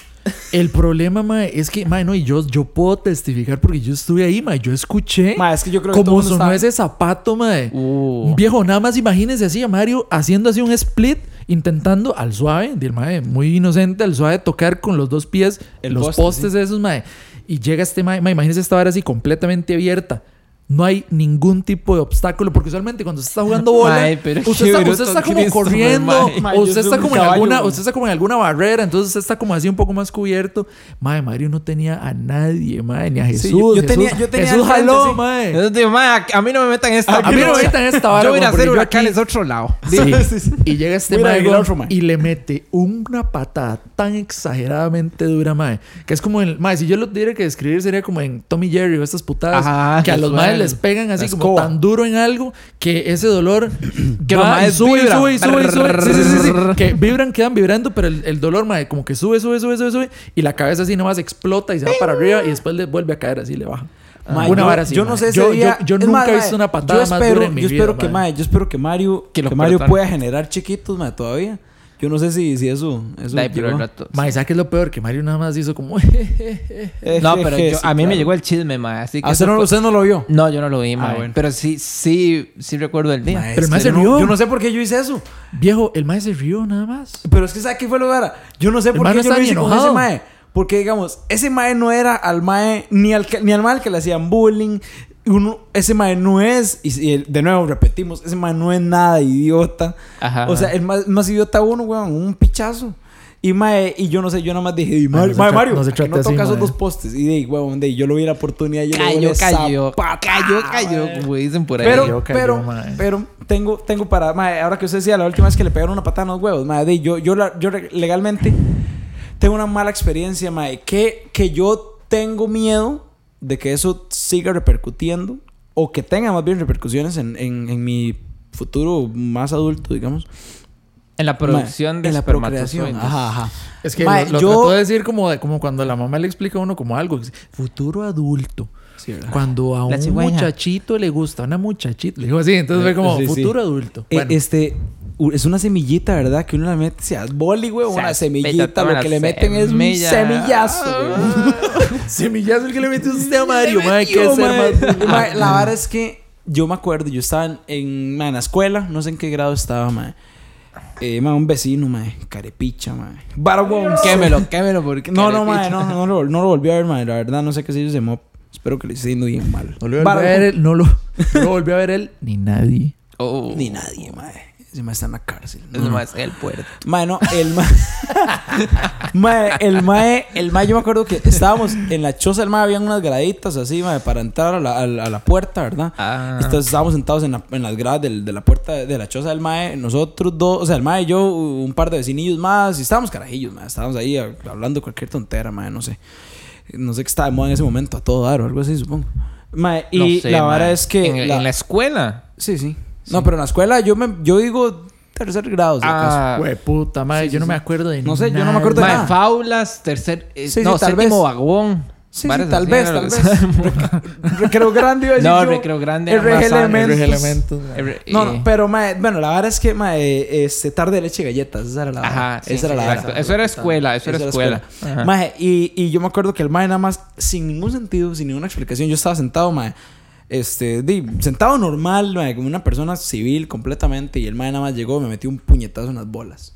Speaker 4: El problema, mae, es que, mae, no, y yo, yo puedo testificar porque yo estuve ahí, mae. Yo escuché
Speaker 5: Mae, es que yo creo que todo
Speaker 4: como
Speaker 5: el mundo
Speaker 4: sonó
Speaker 5: estaba-
Speaker 4: ese zapato, mae.
Speaker 2: Uh.
Speaker 4: Viejo, nada más imagínense así a Mario haciendo así un split, intentando al suave, del mae, muy inocente, al suave tocar con los dos pies
Speaker 5: El
Speaker 4: los
Speaker 5: poste,
Speaker 4: postes de esos, mae. Y llega este mae, mae, imagínense esta vara así completamente abierta. No hay ningún tipo de obstáculo, porque usualmente cuando usted está jugando bola,
Speaker 2: Mae, pero
Speaker 4: usted,
Speaker 2: qué
Speaker 4: está, usted
Speaker 2: bruto,
Speaker 4: está como
Speaker 2: Christopher,
Speaker 4: corriendo,
Speaker 2: mae.
Speaker 5: Mae,
Speaker 4: o
Speaker 5: yo
Speaker 4: usted
Speaker 5: soy
Speaker 4: está
Speaker 5: un
Speaker 4: como en
Speaker 5: caballo,
Speaker 4: alguna,
Speaker 5: güey.
Speaker 4: usted está como en alguna barrera, entonces usted está como así un poco más cubierto. Mae, Mario no tenía a nadie, mae, ni a Jesús.
Speaker 5: Sí, yo- yo
Speaker 4: Jesús-
Speaker 5: tenía- yo tenía
Speaker 4: Jesús
Speaker 5: al frente,
Speaker 4: jaló,
Speaker 5: sí.
Speaker 4: mae.
Speaker 2: Entonces digo, mae, a mí no me metan esta.
Speaker 4: A mí no me metan Ah, esta vara,
Speaker 2: Yo voy
Speaker 4: güey,
Speaker 2: a
Speaker 4: porque
Speaker 2: hacer
Speaker 4: yo
Speaker 2: huracanes
Speaker 4: aquí-
Speaker 2: otro lado.
Speaker 4: Sí.
Speaker 5: sí, sí.
Speaker 4: Y llega este
Speaker 5: Voy a ir a
Speaker 4: mae
Speaker 5: vigilar
Speaker 4: weón,
Speaker 5: otro mae.
Speaker 4: y le mete una patada tan exageradamente dura, mae. Que es como el. Mae, si yo lo tuviera que describir, sería como en Tommy Jerry o estas putadas.
Speaker 2: Ajá,
Speaker 4: que a
Speaker 2: que
Speaker 4: los
Speaker 2: suena
Speaker 4: maes
Speaker 2: el-
Speaker 4: les pegan así
Speaker 2: la
Speaker 4: como
Speaker 2: escoba.
Speaker 4: tan duro en algo que ese dolor.
Speaker 2: Que
Speaker 4: va
Speaker 2: los maes
Speaker 4: y sube, y
Speaker 2: vibran.
Speaker 4: sube, y sube, y sube. Sí, sí, sí, sí. Que vibran, quedan vibrando, pero el, el dolor, mae, como que sube, sube, sube, sube, sube. Y la cabeza así nomás explota y se va para arriba y después le vuelve a caer así, le baja.
Speaker 5: Mae,
Speaker 4: una
Speaker 5: yo,
Speaker 4: vara así.
Speaker 5: Yo no
Speaker 4: mae.
Speaker 5: sé ese
Speaker 4: Yo, yo-
Speaker 5: día-
Speaker 4: yo
Speaker 5: es
Speaker 4: nunca
Speaker 5: más,
Speaker 4: he
Speaker 5: mae,
Speaker 4: visto una patada
Speaker 5: yo
Speaker 4: más
Speaker 5: espero-
Speaker 4: dura en mi
Speaker 5: yo
Speaker 4: vida,
Speaker 5: espero que,
Speaker 4: mae.
Speaker 5: mae, yo espero que Mario,
Speaker 2: Que
Speaker 5: que
Speaker 2: lo
Speaker 5: Mario
Speaker 2: cortaron.
Speaker 5: pueda generar chiquitos, mae, todavía. Yo no sé si, si eso, eso
Speaker 2: Ay, pero
Speaker 5: llegó.
Speaker 2: el rato-
Speaker 4: Mae, ¿sabes qué es lo peor? Que Mario nada más hizo como...
Speaker 5: Eh,
Speaker 2: No,
Speaker 5: je,
Speaker 2: pero
Speaker 5: je,
Speaker 2: yo-
Speaker 5: sí,
Speaker 2: a mí me
Speaker 5: claro.
Speaker 2: llegó el chisme, mae. Así que
Speaker 5: Ah, usted,
Speaker 2: eso
Speaker 5: no,
Speaker 2: fue-
Speaker 5: usted no lo vio.
Speaker 2: No, yo no lo vi, mae.
Speaker 5: bueno.
Speaker 2: Pero sí, sí, sí recuerdo el día.
Speaker 4: Pero el mae se
Speaker 5: Yo no-
Speaker 4: rió.
Speaker 5: Yo no sé por qué yo hice eso.
Speaker 4: Viejo, el mae se rió nada más.
Speaker 5: Pero es que ¿sabes qué fue lo que era? Yo no sé
Speaker 4: El
Speaker 5: por
Speaker 4: mae
Speaker 5: qué
Speaker 4: no
Speaker 5: yo
Speaker 4: estaba
Speaker 5: lo
Speaker 4: ni
Speaker 5: hice con
Speaker 4: enojado.
Speaker 5: ese mae. Porque, digamos, ese mae no era al mae, ni al, que- ni al mae al que le hacían bullying. Uno, ese mae no es, y, y el- de nuevo repetimos, ese mae no es nada de idiota.
Speaker 2: Ajá.
Speaker 5: O sea, el más, más idiota uno, weón, un pichazo. Y mae, y yo no sé, yo nada más dije, y
Speaker 4: Ah,
Speaker 5: Mario,
Speaker 4: no se
Speaker 5: mae,
Speaker 4: tra-
Speaker 5: Mario,
Speaker 4: no se
Speaker 5: ¿a que no,
Speaker 4: trate así,
Speaker 5: toca esos
Speaker 4: mae.
Speaker 5: dos postes. Y de ahí, weón, de ahí, yo lo vi la oportunidad, yo le
Speaker 2: cayó,
Speaker 5: doy
Speaker 2: cayó, cayó, cayó, como dicen por ahí.
Speaker 5: pero,
Speaker 4: Cayó, cayó,
Speaker 5: pero,
Speaker 4: mae.
Speaker 5: pero tengo, tengo para, mae, ahora que usted decía, la última vez que le pegaron una patada en los huevos, mae, de- yo, yo, la- yo re- legalmente tengo una mala experiencia, mae, que, que yo tengo miedo de que eso siga repercutiendo o que tenga más bien repercusiones en, en, en mi futuro más adulto, digamos.
Speaker 2: en la producción
Speaker 5: Mae,
Speaker 2: de
Speaker 5: en la procreación.
Speaker 2: espermatozoides.
Speaker 5: Ajá, ajá.
Speaker 4: Es que
Speaker 5: Mae,
Speaker 4: lo, lo
Speaker 5: yo-
Speaker 4: trató de decir como, de- como cuando la mamá le explica a uno como algo. dice, Futuro adulto.
Speaker 5: Sí, ¿verdad?
Speaker 4: Cuando a
Speaker 2: La
Speaker 4: un
Speaker 2: cigüeña.
Speaker 4: muchachito le gusta, a una muchachita. Le dijo así, entonces fue como
Speaker 5: Sí, sí.
Speaker 4: futuro adulto.
Speaker 5: Eh,
Speaker 4: Bueno,
Speaker 5: Este. u- Es una semillita, ¿verdad? Que uno la mete, sea boli, güey, o
Speaker 2: sea,
Speaker 5: una semillita.
Speaker 2: toma
Speaker 5: Lo
Speaker 2: la
Speaker 5: que le meten es un
Speaker 2: semilla. Ah.
Speaker 5: semillazo, güey.
Speaker 4: semillazo el que le metió usted a Mario, mae,
Speaker 5: Ay,
Speaker 4: qué
Speaker 5: yo,
Speaker 4: ser
Speaker 5: mae.
Speaker 4: más duro.
Speaker 5: Mae, La verdad es que yo me acuerdo, yo estaba en, en, Mm, mae, en la escuela, no sé en qué grado estaba, mae. Eh, mae, un vecino, mae, carepicha, mae. Barbón.
Speaker 2: Quémelo, quémelo porque
Speaker 5: No, no, mae, no, no, lo, no lo volví a ver, mae. La verdad, no sé qué se hizo ese mop. Espero que le esté yendo bien mal.
Speaker 4: No lo volvió a ver él, no lo, no lo volvió a ver él ni nadie.
Speaker 2: Oh,
Speaker 5: Ni nadie, mae. Ese mae está en la cárcel.
Speaker 2: es más el puerto.
Speaker 5: Mae, no, el mae. mae, el mae, el mae, yo me acuerdo que estábamos en la choza del mae, habían unas graditas así, mae, para entrar a la, a la- a la puerta, ¿verdad?
Speaker 2: Ah.
Speaker 5: Entonces estábamos sentados en, la- en las gradas del- de la puerta de la choza del mae, nosotros dos, o sea, el mae y yo, un par de vecinillos más, y estábamos carajillos, mae, estábamos ahí a- hablando cualquier tontera, mae, no sé. No sé qué estaba de moda en ese momento, a todo dar o algo así, supongo. Mae, y
Speaker 2: No sé,
Speaker 5: la vara
Speaker 2: mae.
Speaker 5: es que.
Speaker 2: En en la, escuela.
Speaker 5: Sí, sí, No, pero en la escuela yo me yo digo tercer grado, si acaso.
Speaker 2: Ah,
Speaker 4: Güey, puta madre, yo no me acuerdo de
Speaker 5: No sé, yo no me acuerdo de
Speaker 4: nada.
Speaker 5: nada.
Speaker 2: mae, faulas, tercer. eh,
Speaker 5: Ah. Sí, sí,
Speaker 2: no,
Speaker 5: tal
Speaker 2: séptimo
Speaker 5: vez.
Speaker 2: vagón.
Speaker 5: Sí, sí,
Speaker 2: Varas
Speaker 5: tal
Speaker 2: así,
Speaker 5: vez,
Speaker 2: era
Speaker 5: tal
Speaker 2: lo que
Speaker 5: vez. Rec- recreo grande iba a decir
Speaker 2: No,
Speaker 5: yo.
Speaker 2: recreo grande. era
Speaker 5: RG
Speaker 2: más sano.
Speaker 5: Elementos.
Speaker 4: Elementos, mae.
Speaker 2: R-
Speaker 5: No, no,
Speaker 2: eh,
Speaker 5: pero mae, bueno, la verdad es que mae, este, tarde de leche y galletas, esa era la vara.
Speaker 2: Ajá, sí,
Speaker 5: esa era
Speaker 2: sí,
Speaker 5: la
Speaker 2: exacto.
Speaker 5: vara.
Speaker 2: Eso era escuela, eso, era
Speaker 5: Esa
Speaker 2: escuela. Ajá.
Speaker 5: Mae, y, y yo me acuerdo que el mae nada más, sin ningún sentido, sin ninguna explicación, yo estaba sentado, mae. Este, di, sentado normal, mae, como una persona civil completamente. Y el mae nada más llegó, me metió un puñetazo en las bolas.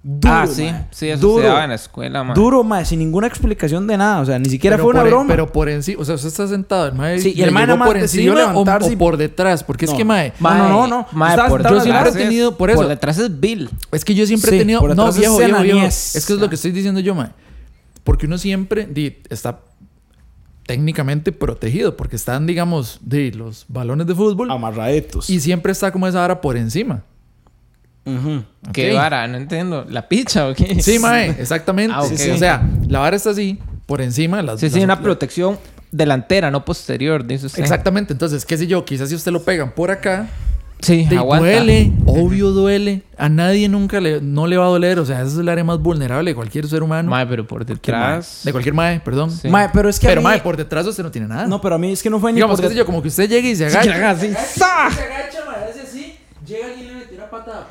Speaker 5: Duro,
Speaker 2: ah, sí,
Speaker 5: mae.
Speaker 2: sí, eso
Speaker 5: Duro.
Speaker 2: se daba en la escuela, man.
Speaker 5: Duro, mae, sin ninguna explicación de nada. O sea, ni siquiera
Speaker 4: Pero
Speaker 5: fue una
Speaker 4: por- e-
Speaker 5: broma.
Speaker 4: Pero por encima, o sea, usted está sentado, el mae.
Speaker 5: Sí, y
Speaker 4: le
Speaker 5: el mae
Speaker 4: llegó
Speaker 5: nada más
Speaker 4: por
Speaker 5: decidió
Speaker 4: encima o,
Speaker 5: levantarse y-
Speaker 4: o por detrás, porque es
Speaker 5: No.
Speaker 4: que mae.
Speaker 5: Ma- No, no, no, no.
Speaker 2: Mae,
Speaker 5: Estaba
Speaker 2: por
Speaker 5: sentado
Speaker 4: en
Speaker 2: yo
Speaker 4: la
Speaker 2: siempre he
Speaker 4: clase.
Speaker 2: tenido por eso.
Speaker 4: Por
Speaker 2: detrás es Bill.
Speaker 4: Es que yo siempre
Speaker 5: Sí,
Speaker 4: he tenido.
Speaker 5: por
Speaker 4: No,
Speaker 5: atrás es
Speaker 4: viejo, viejo, viejo.
Speaker 5: enanies.
Speaker 4: Es que es lo que estoy diciendo yo, mae. Porque uno siempre di, está técnicamente protegido, porque están, digamos, de los balones de fútbol
Speaker 5: Amarraditos.
Speaker 4: y siempre está como esa vara por encima.
Speaker 5: Ujú.
Speaker 2: Qué
Speaker 4: Ok.
Speaker 2: vara, no entiendo. ¿La picha o qué?
Speaker 4: Sí, mae, exactamente.
Speaker 2: Ah, ok.
Speaker 4: O sea, la vara está así, por encima. Las,
Speaker 2: Sí, sí,
Speaker 4: las-
Speaker 2: una protección delantera, no posterior, dice usted.
Speaker 4: Exactamente, entonces, qué sé yo, quizás si usted lo pegan por acá,
Speaker 2: Sí,
Speaker 4: de-
Speaker 2: aguanta.
Speaker 4: duele, obvio duele, a nadie nunca le, no le va a doler, o sea, ese es el área más vulnerable de cualquier ser humano,
Speaker 2: Mae, pero por
Speaker 4: Que
Speaker 2: detrás.
Speaker 4: mae, de cualquier mae, perdón.
Speaker 2: Sí.
Speaker 5: Mae, pero es que. a
Speaker 4: Pero
Speaker 5: mí-
Speaker 4: mae, por detrás usted no tiene nada.
Speaker 5: No, pero a mí es que no fue ni
Speaker 4: Digamos,
Speaker 5: por
Speaker 4: qué
Speaker 5: det-
Speaker 4: sé yo, como que usted llegue y se
Speaker 2: Sí, que
Speaker 4: agacha.
Speaker 2: la haga así. ¡Sa!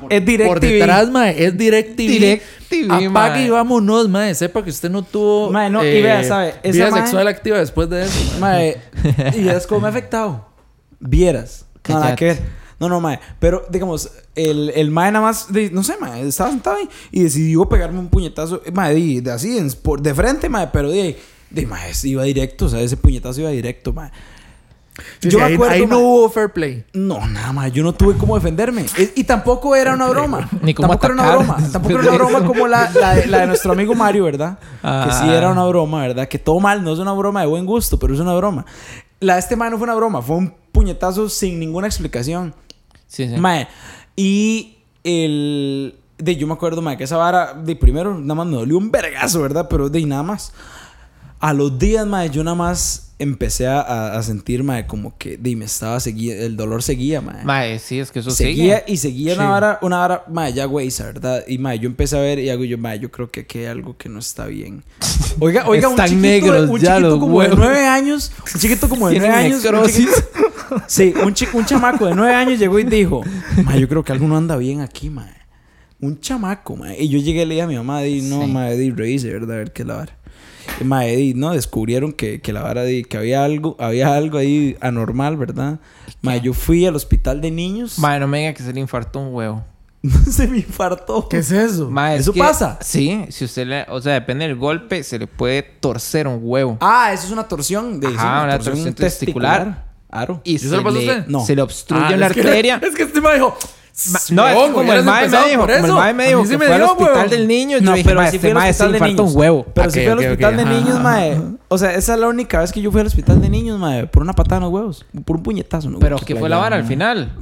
Speaker 5: Es directo.
Speaker 4: por detrás, mae, es DirecTV.
Speaker 2: DirecTV,
Speaker 4: Apague
Speaker 2: mae.
Speaker 4: y vámonos, mae. Sepa que usted no tuvo eh,
Speaker 5: Mae, no, y vea, ¿sabe? Esa
Speaker 4: vida
Speaker 5: mae-
Speaker 4: sexual activa después de eso.
Speaker 5: Mae, y es como me ha afectado. Vieras. No, nada
Speaker 2: Cállate.
Speaker 5: que ver. No, no, mae. Pero, digamos, el, el mae nada más, de- no sé, mae, estaba sentado ahí y decidió pegarme un puñetazo, eh, mae, de, de así, en- por, de frente, mae, pero de ahí, de mae, sí, iba directo, o sea, ese puñetazo iba directo, mae.
Speaker 4: Sí,
Speaker 5: yo
Speaker 4: sí,
Speaker 5: me
Speaker 4: ahí,
Speaker 5: acuerdo,
Speaker 4: ahí no
Speaker 5: mae,
Speaker 4: hubo fair play.
Speaker 5: no, nada más, yo no tuve cómo defenderme. E- y tampoco era una broma.
Speaker 2: Ni cómo
Speaker 5: tampoco era una
Speaker 2: atacar
Speaker 5: broma.
Speaker 2: después
Speaker 5: Tampoco era
Speaker 2: de
Speaker 5: una broma
Speaker 2: eso.
Speaker 5: como la, la de, la de nuestro amigo Mario, ¿verdad? Que sí
Speaker 2: Ah.
Speaker 5: era una broma, ¿verdad? Que todo mal, no es una broma de buen gusto, pero es una broma. La de este mae no fue una broma, fue un puñetazo sin ninguna explicación.
Speaker 2: Sí, sí.
Speaker 5: Mae. Y el. De, yo me acuerdo, mae, que esa vara, de primero, nada más me dolió un vergazo, ¿verdad? Pero de nada más. A los días, mae, yo nada más empecé a, a- a sentir, mae, como que de, me estaba seguía, el dolor seguía, mae.
Speaker 2: Mae, sí, es que eso
Speaker 5: seguía
Speaker 2: sigue.
Speaker 5: y seguía
Speaker 4: Sí.
Speaker 5: una vara, una vara, mae, ya güey, esa, ¿verdad? Y mae, yo empecé a ver y hago yo, mae, yo creo que aquí hay algo que no está bien. Oiga, oiga, un
Speaker 2: Están
Speaker 5: chiquito,
Speaker 2: negros
Speaker 5: un
Speaker 2: ya
Speaker 5: chiquito
Speaker 2: los
Speaker 5: como
Speaker 2: huevos.
Speaker 5: de nueve años, un chiquito como de
Speaker 2: Tienen
Speaker 5: nueve años, un
Speaker 2: necrosis.
Speaker 5: chiquito- Sí, un, chi- un chamaco de nueve años llegó y dijo, ma, yo creo que algo no anda bien aquí, ma. Un chamaco, ma. Y yo llegué y le dije a mi mamá, di, no,
Speaker 2: Sí.
Speaker 5: ma, di, revise, ¿verdad? A ver qué es la vara. Y, ma, di, no, descubrieron que, que la vara, di, que había algo, había algo ahí anormal, ¿verdad? Ma, yo fui al hospital de niños.
Speaker 2: Mae, no me diga que se le infartó un huevo.
Speaker 5: Se me infartó.
Speaker 4: ¿Qué es eso?
Speaker 2: Mae, es
Speaker 5: ¿Eso
Speaker 2: que-
Speaker 5: pasa?
Speaker 2: Sí, si usted le. O sea, depende del golpe, se le puede torcer un huevo.
Speaker 5: Ah, eso es una torsión. De, sí,
Speaker 2: Ajá, una torsión testicular.
Speaker 5: Aro.
Speaker 2: Y
Speaker 4: se
Speaker 2: se,
Speaker 4: lo pasó a
Speaker 2: le,
Speaker 4: usted?
Speaker 5: No.
Speaker 2: se le obstruye
Speaker 4: Ah,
Speaker 2: la
Speaker 4: es que-
Speaker 2: arteria.
Speaker 4: es que este mae dijo.
Speaker 2: Ma- No, es que como el mae me dijo, como el mae me dijo que fue al hospital del niño, yo
Speaker 5: No,
Speaker 2: dije,
Speaker 5: pero
Speaker 2: mae,
Speaker 5: sí
Speaker 2: este
Speaker 5: fui al
Speaker 2: mae se
Speaker 5: hospital de
Speaker 2: infartó
Speaker 5: niños.
Speaker 2: un huevo.
Speaker 5: Pero
Speaker 4: Ok,
Speaker 5: sí fui al
Speaker 4: ok, ok,
Speaker 5: hospital de
Speaker 4: ajá,
Speaker 5: niños,
Speaker 4: ajá.
Speaker 5: mae. O sea, esa es la única vez que yo fui al hospital de niños, mae. Por una patada en los huevos. Por un puñetazo, ¿no?
Speaker 2: Pero que fue la vara al final.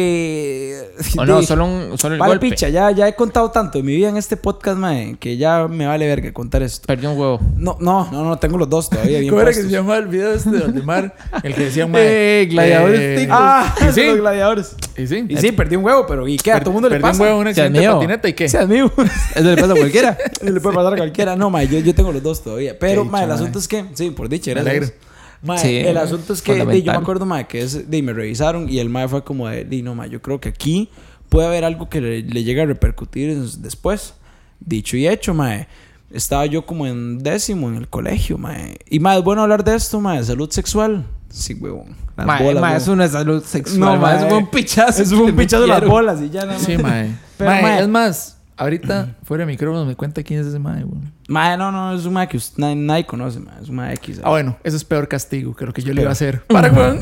Speaker 5: Mae.
Speaker 2: O no,
Speaker 5: de-
Speaker 2: solo, un, solo el
Speaker 5: Vale,
Speaker 2: golpe.
Speaker 5: picha, ya, ya he contado tanto de mi vida en este podcast, mae, que ya me vale verga contar esto.
Speaker 2: Perdió un huevo.
Speaker 5: No, no, no, no, tengo los dos todavía bien
Speaker 4: ¿Cómo era que se
Speaker 5: puestos.
Speaker 4: llamaba el video este del de Mar? El que decía, mae.
Speaker 2: Eh, gladiadores ticos.
Speaker 5: Ah,
Speaker 4: ¿Y sí?
Speaker 5: los gladiadores.
Speaker 4: Y sí.
Speaker 5: Y sí, perdí un huevo, pero ¿y qué? A todo el mundo le
Speaker 4: Perdí un
Speaker 5: pasa.
Speaker 4: huevo en un
Speaker 2: Seas
Speaker 4: accidente de
Speaker 2: mío.
Speaker 4: patineta y qué.
Speaker 5: Seas mío.
Speaker 2: Eso le pasa a cualquiera.
Speaker 5: Le puede pasar a cualquiera. No, mae, yo, yo tengo los dos todavía. Pero,
Speaker 4: Qué
Speaker 5: mae, el
Speaker 4: dicha,
Speaker 5: asunto es que... Sí, por dicha,
Speaker 4: Me
Speaker 5: gracias.
Speaker 4: alegro.
Speaker 5: Mae,
Speaker 2: Sí,
Speaker 5: el asunto es que de, yo me
Speaker 2: fundamental.
Speaker 5: acuerdo, mae, que es, de, me revisaron y el mae fue como de, di, no, mae, yo creo que aquí puede haber algo que le, le llegue a repercutir en- después. Dicho y hecho, mae. Estaba yo como en décimo en el colegio, mae. Y, mae, es bueno hablar de esto, mae, salud sexual. Sí, huevón. Las
Speaker 2: Mae,
Speaker 5: bolas,
Speaker 2: mae,
Speaker 5: huevón.
Speaker 2: eso no es salud sexual.
Speaker 5: No,
Speaker 2: mae,
Speaker 5: mae.
Speaker 4: eh.
Speaker 2: eso fue un pichazo.
Speaker 5: Eso fue
Speaker 2: que
Speaker 5: un
Speaker 2: le
Speaker 5: pichazo de las
Speaker 2: metieron.
Speaker 5: bolas y ya nada más.
Speaker 4: Sí, mae.
Speaker 5: Pero,
Speaker 4: Mae,
Speaker 5: mae.
Speaker 4: es más, ahorita fuera de micrófono me cuenta quién es ese mae, güey.
Speaker 5: Mae, no, no, es un mae que usted- nadie, nadie conoce, mae. Es un mae X.
Speaker 4: Ah, bueno, eso es peor castigo que lo que yo le iba a hacer. Para, weón.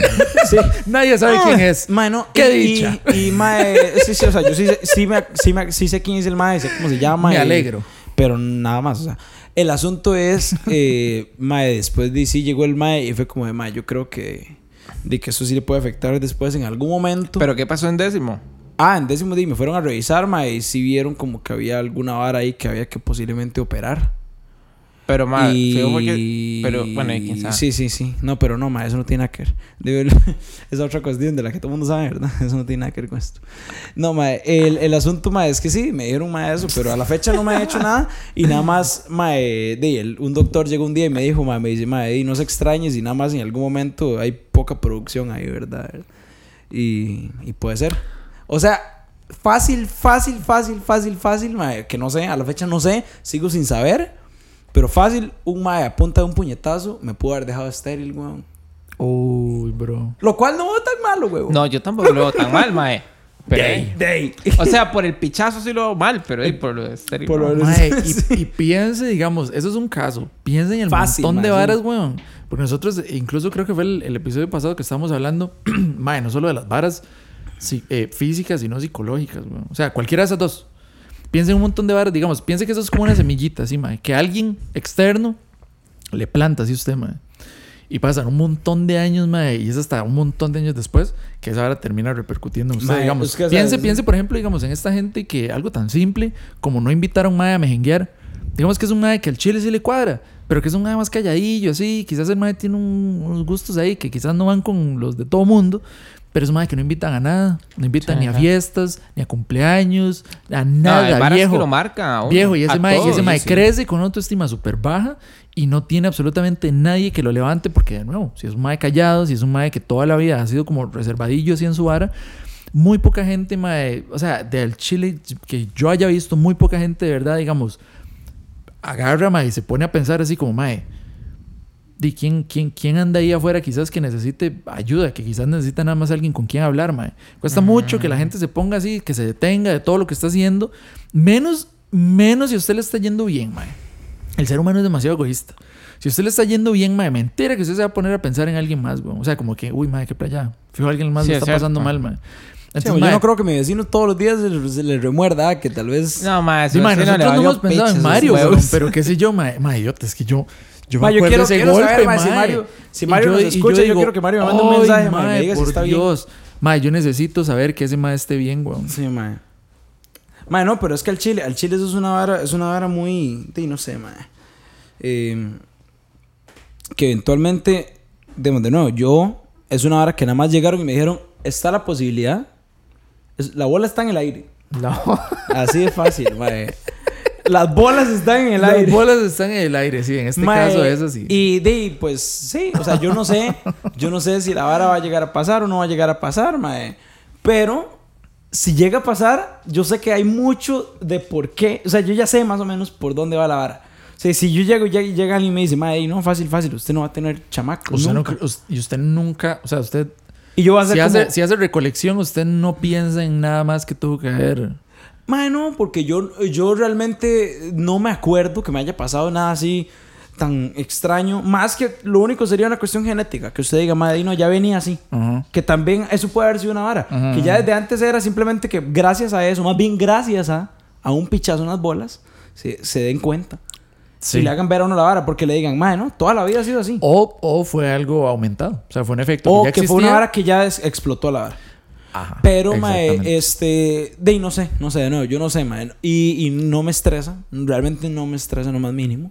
Speaker 5: Sí.
Speaker 4: Nadie sabe quién
Speaker 2: Ah,
Speaker 4: es.
Speaker 5: Mae, no.
Speaker 4: Qué
Speaker 5: y,
Speaker 4: dicha.
Speaker 5: Y, y, mae, sí, sí, o sea, yo sí, sé- sí, me, sí, me- sí sé quién es el mae, sé cómo se llama.
Speaker 4: Me
Speaker 5: y-
Speaker 4: alegro.
Speaker 5: Pero nada más, o sea. El asunto es, eh, mae, después de sí llegó el mae y fue como de mae, yo creo que. De que eso sí le puede afectar después en algún momento.
Speaker 2: Pero ¿qué pasó en décimo?
Speaker 5: ah, en décimo día me fueron a revisar, mae, y sí vieron como que había alguna vara ahí que había que posiblemente operar.
Speaker 2: Pero, ma,
Speaker 3: Y-
Speaker 2: feo fue que- Pero, bueno, y quién sabe.
Speaker 3: Sí, sí, sí. No, pero no, ma, eso no tiene nada que ver. Digo, es otra cuestión de la que todo el mundo sabe, ¿verdad? Eso no tiene nada que ver con esto. No, ma, el, el asunto, ma, es que sí, me dieron, ma, eso, pero a la fecha no me han hecho nada. Y nada más, ma, eh, de, el- un doctor llegó un día y me dijo, ma, me dice, ma, eh, no se extrañes y nada más en algún momento hay poca producción ahí, ¿verdad? Y, y puede ser. O sea, fácil, fácil, fácil, fácil, fácil, mae, que no sé, a la fecha no sé, sigo sin saber. Pero fácil, un mae a punta de un puñetazo me pudo haber dejado estéril, weón.
Speaker 4: Uy, bro.
Speaker 3: Lo cual no es tan malo, weón.
Speaker 2: No, yo tampoco lo veo tan mal, mae. Pero, eh,
Speaker 3: Day, day.
Speaker 2: O sea, por el pichazo sí lo veo mal, pero eh, por lo estéril.
Speaker 3: Por lo-
Speaker 2: no.
Speaker 4: Mae, y, y piense, digamos, eso es un caso. Piense en el
Speaker 3: Fácil,
Speaker 4: montón de
Speaker 3: mae,
Speaker 4: varas, weón. Porque nosotros, eh, incluso creo que fue el, el episodio pasado que estábamos hablando, mae, no solo de las varas si- eh, físicas, sino psicológicas, weón. O sea, cualquiera de esas dos. Piense en un montón de varas, digamos, piense que eso es como una semillita, sí, mae. Que alguien externo le planta así usted, mae. Y pasan un montón de años, mae, y es hasta un montón de años después que esa vara termina repercutiendo en usted,
Speaker 3: Mae,
Speaker 4: digamos.
Speaker 3: es que, o sea,
Speaker 4: piense,
Speaker 3: es-
Speaker 4: piense, por ejemplo, digamos, en esta gente que algo tan simple como no invitar a un mae a mejenguear. Digamos que es un mae que al chile sí le cuadra, pero que es un mae más calladillo, así. Quizás el mae tiene un- unos gustos ahí que quizás no van con los de todo mundo, pero es un mae que no invitan a nada. No invitan
Speaker 2: Sí,
Speaker 4: ni a
Speaker 2: ajá.
Speaker 4: fiestas, ni a cumpleaños, a
Speaker 2: hay
Speaker 4: nada,
Speaker 2: varas que
Speaker 4: viejo.
Speaker 2: lo marca a uno,
Speaker 4: Viejo, y ese
Speaker 2: a
Speaker 4: mae, y ese
Speaker 2: todos,
Speaker 4: mae
Speaker 2: sí.
Speaker 4: crece con una autoestima súper baja y no tiene absolutamente nadie que lo levante, porque de nuevo, si es un mae callado, si es un mae que toda la vida ha sido como reservadillo así en su vara, muy poca gente, mae, o sea, del Chile que yo haya visto, muy poca gente de verdad, digamos, agarra, mae, y se pone a pensar así como, mae, ¿de quién, quién, quién anda ahí afuera quizás que necesite ayuda, que quizás necesita nada más alguien con quien hablar, mae? Cuesta mucho que la gente se ponga así, que se detenga de todo lo que está haciendo, menos, menos si a usted le está yendo bien, mae. El ser humano es demasiado egoísta. Si a usted le está yendo bien, mae, mentira que usted se va a poner a pensar en alguien más, weón. O sea, como que, uy, mae, qué playa. Fijo, alguien más
Speaker 2: Sí,
Speaker 4: le
Speaker 2: es
Speaker 4: está
Speaker 2: cierto.
Speaker 4: pasando mal, mae.
Speaker 3: Sí,
Speaker 4: Entonces,
Speaker 3: weón, yo
Speaker 4: mae,
Speaker 3: no creo que mi vecino todos los días se, le- se le remuerda ah, que tal vez.
Speaker 2: No, mae,
Speaker 4: Sí,
Speaker 2: eso
Speaker 4: mae,
Speaker 2: sí no le
Speaker 4: nosotros no
Speaker 2: valió
Speaker 4: hemos pensado en
Speaker 2: piches,
Speaker 4: Mario,
Speaker 2: esos
Speaker 4: weón,
Speaker 2: huevos.
Speaker 4: pero qué sé yo, mae, mae, yo, es que yo, yo
Speaker 3: Ma,
Speaker 4: me
Speaker 3: yo
Speaker 4: acuerdo
Speaker 3: quiero-
Speaker 4: ese
Speaker 3: quiero
Speaker 4: golpe,
Speaker 3: saber, ma, si
Speaker 4: mae.
Speaker 3: Mario- si
Speaker 4: Y
Speaker 3: Mario nos
Speaker 4: y
Speaker 3: escucha, yo quiero que Mario me mande un
Speaker 4: "Ay,
Speaker 3: mensaje, ma, y me
Speaker 4: mae,
Speaker 3: diga si
Speaker 4: por
Speaker 3: está bien".
Speaker 4: Dios. Mae, yo necesito saber que ese mae esté bien, weón.
Speaker 3: Sí, mae. Mae, no, pero es que al chile, al chile eso es una vara, es una vara muy, de, no sé, mae. Eh, que eventualmente, digamos, de nuevo, yo, es una vara que nada más llegaron y me dijeron, está la posibilidad, es- la bola está en el aire.
Speaker 4: No.
Speaker 3: Así de fácil, mae. Las bolas están en el
Speaker 4: Las
Speaker 3: aire.
Speaker 4: bolas están en el aire, sí, en este
Speaker 3: Mae,
Speaker 4: caso es así.
Speaker 3: Y de, pues sí, o sea, yo no sé, yo no sé si la vara va a llegar a pasar o no va a llegar a pasar, mae. Pero si llega a pasar, yo sé que hay mucho de por qué, o sea, yo ya sé más o menos por dónde va la vara. O sea, si yo llego y llega, llega alguien y me dice, mae, no, fácil, fácil, usted no va a tener chamacos.
Speaker 4: Usted no
Speaker 3: nunca".
Speaker 4: cre- us- y usted nunca, o sea, usted
Speaker 3: Y yo voy a hacer
Speaker 4: si
Speaker 3: como,
Speaker 4: hace, si hace recolección, usted no piensa en nada más que tuvo que haber.
Speaker 3: mae, no, porque yo, yo realmente no me acuerdo que me haya pasado nada así tan extraño. Más que lo único sería una cuestión genética, que usted diga, mae, no, ya venía así.
Speaker 4: Ajá.
Speaker 3: Que también eso puede haber sido una vara. Que ya desde antes era simplemente que gracias a eso, más bien gracias a, a un pichazo en las bolas, se, se den cuenta.
Speaker 4: Sí.
Speaker 3: Y le hagan ver a uno la vara porque le digan, madre, no, toda la vida ha sido así. O,
Speaker 4: O, o fue algo aumentado. O sea, fue un efecto. que ya
Speaker 3: que fue una
Speaker 4: existía.
Speaker 3: vara que ya des- explotó la vara.
Speaker 4: Ajá,
Speaker 3: Pero, mae,
Speaker 4: exactamente.
Speaker 3: este. De ahí no sé, no sé, de nuevo, yo no sé, mae. Y, y no me estresa, realmente no me estresa, no más mínimo.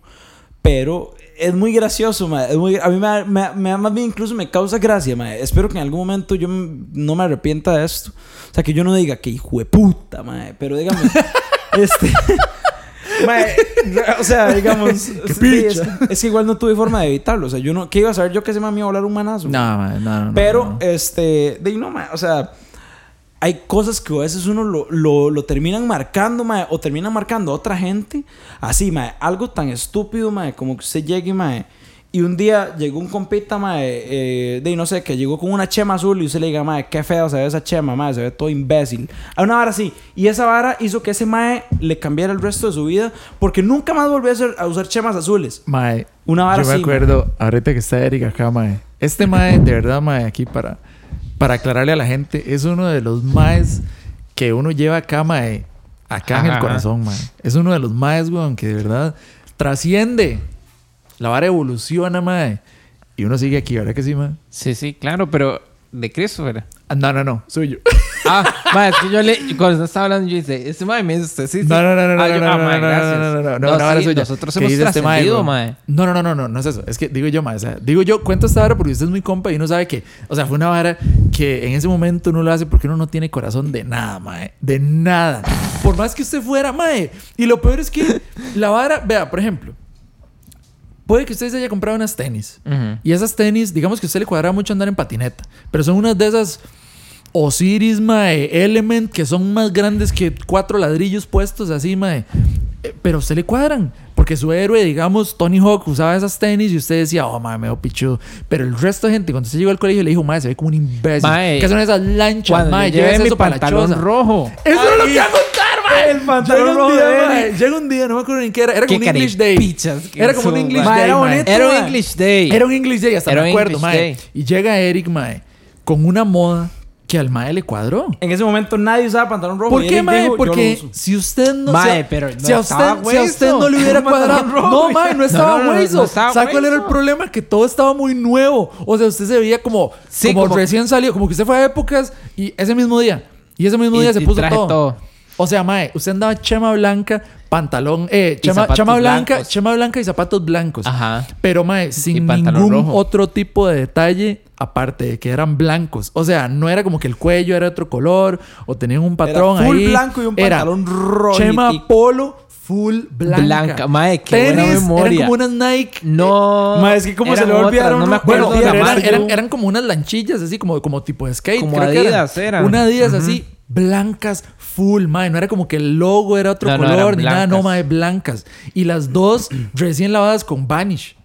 Speaker 3: Pero es muy gracioso, mae. es muy- a mí me, da- me, da- me da más bien, incluso me causa gracia, mae. Espero que en algún momento yo m- no me arrepienta de esto. O sea, que yo no diga que hijo de puta, mae. Pero digamos, este. Mae, o sea, digamos. sí, es, es que igual no tuve forma de evitarlo. O sea, yo no. ¿Qué iba a saber yo que ese mami iba a volar un manazo?
Speaker 4: No, mae, no, no, no,
Speaker 3: Pero,
Speaker 4: no, no.
Speaker 3: este, de ahí no, ma, o sea, hay cosas que a veces uno lo, lo, lo terminan marcando, ma, o terminan marcando a otra gente. Así, ma, algo tan estúpido, ma, como que usted llegue, ma, y un día llegó un compita, ma, eh, de ahí no sé, que llegó con una chema azul y usted le diga, ma, qué feo se ve esa chema, ma, se ve todo imbécil. A una vara así. Y esa vara hizo que ese mae le cambiara el resto de su vida, porque nunca más volvió a, hacer- a usar chemas azules.
Speaker 4: Mae,
Speaker 3: Una vara
Speaker 4: yo me
Speaker 3: así,
Speaker 4: acuerdo, ahorita que está Eric acá, mae. Este mae, de verdad, mae, aquí para, para aclararle a la gente, es uno de los maes que uno lleva acá, mae, acá en el
Speaker 2: Ajá.
Speaker 4: corazón, mae. Es uno de los maes, weón, que de verdad trasciende. La vara evoluciona, mae. Y uno sigue aquí, ¿verdad que sí, mae?
Speaker 2: Sí, sí, claro, pero de Christopher.
Speaker 4: Ah, No, no, no, suyo.
Speaker 2: Ah, mae, es que yo le. Cuando usted estaba hablando, yo dice, este mae me dice usted, sí, sí.
Speaker 4: No, no, no, no,
Speaker 2: Ah, yo-
Speaker 4: no,
Speaker 2: ah,
Speaker 4: no,
Speaker 2: mae,
Speaker 4: no,
Speaker 2: gracias.
Speaker 4: no, no, no, no,
Speaker 2: No,
Speaker 4: no, no, ahora
Speaker 2: sí,
Speaker 4: soy yo.
Speaker 2: nosotros
Speaker 4: ¿Qué
Speaker 2: hemos
Speaker 4: dice este mae,
Speaker 2: trascendido,
Speaker 4: weón?
Speaker 2: mae.
Speaker 4: No, no, no, no, no, no es eso. Es que digo yo, mae, o sea, digo yo, cuento esta vara porque usted es muy compa y uno sabe que, o sea, fue una vara que en ese momento uno lo hace porque uno no tiene corazón de nada, mae, de nada. Por más que usted fuera, mae. Y lo peor es que la vara, vea, por ejemplo, puede que usted se haya comprado unas tenis.
Speaker 2: Ujú.
Speaker 4: Y esas tenis, digamos que a usted le cuadra mucho andar en patineta, pero son unas de esas Osiris, mae, Element, que son más grandes que cuatro ladrillos puestos así, mae. Eh, Pero a usted le cuadran, porque su héroe, digamos, Tony Hawk, usaba esas tenis y usted decía, oh, mae, me veo pichudo. Pero el resto de gente, cuando usted llegó al colegio, le dijo, mae, se ve como un imbécil.
Speaker 2: Mae,
Speaker 4: ¿Qué son esas lanchas,
Speaker 2: Cuando
Speaker 4: mae?
Speaker 2: yo llevé
Speaker 4: Lleves
Speaker 2: mi
Speaker 4: eso para la
Speaker 2: pantalón
Speaker 4: choza".
Speaker 2: rojo.
Speaker 4: Eso es lo que iba a contar, mae. El
Speaker 3: pantalón
Speaker 4: llega un
Speaker 3: rojo
Speaker 4: día,
Speaker 3: de él.
Speaker 4: mae, Llega un día, no me acuerdo ni qué era. Era
Speaker 2: Qué
Speaker 4: como un English Day.
Speaker 2: carepichas que
Speaker 4: Era como un
Speaker 2: son,
Speaker 4: English
Speaker 3: mae.
Speaker 4: Day.
Speaker 3: Era
Speaker 4: mae.
Speaker 3: bonito.
Speaker 2: Era un
Speaker 3: mae.
Speaker 2: English Day.
Speaker 4: Era un English Day, hasta
Speaker 2: Era
Speaker 4: me
Speaker 2: un
Speaker 4: acuerdo,
Speaker 2: English
Speaker 4: mae.
Speaker 2: Day.
Speaker 4: Y llega Eric, mae, con una moda que al mae le cuadró.
Speaker 3: En ese momento nadie usaba pantalón rojo.
Speaker 4: ¿Por
Speaker 3: y
Speaker 4: qué,
Speaker 3: Eric
Speaker 4: mae?
Speaker 3: dijo, "Yo
Speaker 4: Porque
Speaker 3: lo uso".
Speaker 4: si usted no...
Speaker 2: Mae,
Speaker 4: si a-
Speaker 2: pero no
Speaker 4: si a usted,
Speaker 2: estaba
Speaker 4: si a usted
Speaker 2: hueso.
Speaker 4: no le hubiera
Speaker 2: Un pantalón
Speaker 4: cuadrado...
Speaker 2: rojo,
Speaker 4: No,
Speaker 2: güey.
Speaker 4: mae, no estaba
Speaker 2: No, no, no, no
Speaker 4: hueso.
Speaker 2: estaba
Speaker 4: ¿Sabe cuál era el
Speaker 2: hueso.
Speaker 4: problema? Que todo estaba muy nuevo. O sea, usted se veía como...
Speaker 2: Sí,
Speaker 4: como,
Speaker 2: como-
Speaker 4: recién salió. Como que usted fue a épocas y ese mismo día. Y ese mismo
Speaker 2: Y-
Speaker 4: día se
Speaker 2: y
Speaker 4: puso
Speaker 2: traje
Speaker 4: todo.
Speaker 2: todo.
Speaker 4: O sea, mae, usted andaba chema blanca, pantalón... Eh, chema,
Speaker 2: zapatos
Speaker 4: chema blanca,
Speaker 2: blancos.
Speaker 4: chema blanca y zapatos blancos.
Speaker 2: Ajá.
Speaker 4: Pero, mae, sin
Speaker 2: pantalón
Speaker 4: ningún
Speaker 2: rojo.
Speaker 4: otro tipo de detalle, aparte de que eran blancos. O sea, no era como que el cuello era otro color o tenían un patrón
Speaker 3: full
Speaker 4: ahí.
Speaker 3: blanco y un
Speaker 4: Era
Speaker 3: pantalón rojo
Speaker 4: Chema
Speaker 3: y-
Speaker 4: Polo full blanca.
Speaker 2: Blanca. Mae, qué
Speaker 4: Tenis,
Speaker 2: buena memoria.
Speaker 4: Eran como unas Nike.
Speaker 2: No.
Speaker 3: Ma, es que cómo se
Speaker 2: eran
Speaker 3: le olvidaron,
Speaker 2: otras, No
Speaker 3: ¿no?
Speaker 2: me acuerdo
Speaker 3: Bueno,
Speaker 4: Pero
Speaker 2: la
Speaker 3: era-
Speaker 4: eran,
Speaker 2: marca.
Speaker 4: eran- eran como unas lanchillas así, como, como tipo de skate.
Speaker 2: Como
Speaker 4: creo que
Speaker 2: Adidas eran.
Speaker 4: Una Adidas
Speaker 2: Ujú.
Speaker 4: así, blancas, full, mae. No era como que el logo era otro
Speaker 2: No, no,
Speaker 4: color
Speaker 2: eran
Speaker 4: ni nada, no,
Speaker 2: blancas.
Speaker 4: mae, blancas. Y las dos recién lavadas con Vanish.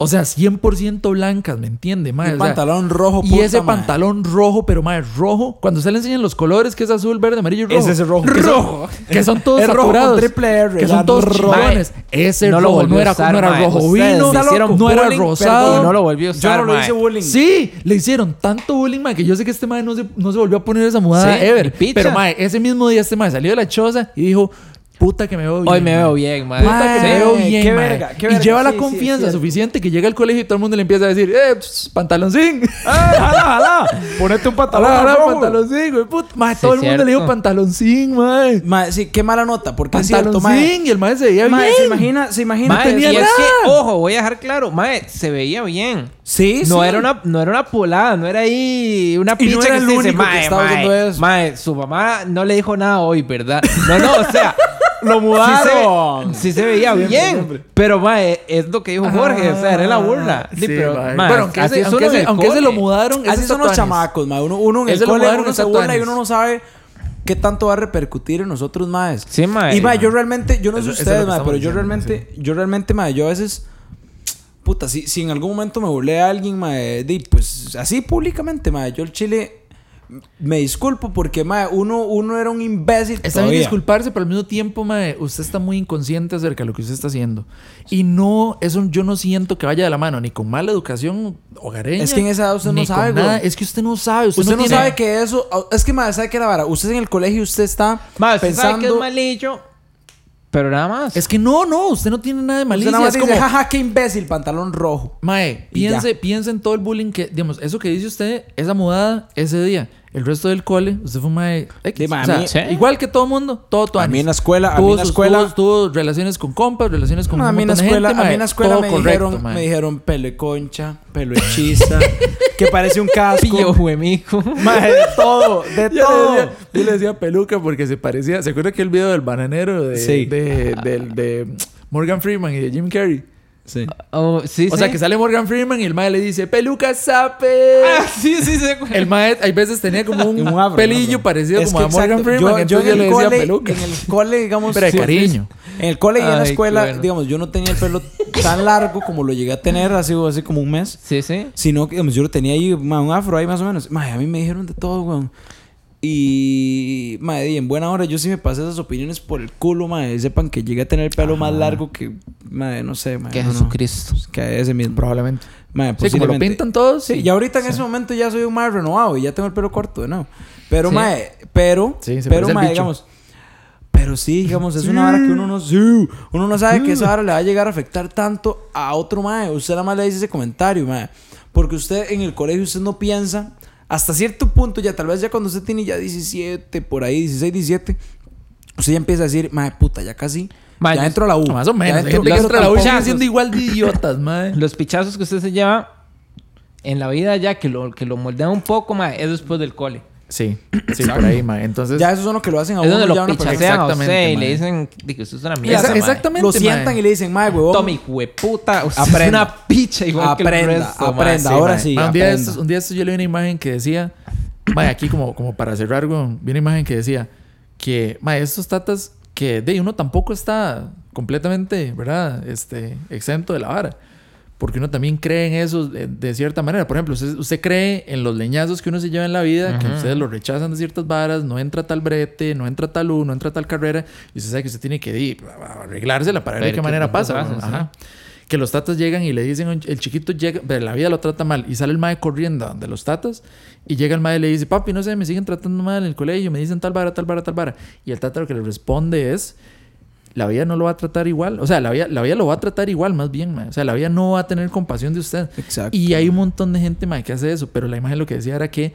Speaker 4: O sea, 100% blancas, ¿me entiende, mae?
Speaker 3: Un
Speaker 4: O sea,
Speaker 3: pantalón rojo,
Speaker 4: Y
Speaker 3: puta,
Speaker 4: ese
Speaker 3: mae.
Speaker 4: pantalón rojo, pero mae, rojo. Cuando se le enseñan los colores, que es azul, verde, amarillo, y rojo.
Speaker 3: Es ese rojo.
Speaker 4: Que son-
Speaker 3: Rojo.
Speaker 4: Que son todos
Speaker 3: El rojo con
Speaker 4: saturados.
Speaker 3: triple R,
Speaker 4: Que
Speaker 3: la
Speaker 4: son todos
Speaker 3: rojo.
Speaker 4: rojones. Ese
Speaker 2: No lo
Speaker 4: rojo
Speaker 2: volvió
Speaker 4: no
Speaker 2: a
Speaker 4: era,
Speaker 2: usar,
Speaker 4: no era
Speaker 2: mae.
Speaker 4: rojo
Speaker 2: Ustedes
Speaker 4: vino,
Speaker 2: le hicieron
Speaker 4: no era
Speaker 2: bullying,
Speaker 4: rosado.
Speaker 2: perdón, y no lo volvió a usar,
Speaker 3: Yo no lo
Speaker 2: mae.
Speaker 3: hice bullying.
Speaker 4: Sí, le hicieron tanto bullying, mae, que yo sé que este mae no se, no se volvió a poner esa mudada
Speaker 2: Sí, ni
Speaker 4: ever.
Speaker 2: picha.
Speaker 4: Pero mae, ese mismo día este mae salió de la choza y dijo, puta que me veo bien.
Speaker 2: Hoy me
Speaker 4: mae.
Speaker 2: veo bien, mae.
Speaker 4: Puta que
Speaker 3: Mae,
Speaker 4: me veo bien,
Speaker 3: qué
Speaker 4: mae.
Speaker 3: verga, qué
Speaker 4: Y
Speaker 3: verga.
Speaker 4: lleva la
Speaker 3: Sí, sí, es
Speaker 4: confianza
Speaker 3: cierto.
Speaker 4: suficiente que llega al colegio y todo el mundo le empieza a decir, eh, pss, pantaloncín.
Speaker 3: ¡Eh, jalá, jalá! Ponete un pantalón
Speaker 4: Ahora, ahora,
Speaker 3: rojo.
Speaker 4: pantaloncín, güey, puta. Mae, todo el mundo le dijo
Speaker 2: cierto.
Speaker 4: pantaloncín, mae.
Speaker 3: Mae, sí, qué mala nota. Porque es cierto, mae.
Speaker 4: Pantaloncín. Y el mae se veía bien.
Speaker 3: Mae, se imagina, se imagina.
Speaker 2: Mae,
Speaker 4: tenía
Speaker 2: y es
Speaker 4: nada.
Speaker 2: que, ojo, voy a dejar claro, mae, se veía bien.
Speaker 3: Sí,
Speaker 2: No,
Speaker 3: sí.
Speaker 2: era una, no era una polada, no era ahí una
Speaker 3: Y
Speaker 2: picha
Speaker 3: no era
Speaker 2: que
Speaker 3: el
Speaker 2: se dice,
Speaker 3: único que
Speaker 2: mae,
Speaker 3: estaba haciendo
Speaker 2: mae,
Speaker 3: eso".
Speaker 2: mae, su mamá no le dijo nada hoy, ¿verdad? No, no, o sea, lo
Speaker 3: mudaron.
Speaker 2: Sí se, veía bien, pero mae, es lo que dijo Jorge, o sea, era la burla. Sí,
Speaker 4: Ah, Sí,
Speaker 2: pero,
Speaker 4: mae.
Speaker 2: mae,
Speaker 4: Bueno, aunque,
Speaker 2: así
Speaker 4: ese-
Speaker 2: es
Speaker 4: aunque
Speaker 2: uno
Speaker 4: ese-
Speaker 2: en el
Speaker 4: aunque ese
Speaker 2: cole.
Speaker 4: lo mudaron.
Speaker 3: Así
Speaker 4: esos
Speaker 3: son los
Speaker 4: tatuajes.
Speaker 3: chamacos, mae. Uno, uno en el
Speaker 4: Ese lo
Speaker 3: cole,
Speaker 4: mudaron
Speaker 3: uno
Speaker 4: los
Speaker 3: se burla y
Speaker 4: tatuajes.
Speaker 3: uno no sabe qué tanto va a repercutir en nosotros, maes.
Speaker 2: Sí, mae.
Speaker 3: Y, mae, yo realmente, yo no sé
Speaker 4: Eso- eso es
Speaker 3: ustedes,
Speaker 4: lo que
Speaker 3: mae, pero
Speaker 4: estamos
Speaker 3: yo
Speaker 4: diciendo,
Speaker 3: realmente, yo realmente, mae, yo a veces... Puta, si, si en algún momento me burlé a alguien, mae, di, pues así públicamente, mae, yo el chile... Me disculpo porque, mae, uno, uno era un imbécil
Speaker 4: Está bien disculparse, pero al mismo tiempo, mae, usted está muy inconsciente acerca de lo que usted está haciendo. Y no, eso yo no siento que vaya de la mano, ni con mala educación hogareña.
Speaker 3: Es que en esa edad usted
Speaker 4: ni
Speaker 3: no
Speaker 4: con
Speaker 3: sabe, güey.
Speaker 4: nada. Es que usted no sabe. Usted,
Speaker 3: Usted no,
Speaker 4: tiene-
Speaker 3: sabe que eso... Es que, mae, ¿sabe qué la vara? Usted en el colegio, usted está
Speaker 2: Mae, usted
Speaker 3: pensando...
Speaker 2: sabe que es malillo, pero nada más.
Speaker 4: Es que no, no, usted no tiene nada de
Speaker 3: Usted
Speaker 4: malicia.
Speaker 3: nada más
Speaker 4: es
Speaker 3: dice,
Speaker 4: como,
Speaker 3: jaja, qué imbécil, pantalón rojo.
Speaker 4: Mae,
Speaker 3: Y ya.
Speaker 4: piense, piense en todo el bullying que, digamos, eso que dice usted, esa mudada, ese día, el resto del cole, usted fue un mae X.
Speaker 3: Sí, mae,
Speaker 4: o sea,
Speaker 3: a mí-
Speaker 2: Sí.
Speaker 4: igual que todo mundo, todo tu
Speaker 3: A mí en la escuela, a mí en la escuela...
Speaker 4: Tuvo, relaciones con compas, relaciones con
Speaker 3: No,
Speaker 4: un
Speaker 3: a mí en la
Speaker 4: montón de
Speaker 3: escuela,
Speaker 4: gente,
Speaker 3: a mí
Speaker 4: mae,
Speaker 3: en la escuela
Speaker 4: todo
Speaker 3: me,
Speaker 4: correcto,
Speaker 3: dijeron,
Speaker 4: mae.
Speaker 3: me dijeron pelo de concha, pelo hechiza, que parece un
Speaker 2: pillo,
Speaker 3: casco.
Speaker 2: güey, mijo.
Speaker 3: Mae, de todo, de
Speaker 4: Yo le,
Speaker 3: todo.
Speaker 4: decía, yo le decía peluca porque se parecía. ¿Se acuerda que el video del bananero de,
Speaker 3: Sí.
Speaker 4: de, del- de Morgan Freeman y de Jim Carrey?
Speaker 3: Sí.
Speaker 2: Oh, sí,
Speaker 4: O
Speaker 2: sí.
Speaker 4: sea, que sale Morgan Freeman y el mae le dice: ¡Peluca sape!
Speaker 2: Ah, sí, sí, sí.
Speaker 4: El mae, hay veces tenía como un,
Speaker 3: Un afro,
Speaker 4: pelillo
Speaker 3: ¿no?
Speaker 4: parecido
Speaker 3: Es
Speaker 4: como a
Speaker 3: que
Speaker 4: Morgan
Speaker 3: exacto,
Speaker 4: Freeman.
Speaker 3: Yo, yo en,
Speaker 4: entonces
Speaker 3: el
Speaker 4: le decía
Speaker 3: cole,
Speaker 4: peluca.
Speaker 3: en el cole, digamos...
Speaker 4: Pero de
Speaker 3: sí,
Speaker 4: cariño.
Speaker 3: En el cole y en
Speaker 2: Ay,
Speaker 3: la
Speaker 2: qué
Speaker 3: escuela,
Speaker 2: bueno.
Speaker 3: digamos, yo no tenía el pelo tan largo como lo llegué a tener hace, hace como un mes.
Speaker 2: Sí, sí.
Speaker 3: Sino que digamos, yo lo tenía ahí, ma, un afro ahí más o menos. Ma, a mí me dijeron de todo, weón. Y, ma, y en buena hora yo sí me pasé esas opiniones por el culo, ma. Y sepan que llegué a tener el pelo
Speaker 2: Ah,
Speaker 3: más largo que, ma, no sé, ma.
Speaker 2: Que
Speaker 3: no, no.
Speaker 2: Jesucristo.
Speaker 3: Que ese mismo.
Speaker 4: Probablemente.
Speaker 3: Ma,
Speaker 4: Sí, como lo
Speaker 3: posiblemente.
Speaker 4: pintan todos.
Speaker 3: Sí, y ahorita en ese momento ya soy un ma renovado y ya tengo el pelo corto, ¿no? Pero,
Speaker 2: Sí.
Speaker 3: ma, pero,
Speaker 4: Sí, se
Speaker 3: pero,
Speaker 4: parece al
Speaker 3: ma,
Speaker 4: bicho.
Speaker 3: digamos. Pero sí, digamos, es una hora que uno no... sí, uno no sabe que esa hora le va a llegar a afectar tanto a otro mae. Usted nada más le dice ese comentario, mae. Porque usted en el colegio, usted no piensa hasta cierto punto, ya tal vez ya cuando usted tiene ya 17, por ahí, 16, 17, usted ya empieza a decir, madre puta, ya casi.
Speaker 2: Mae,
Speaker 3: ya
Speaker 2: yo-
Speaker 3: entro a la U.
Speaker 4: Más o menos.
Speaker 3: Ya entro,
Speaker 4: Las
Speaker 3: entro a la
Speaker 4: otras
Speaker 3: U.
Speaker 4: siguen
Speaker 2: tampoco-
Speaker 4: siendo igual de idiotas, madre.
Speaker 2: Los pichazos que usted se lleva en la vida ya que lo, que lo moldea un poco, mae, es después del cole.
Speaker 4: Sí, sí, por ahí, mae. Entonces,
Speaker 3: Ya esos son los que lo hacen a
Speaker 2: es
Speaker 3: uno. ya
Speaker 2: donde lo
Speaker 3: uno-
Speaker 2: pichasean a usted
Speaker 4: Exactamente,
Speaker 2: y le
Speaker 4: mae.
Speaker 2: dicen de que usted es una mierda.
Speaker 4: Esa-
Speaker 2: mae.
Speaker 4: exactamente,
Speaker 3: Lo sientan
Speaker 4: mae.
Speaker 3: y le dicen, madre, huevón.
Speaker 2: Tommy, hueputa, usted es
Speaker 3: Aprenda.
Speaker 2: una picha igual que el
Speaker 3: Aprenda,
Speaker 2: resto. mae.
Speaker 3: aprenda.
Speaker 2: Sí,
Speaker 3: Ahora
Speaker 2: mae.
Speaker 3: sí,
Speaker 4: Ma, un, día de
Speaker 3: aprenda.
Speaker 4: estos, un día de estos yo leí una imagen que decía, ma, aquí como, como para cerrar, weón, vi una imagen que decía que, ma, estos tatas que de uno tampoco está completamente, ¿verdad? Este, exento de la vara. Porque uno también cree en eso eh, de, cierta manera. Por ejemplo, usted, usted cree en los leñazos que uno se lleva en la vida, que ustedes lo rechazan de ciertas varas, no entra tal brete, no entra tal U, no entra tal carrera, y usted sabe que usted tiene que di, arreglársela para ver de
Speaker 2: Ver
Speaker 4: qué
Speaker 2: qué
Speaker 4: manera
Speaker 2: putas
Speaker 4: pasa.
Speaker 2: hacen,
Speaker 4: weón.
Speaker 2: sí.
Speaker 4: Ajá. Que los tatas llegan y le dicen, el chiquito llega, pero la vida lo trata mal. Y sale el mae corriendo de los tatas. Y llega el mae y le dice, papi, no sé, me siguen tratando mal en el colegio, me dicen tal vara, tal vara, tal vara. Y el tata lo que le responde es, la vida no lo va a tratar igual. O sea, la vida, la vida lo va a tratar igual, más bien, mae. O sea, la vida no va a tener compasión de usted.
Speaker 3: Exacto.
Speaker 4: Y hay un montón de gente, mae, que hace eso. Pero la imagen lo que decía era que,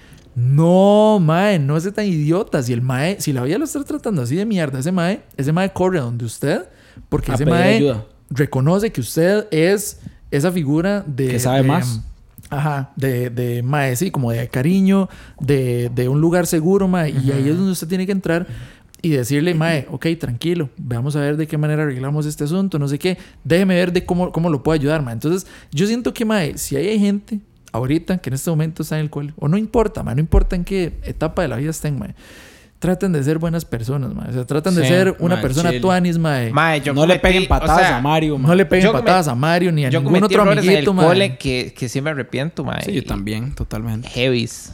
Speaker 4: no, mae, no es tan idiota. Si el mae, si la vida lo está tratando así de mierda, ese mae, ese mae corre a donde usted, porque
Speaker 3: A
Speaker 4: ese
Speaker 3: pedir
Speaker 4: mae
Speaker 3: ayuda.
Speaker 4: reconoce que usted es esa figura de.
Speaker 3: Que sabe
Speaker 4: de-
Speaker 3: más.
Speaker 4: Ajá, de, de mae, sí, como de cariño, de, de un lugar seguro, mae. Y ahí es donde usted tiene que entrar y decirle, mae, ok, tranquilo, vamos a ver de qué manera arreglamos este asunto, no sé qué, déjeme ver de cómo, cómo lo puedo ayudar, mae. Entonces, yo siento que, mae, si hay gente ahorita que en este momento está en el cual, o no importa, mae, no importa en qué etapa de la vida estén, mae. Traten de ser buenas personas, mae. O sea, traten de
Speaker 2: Sí,
Speaker 4: ser una
Speaker 2: mae,
Speaker 4: persona
Speaker 2: chill.
Speaker 4: tuanis, mae.
Speaker 2: Mae, yo
Speaker 3: No le
Speaker 2: cometí-
Speaker 3: peguen
Speaker 2: o
Speaker 3: patadas
Speaker 2: sea,
Speaker 3: a Mario, mae.
Speaker 4: No le peguen
Speaker 2: Yo comet-
Speaker 4: patadas a Mario ni a
Speaker 2: Yo
Speaker 4: ningún
Speaker 2: cometí
Speaker 4: otro
Speaker 2: errores en el
Speaker 4: amiguito, mae.
Speaker 2: cole que, que sí me arrepiento, mae.
Speaker 3: Sí, yo también, totalmente.
Speaker 2: Heavies.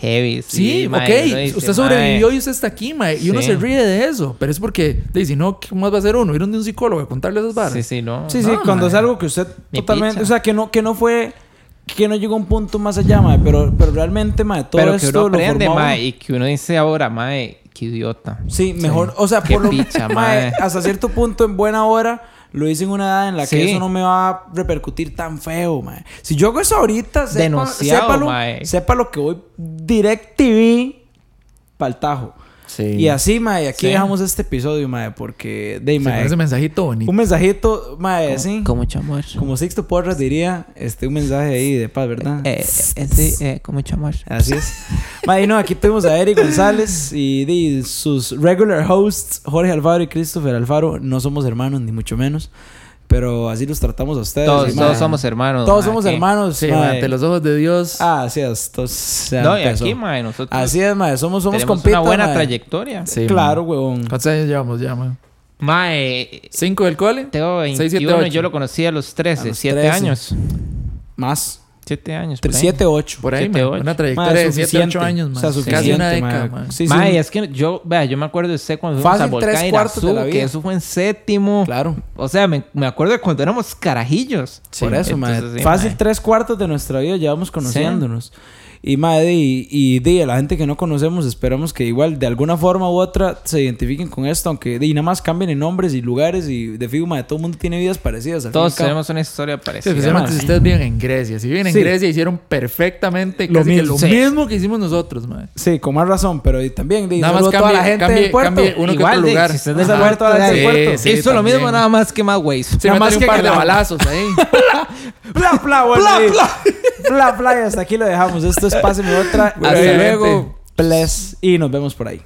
Speaker 2: Heavies.
Speaker 4: Sí,
Speaker 2: Y,
Speaker 4: ok.
Speaker 2: mae, uno dice,
Speaker 4: usted sobrevivió
Speaker 2: mae,
Speaker 4: y usted está aquí, mae. Y uno
Speaker 2: Sí.
Speaker 4: se ríe de eso. Pero es porque, de, si no, ¿qué más va a hacer uno? Ir donde un psicólogo a contarle esas barras.
Speaker 2: Sí, sí, no.
Speaker 3: Sí,
Speaker 2: no,
Speaker 3: sí, cuando
Speaker 2: mae.
Speaker 3: es algo que usted
Speaker 2: Ni
Speaker 3: totalmente,
Speaker 2: picha.
Speaker 3: o sea, que no, que no fue, que no llegó a un punto más allá, mae, pero, pero realmente, mae, todo
Speaker 2: Pero que
Speaker 3: esto
Speaker 2: uno
Speaker 3: lo
Speaker 2: aprende,
Speaker 3: formó a uno.
Speaker 2: mae, y que uno dice ahora, mae, qué idiota.
Speaker 3: Sí, mejor, o sea,
Speaker 2: Qué
Speaker 3: por lo
Speaker 2: picha,
Speaker 3: mae,
Speaker 2: mae.
Speaker 3: hasta cierto punto en buena hora lo hice en una edad en la que
Speaker 2: Sí.
Speaker 3: eso no me va a repercutir tan feo, mae. Si yo hago eso ahorita, sepa,
Speaker 2: Denunciado,
Speaker 3: sépalo,
Speaker 2: mae.
Speaker 3: sépalo que voy DirecTV pa'l tajo.
Speaker 4: Sí.
Speaker 3: Y así, mae, aquí
Speaker 2: Sí.
Speaker 3: dejamos este episodio, mae, porque de
Speaker 4: Se
Speaker 3: mae,
Speaker 4: ese mensajito bonito.
Speaker 3: un mensajito, mae, sí.
Speaker 2: Con mucho amor.
Speaker 3: Como Sixto Porras diría, este un mensaje ahí de paz, ¿verdad?
Speaker 2: Eh, eh, sí, eh, con mucho amor.
Speaker 3: Así es. Mae, y no, aquí tuvimos a Eric González y, di- sus regular hosts, Jorge Alfaro y Christopher Alfaro. No somos hermanos, ni mucho menos. Pero así los tratamos a ustedes.
Speaker 2: Todos,
Speaker 3: y,
Speaker 2: todos
Speaker 3: mae,
Speaker 2: somos hermanos.
Speaker 3: Todos
Speaker 2: mae,
Speaker 3: somos
Speaker 2: aquí.
Speaker 3: hermanos.
Speaker 4: Sí,
Speaker 3: mae.
Speaker 4: mae, ante los ojos de Dios.
Speaker 3: Ah, así es. Entonces, se
Speaker 2: No, y
Speaker 3: empezó.
Speaker 2: aquí, mae, nosotros
Speaker 3: Así es, mae. Somos, somos
Speaker 2: tenemos
Speaker 3: compitas,
Speaker 2: una buena
Speaker 3: mae.
Speaker 2: trayectoria.
Speaker 4: Sí,
Speaker 3: claro,
Speaker 4: mae.
Speaker 3: huevón.
Speaker 4: ¿Cuántos años llevamos ya, mae?
Speaker 2: Mae,
Speaker 4: ¿Cinco del cole?
Speaker 2: tengo
Speaker 4: Seis, siete,
Speaker 2: 21,
Speaker 4: ocho.
Speaker 2: yo lo conocí a los 13,
Speaker 3: A los
Speaker 2: 7
Speaker 3: 13.
Speaker 2: años.
Speaker 3: Más.
Speaker 2: 7 años. por ahí.
Speaker 3: 7, 8.
Speaker 4: Por ahí,
Speaker 2: Siete,
Speaker 4: mae.
Speaker 2: ocho.
Speaker 4: Una
Speaker 3: Mae,
Speaker 4: trayectoria de siete,
Speaker 3: suficiente.
Speaker 4: ocho años,
Speaker 3: O
Speaker 4: mae.
Speaker 3: sea,
Speaker 4: Casi una
Speaker 3: suficiente,
Speaker 4: década,
Speaker 3: mae.
Speaker 4: mae.
Speaker 3: Sí, sí.
Speaker 2: Mae, es que yo, vea, yo me acuerdo de usted cuando fuimos
Speaker 3: Fácil,
Speaker 2: a Volcán
Speaker 3: tres cuartos de la
Speaker 2: Irazú,
Speaker 3: vida.
Speaker 2: que eso fue en séptimo.
Speaker 3: Claro.
Speaker 2: O sea, me, me acuerdo de cuando éramos carajillos.
Speaker 3: Por eso, mae.
Speaker 2: Entonces, sí,
Speaker 3: Fácil
Speaker 2: mae.
Speaker 3: tres cuartos de nuestra vida llevamos conociéndonos. Y, madre, y, y di, a la gente que no conocemos, esperamos que igual de alguna forma u otra se identifiquen con esto, aunque di, nada más cambien en nombres y lugares y de fijo, madre, todo el mundo tiene vidas parecidas. al fin y
Speaker 2: Todos
Speaker 3: al cabo.
Speaker 2: tenemos una historia
Speaker 4: Sí,
Speaker 2: parecida.
Speaker 4: especialmente
Speaker 3: mae.
Speaker 4: si ustedes viven en Grecia. Si viven en
Speaker 3: Sí.
Speaker 4: Grecia, hicieron perfectamente
Speaker 3: Lo
Speaker 4: casi que
Speaker 3: mismo.
Speaker 4: lo
Speaker 3: Sí.
Speaker 4: mismo que hicimos nosotros, mae.
Speaker 3: Sí, con más razón, pero di, también, di,
Speaker 4: Nada
Speaker 3: saludo
Speaker 4: más
Speaker 3: a toda
Speaker 4: cambie,
Speaker 3: la gente
Speaker 4: cambie-
Speaker 3: del puerto.
Speaker 4: cambie uno que
Speaker 2: Igual
Speaker 4: otro
Speaker 2: de-
Speaker 4: lugar.
Speaker 2: si usted es
Speaker 3: del
Speaker 4: Ajá.
Speaker 3: puerto, ahora es del
Speaker 4: Sí,
Speaker 3: puerto.
Speaker 4: sí,
Speaker 2: eso es lo
Speaker 4: también.
Speaker 2: mismo, nada más que más ways.
Speaker 4: Se
Speaker 3: Nada
Speaker 4: me
Speaker 3: más
Speaker 4: más un
Speaker 3: que
Speaker 4: par de
Speaker 3: la-
Speaker 4: balazos ahí.
Speaker 3: Bla, bla, bueno, di. Bla, bla, y hasta aquí lo dejamos. Esto es Pase Mi Otra. Hasta
Speaker 4: Excelente.
Speaker 3: luego. Bless. Y nos vemos por ahí.